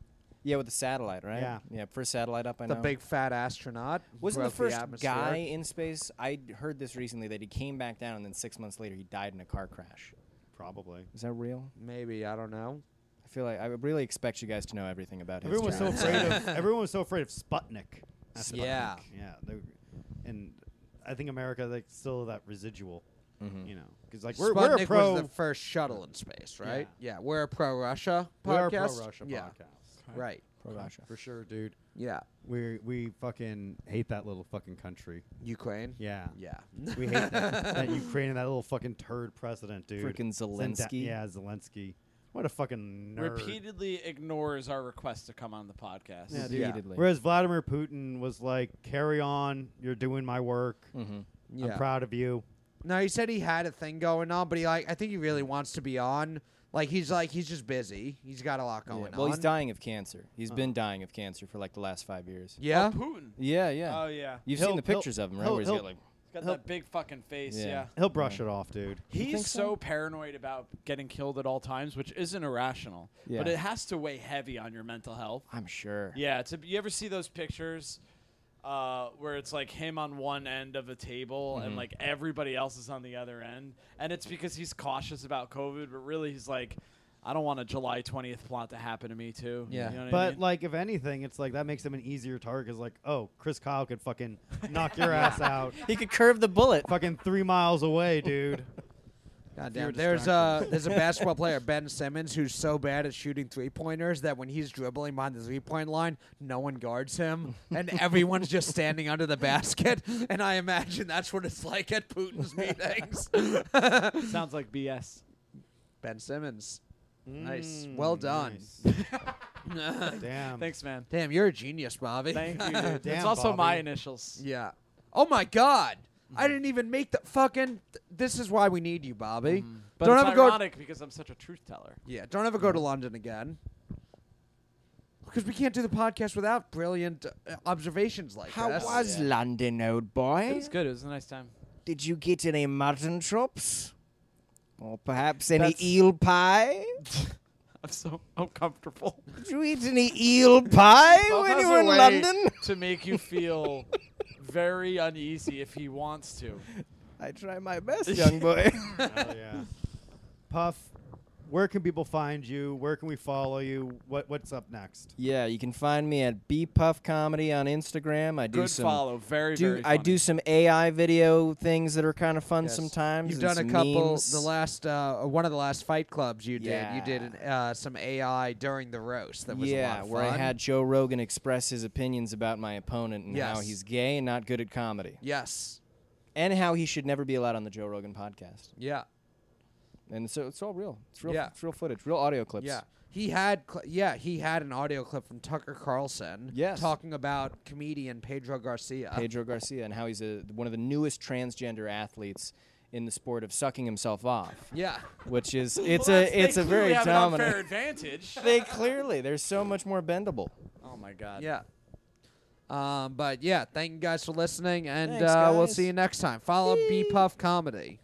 Speaker 4: yeah, with the satellite, right?
Speaker 2: Yeah.
Speaker 4: Yeah, first satellite up. I
Speaker 3: The
Speaker 4: know.
Speaker 3: big fat astronaut
Speaker 4: Wasn't the
Speaker 3: broke
Speaker 4: first
Speaker 3: atmosphere.
Speaker 4: guy in space? I heard this recently that he came back down and then six months later he died in a car crash.
Speaker 2: Probably.
Speaker 4: Is that real?
Speaker 3: Maybe I don't know.
Speaker 4: I feel like I would really expect you guys to know everything about
Speaker 2: Everyone was so
Speaker 4: history.
Speaker 2: afraid of everyone was so afraid of Sputnik. Not Sputnik.
Speaker 3: Yeah.
Speaker 2: Yeah. They, were- and I think America like still that residual. You know, because like we're,
Speaker 3: Mm-hmm. Sputnik
Speaker 2: we're a pro.
Speaker 3: was the first shuttle in space, right? Yeah, we're a pro Russia
Speaker 2: we are
Speaker 3: podcast.
Speaker 2: a pro Russia
Speaker 3: yeah.
Speaker 2: podcast
Speaker 3: Right.
Speaker 4: Russia.
Speaker 2: for sure, dude.
Speaker 3: Yeah.
Speaker 2: We we fucking hate that little fucking country.
Speaker 3: Ukraine.
Speaker 2: Yeah.
Speaker 3: Yeah.
Speaker 2: We hate that, that Ukraine and that little fucking turd president, dude.
Speaker 4: Freaking
Speaker 2: Zenda-
Speaker 4: Zelensky.
Speaker 2: yeah, Zelensky. What a fucking nerd.
Speaker 5: Repeatedly ignores our request to come on the podcast.
Speaker 2: Yeah, dude.
Speaker 4: Repeatedly.
Speaker 2: Whereas Vladimir Putin was like, "Carry on, you're doing my work.
Speaker 3: Mm-hmm. Yeah.
Speaker 2: I'm proud of you."
Speaker 3: No, he said he had a thing going on, but he like I think he really wants to be on. Like he's like he's just busy. He's got a lot
Speaker 4: Yeah,
Speaker 3: going on.
Speaker 4: Well, he's dying of cancer. He's been dying of cancer for like the last five years.
Speaker 3: Yeah.
Speaker 5: Putin.
Speaker 4: Yeah, yeah.
Speaker 5: Oh yeah.
Speaker 4: You've
Speaker 2: He'll-
Speaker 4: seen the
Speaker 2: he'll-
Speaker 4: pictures of him, right?
Speaker 2: he'll-
Speaker 4: Where he's got
Speaker 2: he'll-
Speaker 4: like
Speaker 5: He's got that big fucking face.
Speaker 4: Yeah.
Speaker 5: Yeah.
Speaker 2: He'll brush it off, dude.
Speaker 5: He's
Speaker 4: think
Speaker 5: so?
Speaker 4: so?
Speaker 5: paranoid about getting killed at all times, which isn't irrational, but
Speaker 4: Yeah.
Speaker 5: it has to weigh heavy on your mental health.
Speaker 4: I'm sure.
Speaker 5: Yeah, it's a, you ever see those pictures uh, where it's like him on one end of a table and like everybody else is on the other end, and it's because he's cautious about COVID, but really he's like, I don't want a July 20th plot to happen to me too.
Speaker 3: Yeah.
Speaker 5: You know what I
Speaker 2: But
Speaker 5: mean?
Speaker 2: like, if anything, it's like that makes him an easier target. 'cause, like, oh, Chris Kyle could fucking knock your ass out,
Speaker 4: He could curve the bullet.
Speaker 2: fucking three miles away, dude.
Speaker 3: Goddamn.
Speaker 2: Fear
Speaker 3: There's a there's a basketball player Ben Simmons who's so bad at shooting three pointers that when he's dribbling behind the three point line, no one guards him, and everyone's just standing under the basket. And I imagine that's what it's like at Putin's meetings.
Speaker 5: sounds like BS.
Speaker 3: ben Simmons, nice,
Speaker 5: Mm,
Speaker 3: well done.
Speaker 2: nice. Damn.
Speaker 5: Thanks, man.
Speaker 3: Damn, you're a genius, Bobby.
Speaker 5: Thank you. dude. it's
Speaker 2: Damn,
Speaker 5: also my
Speaker 2: Bobby.
Speaker 5: initials.
Speaker 3: Yeah. Oh my God. I
Speaker 5: Mm-hmm.
Speaker 3: didn't even make the fucking. th- This is why we need you, Bobby.
Speaker 5: Mm-hmm. But
Speaker 3: don't
Speaker 5: it's
Speaker 3: ever go.
Speaker 5: ironic because I'm such a truth teller.
Speaker 3: Yeah. Don't ever go to London again. Because we can't do the podcast without brilliant uh, observations like
Speaker 4: How
Speaker 3: this.
Speaker 4: was London, old boy?
Speaker 5: It was good. It was a nice time.
Speaker 4: Did you get any mutton chops? Or perhaps any
Speaker 5: That's-
Speaker 4: eel pie?
Speaker 5: I'm so uncomfortable.
Speaker 4: Did you eat any eel pie when
Speaker 5: Has
Speaker 4: you
Speaker 5: a
Speaker 4: were in
Speaker 5: way
Speaker 4: London?
Speaker 5: to make you feel very uneasy if he wants to.
Speaker 4: I try my best, young boy.
Speaker 2: Hell yeah. Puff, where can people find you? Where can we follow you? What What's up next?
Speaker 4: yeah, you can find me at B Puff Comedy on Instagram. I do
Speaker 5: Good
Speaker 4: some
Speaker 5: follow. Very,
Speaker 4: do
Speaker 5: very.
Speaker 4: I
Speaker 5: funny.
Speaker 4: do some AI video things that are kind of fun
Speaker 3: Yes.
Speaker 4: sometimes.
Speaker 3: You've
Speaker 4: and
Speaker 3: done a
Speaker 4: some
Speaker 3: couple.
Speaker 4: memes.
Speaker 3: The last, uh, one of the last Fight Clubs you did. You did
Speaker 4: Yeah.
Speaker 3: an, uh, some AI during the roast. That was a lot
Speaker 4: yeah,
Speaker 3: of
Speaker 4: where I
Speaker 3: fun.
Speaker 4: had Joe Rogan express his opinions about my opponent and how
Speaker 3: Yes.
Speaker 4: he's gay and not good at comedy,
Speaker 3: Yes.
Speaker 4: and how he should never be allowed on the Joe Rogan podcast.
Speaker 3: Yeah.
Speaker 4: And so it's all real. It's real.
Speaker 3: Yeah.
Speaker 4: It's real footage. Real audio clips.
Speaker 3: Yeah. He had cl- yeah, he had an audio clip from Tucker Carlson
Speaker 4: Yes.
Speaker 3: talking about comedian Pedro
Speaker 5: Uh,
Speaker 3: Garcia.
Speaker 4: Pedro Garcia and how he's a, one of the newest transgender athletes in the sport of sucking himself off,
Speaker 3: Yeah.
Speaker 4: which is it's
Speaker 5: Well, that's-
Speaker 4: a it's
Speaker 5: they
Speaker 4: a very
Speaker 5: clearly have An unfair
Speaker 4: dominant.
Speaker 5: advantage.
Speaker 4: they clearly they're so much more bendable.
Speaker 5: oh my god.
Speaker 3: Yeah. Um, but yeah, thank you guys for listening and
Speaker 4: Thanks,
Speaker 3: uh, we'll
Speaker 4: guys.
Speaker 3: see you next time. Follow B Puff Comedy.